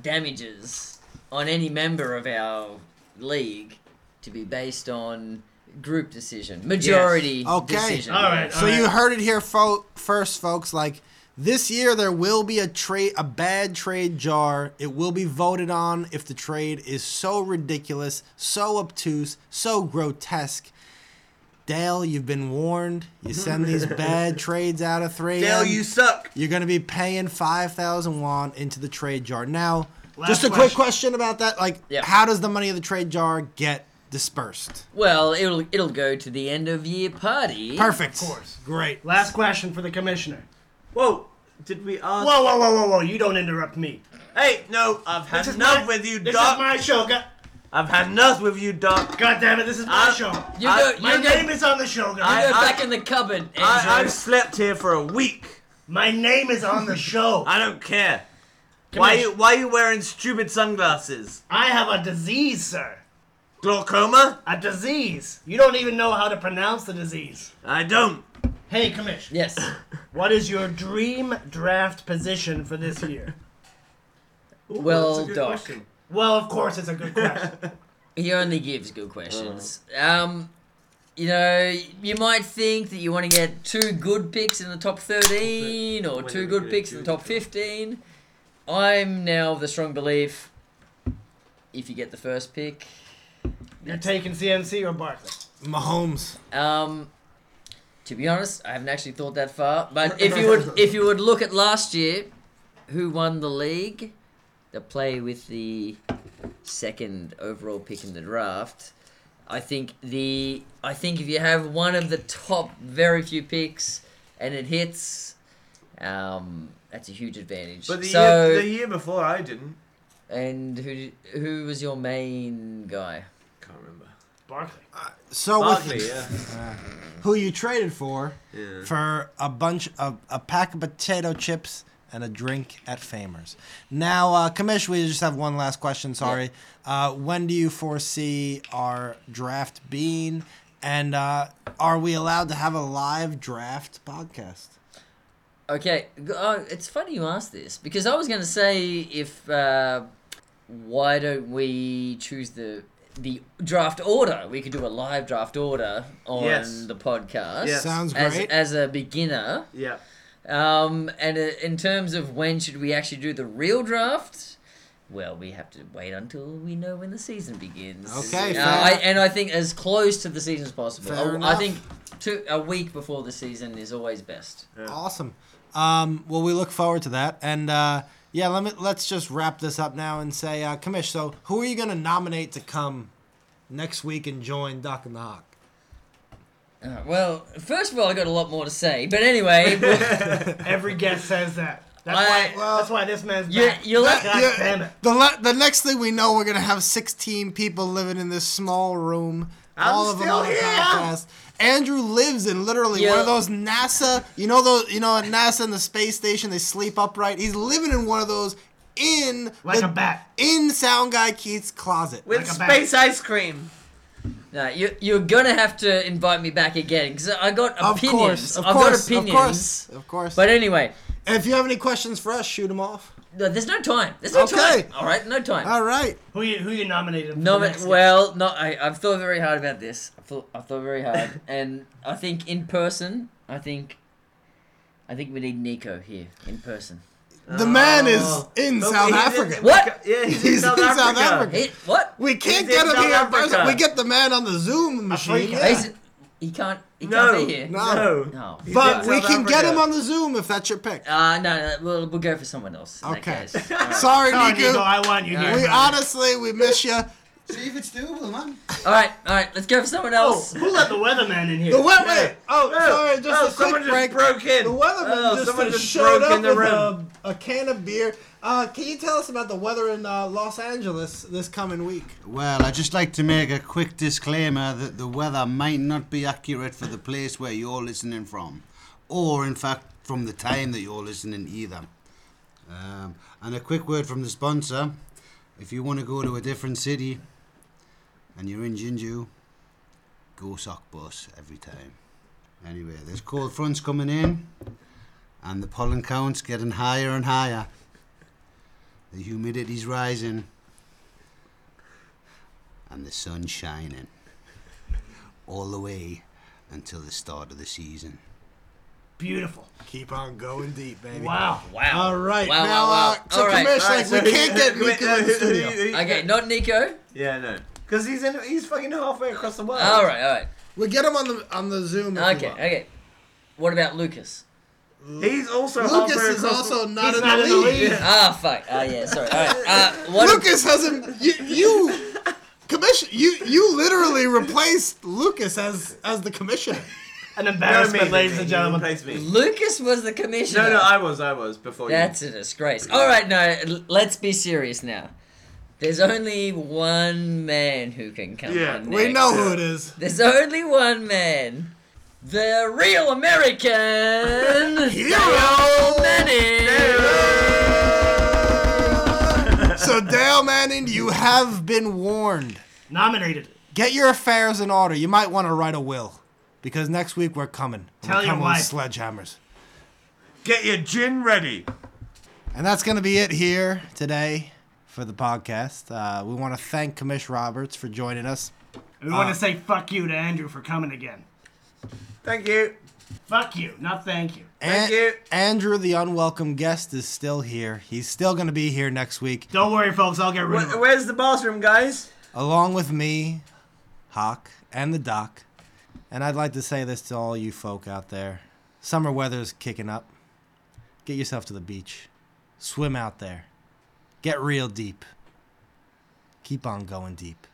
Speaker 3: damages on any member of our league to be based on group decision, majority
Speaker 1: Okay.
Speaker 3: decision.
Speaker 2: All right.
Speaker 1: So you heard it here fo- first, folks. Like this year, there will be a trade, a bad trade jar. It will be voted on if the trade is so ridiculous, so obtuse, so grotesque. Dale, you've been warned. You send these bad trades out of three.
Speaker 2: Um,
Speaker 4: Dale, you suck.
Speaker 1: You're going to be paying 5,000 won into the trade jar. Now,
Speaker 2: Last
Speaker 1: just a quick
Speaker 2: question.
Speaker 1: question about that. Like,
Speaker 3: Yeah.
Speaker 1: how does the money of the trade jar get dispersed?
Speaker 3: Well, it'll it'll go to the end of year party.
Speaker 1: Perfect.
Speaker 2: Of course.
Speaker 1: Great.
Speaker 2: Last question for the commissioner.
Speaker 4: Whoa! Did we ask?
Speaker 2: Whoa, whoa, whoa, whoa, whoa! You don't interrupt me.
Speaker 4: Hey, no! I've had
Speaker 2: This is
Speaker 4: enough
Speaker 2: my-
Speaker 4: with you,
Speaker 2: This
Speaker 4: Doc.
Speaker 2: is my show. God,
Speaker 4: I've had enough with you, Doc.
Speaker 2: God damn it! This is my
Speaker 4: Uh,
Speaker 2: show.
Speaker 3: You
Speaker 4: I-
Speaker 3: go,
Speaker 2: My
Speaker 3: you go,
Speaker 2: name is on the show,
Speaker 3: you
Speaker 2: guys.
Speaker 3: go
Speaker 4: I-
Speaker 3: back in the cupboard, Andrew.
Speaker 4: I, I've slept here for a week.
Speaker 2: My name is on the show.
Speaker 4: I don't care.
Speaker 2: Come
Speaker 4: why
Speaker 2: here.
Speaker 4: you Why you wearing stupid sunglasses?
Speaker 2: I have a disease, sir.
Speaker 4: Glaucoma?
Speaker 2: A disease. You don't even know how to pronounce the disease.
Speaker 4: I don't.
Speaker 2: Hey, commissioner.
Speaker 3: yes.
Speaker 2: What is your dream draft position for this year?
Speaker 3: Well,
Speaker 4: that's a good
Speaker 3: Doc.
Speaker 4: question.
Speaker 2: well, of course, it's a good question.
Speaker 3: He only gives good questions. Um, you know, you might think that you want to get two good picks in the top 13 or
Speaker 4: Whether
Speaker 3: two
Speaker 4: we
Speaker 3: good
Speaker 4: get
Speaker 3: picks in the
Speaker 4: two
Speaker 3: top
Speaker 4: good-
Speaker 3: 15. I'm now of the strong belief if you get the first pick.
Speaker 2: You're taking CMC or Barkley?
Speaker 1: Mahomes.
Speaker 3: Um, to be honest, I haven't actually thought that far. But if you would, if you would look at last year, who won the league? The play with the second overall pick in the draft. I think the I think if you have one of the top very few picks and it hits, um, that's a huge advantage.
Speaker 4: But the,
Speaker 3: so
Speaker 4: year, the year before, I didn't.
Speaker 3: and who who was your main guy?
Speaker 4: Can't remember.
Speaker 2: Barkley.
Speaker 1: So
Speaker 4: Barkley,
Speaker 1: with,
Speaker 4: yeah.
Speaker 1: who you traded for
Speaker 4: Yeah.
Speaker 1: for a bunch of a pack of potato chips and a drink at Famers. Now, uh, Kamish, we just have one last question. Sorry. Uh, when do you foresee our draft being, and uh, are we allowed to have a live draft podcast?
Speaker 3: Okay, g- oh, it's funny you asked this because I was going to say if uh, why don't we choose the the draft order? We could do a live draft order on
Speaker 4: Yes.
Speaker 3: the podcast.
Speaker 4: Yes.
Speaker 1: Sounds
Speaker 3: As,
Speaker 1: great.
Speaker 3: as a beginner,
Speaker 4: Yeah.
Speaker 3: um, and uh, in terms of when should we actually do the real draft? Well, we have to wait until we know when the season begins.
Speaker 1: Okay,
Speaker 3: Uh,
Speaker 1: fair.
Speaker 3: I, and I think as close to the season as possible.
Speaker 1: Fair
Speaker 3: I- I
Speaker 1: enough.
Speaker 3: think two, a week before the season is always best.
Speaker 1: Awesome. Um, well, we look forward to that, and uh, yeah, let me let's just wrap this up now and say, uh, Kamish. So, who are you going to nominate to come next week and join Doc and the Hawk?
Speaker 3: Uh, well, first of all, I got a lot more to say, but anyway, we'll-
Speaker 2: Every guest says that. That's
Speaker 3: I-
Speaker 2: why. that's why this man's
Speaker 3: you,
Speaker 2: back.
Speaker 3: you'll
Speaker 1: That-
Speaker 3: have,
Speaker 2: God
Speaker 1: yeah,
Speaker 2: damn it.
Speaker 1: The, le- the next thing we know, we're gonna have 16 people living in this small room.
Speaker 4: I'm
Speaker 1: all of them
Speaker 4: still
Speaker 1: on a
Speaker 4: here.
Speaker 1: podcast. Andrew lives in literally
Speaker 3: Yeah.
Speaker 1: one of those NASA. You know those. You know at NASA in the space station they sleep upright. He's living in one of those in
Speaker 2: like
Speaker 1: the-
Speaker 2: a bat.
Speaker 1: in Sound Guy Keith's closet.
Speaker 4: With
Speaker 2: Like a bat.
Speaker 4: space ice cream.
Speaker 3: no, you, you're gonna have to invite me back again because I got
Speaker 1: of
Speaker 3: opinions.
Speaker 1: course, of
Speaker 3: I've
Speaker 1: course,
Speaker 3: got opinions.
Speaker 1: of course, of course.
Speaker 3: But anyway,
Speaker 1: if you have any questions for us, shoot them off.
Speaker 3: No, there's no time. There's no
Speaker 1: Okay.
Speaker 3: time. All right, no time.
Speaker 1: All right.
Speaker 2: Who you who you nominated? for
Speaker 3: No,
Speaker 2: the
Speaker 3: but,
Speaker 2: next
Speaker 3: well, no. I, I've thought very hard about this. I thought I thought very hard, and I think in person, I think, I think we need Nico here in person.
Speaker 1: The man is
Speaker 2: Oh.
Speaker 1: in
Speaker 4: But
Speaker 1: South
Speaker 4: he's in-
Speaker 1: Africa.
Speaker 3: What?
Speaker 4: Yeah, he's, in
Speaker 1: He's
Speaker 4: South
Speaker 1: in South
Speaker 4: Africa.
Speaker 1: Africa.
Speaker 3: He what?
Speaker 1: We can't
Speaker 4: in
Speaker 1: get him
Speaker 4: South
Speaker 1: here in person.
Speaker 4: Africa.
Speaker 1: We get the man on the Zoom machine.
Speaker 2: Africa.
Speaker 1: yeah.
Speaker 3: He's, he can't. He
Speaker 4: No,
Speaker 3: can't be here.
Speaker 4: no,
Speaker 3: No.
Speaker 4: He's
Speaker 1: But
Speaker 4: in
Speaker 1: we
Speaker 4: South
Speaker 1: can get
Speaker 4: Africa.
Speaker 1: him on the Zoom if that's your pick.
Speaker 3: Uh, no, no, we'll, we'll go for someone else. In
Speaker 1: Okay.
Speaker 3: That case. All right.
Speaker 1: Sorry,
Speaker 2: Sorry,
Speaker 1: Nico.
Speaker 2: Nico, I want you here.
Speaker 1: we honestly we miss you.
Speaker 5: See if it's doable, man.
Speaker 3: all right, all right. Let's go for someone
Speaker 2: oh,
Speaker 3: else.
Speaker 2: who let the weatherman in here?
Speaker 1: The wait, wait. Oh,
Speaker 4: Oh,
Speaker 1: sorry, just
Speaker 4: oh,
Speaker 1: a quick
Speaker 4: someone
Speaker 1: break.
Speaker 4: just broke in.
Speaker 1: The weatherman
Speaker 4: oh,
Speaker 1: just,
Speaker 4: someone
Speaker 1: just
Speaker 4: just
Speaker 1: showed
Speaker 4: broke
Speaker 1: up
Speaker 4: in the
Speaker 1: with
Speaker 4: room.
Speaker 1: a, a can of beer. Uh, can you tell us about the weather in uh, Los Angeles this coming week?
Speaker 5: Well, I'd just like to make a quick disclaimer that the weather might not be accurate for the place where you're listening from, or in fact, from the time that you're listening either. Um, and a quick word from the sponsor if you want to go to a different city and you're in Jinju, go sock bus every time. Anyway, there's cold fronts coming in, and the pollen count's getting higher and higher. The humidity's rising and the sun shining all the way until the start of the season.
Speaker 2: Beautiful.
Speaker 1: Keep on going deep, baby.
Speaker 2: Wow.
Speaker 3: Wow.
Speaker 1: All right,
Speaker 3: Wow.
Speaker 1: now
Speaker 3: wow.
Speaker 1: uh,
Speaker 3: wow.
Speaker 1: so
Speaker 3: all right.
Speaker 1: Commish, like
Speaker 4: All right, so
Speaker 1: we can't get
Speaker 4: who-
Speaker 1: Nico in the
Speaker 4: who- who-
Speaker 1: studio.
Speaker 4: who-
Speaker 3: Okay, not Nico.
Speaker 4: Yeah, no. Because he's in, he's fucking halfway across the world.
Speaker 3: All right, all right.
Speaker 1: We get him on the on the Zoom. If
Speaker 3: Okay,
Speaker 1: you want.
Speaker 3: okay. What about Lucas?
Speaker 4: He's also
Speaker 1: Lucas
Speaker 4: halfway
Speaker 1: is
Speaker 4: across the
Speaker 1: also not,
Speaker 2: He's
Speaker 1: in,
Speaker 2: not
Speaker 1: the
Speaker 2: in the
Speaker 1: league.
Speaker 2: league.
Speaker 3: Ah, fuck. Ah, yeah. Sorry. All right. Uh, what?
Speaker 1: Lucas hasn't you. you Commission, you you literally replaced Lucas as as the commissioner.
Speaker 2: An
Speaker 4: No, me,
Speaker 2: embarrassment, ladies and
Speaker 4: he
Speaker 2: gentlemen.
Speaker 4: replaced me.
Speaker 3: Lucas was the commissioner.
Speaker 4: No, no, I was, I was before
Speaker 3: That's a disgrace. All right, no, l- let's be serious now. There's only one man who can come
Speaker 4: Yeah,
Speaker 3: on
Speaker 1: We
Speaker 3: next.
Speaker 1: know who it is.
Speaker 3: There's only one man. The real American.
Speaker 1: Hero
Speaker 3: Manning.
Speaker 1: So Dale Manning, you have been warned.
Speaker 2: Nominated.
Speaker 1: Get your affairs in order. You might want to write a will because next week we're coming.
Speaker 2: Tell
Speaker 1: we're
Speaker 2: your
Speaker 1: coming
Speaker 2: wife.
Speaker 1: with sledgehammers.
Speaker 4: you. Get your gin ready.
Speaker 1: And that's going to be it here today for the podcast. Uh, we want to thank Commish Roberts for joining us.
Speaker 2: We want to say fuck you to Andrew for coming again.
Speaker 4: Thank you.
Speaker 2: Fuck you, not thank you.
Speaker 1: An-
Speaker 4: Thank you.
Speaker 1: Andrew, the unwelcome guest, is still here. He's still going to be here next week,
Speaker 2: Don't worry, folks. I'll get rid of
Speaker 4: Wh-
Speaker 2: him.
Speaker 4: where's the bathroom, guys?
Speaker 1: along with me, Hawk, and the Doc. And I'd like to say this to all you folk out there summer weather's kicking up. Get yourself to the beach, swim out there, get real deep, keep on going deep.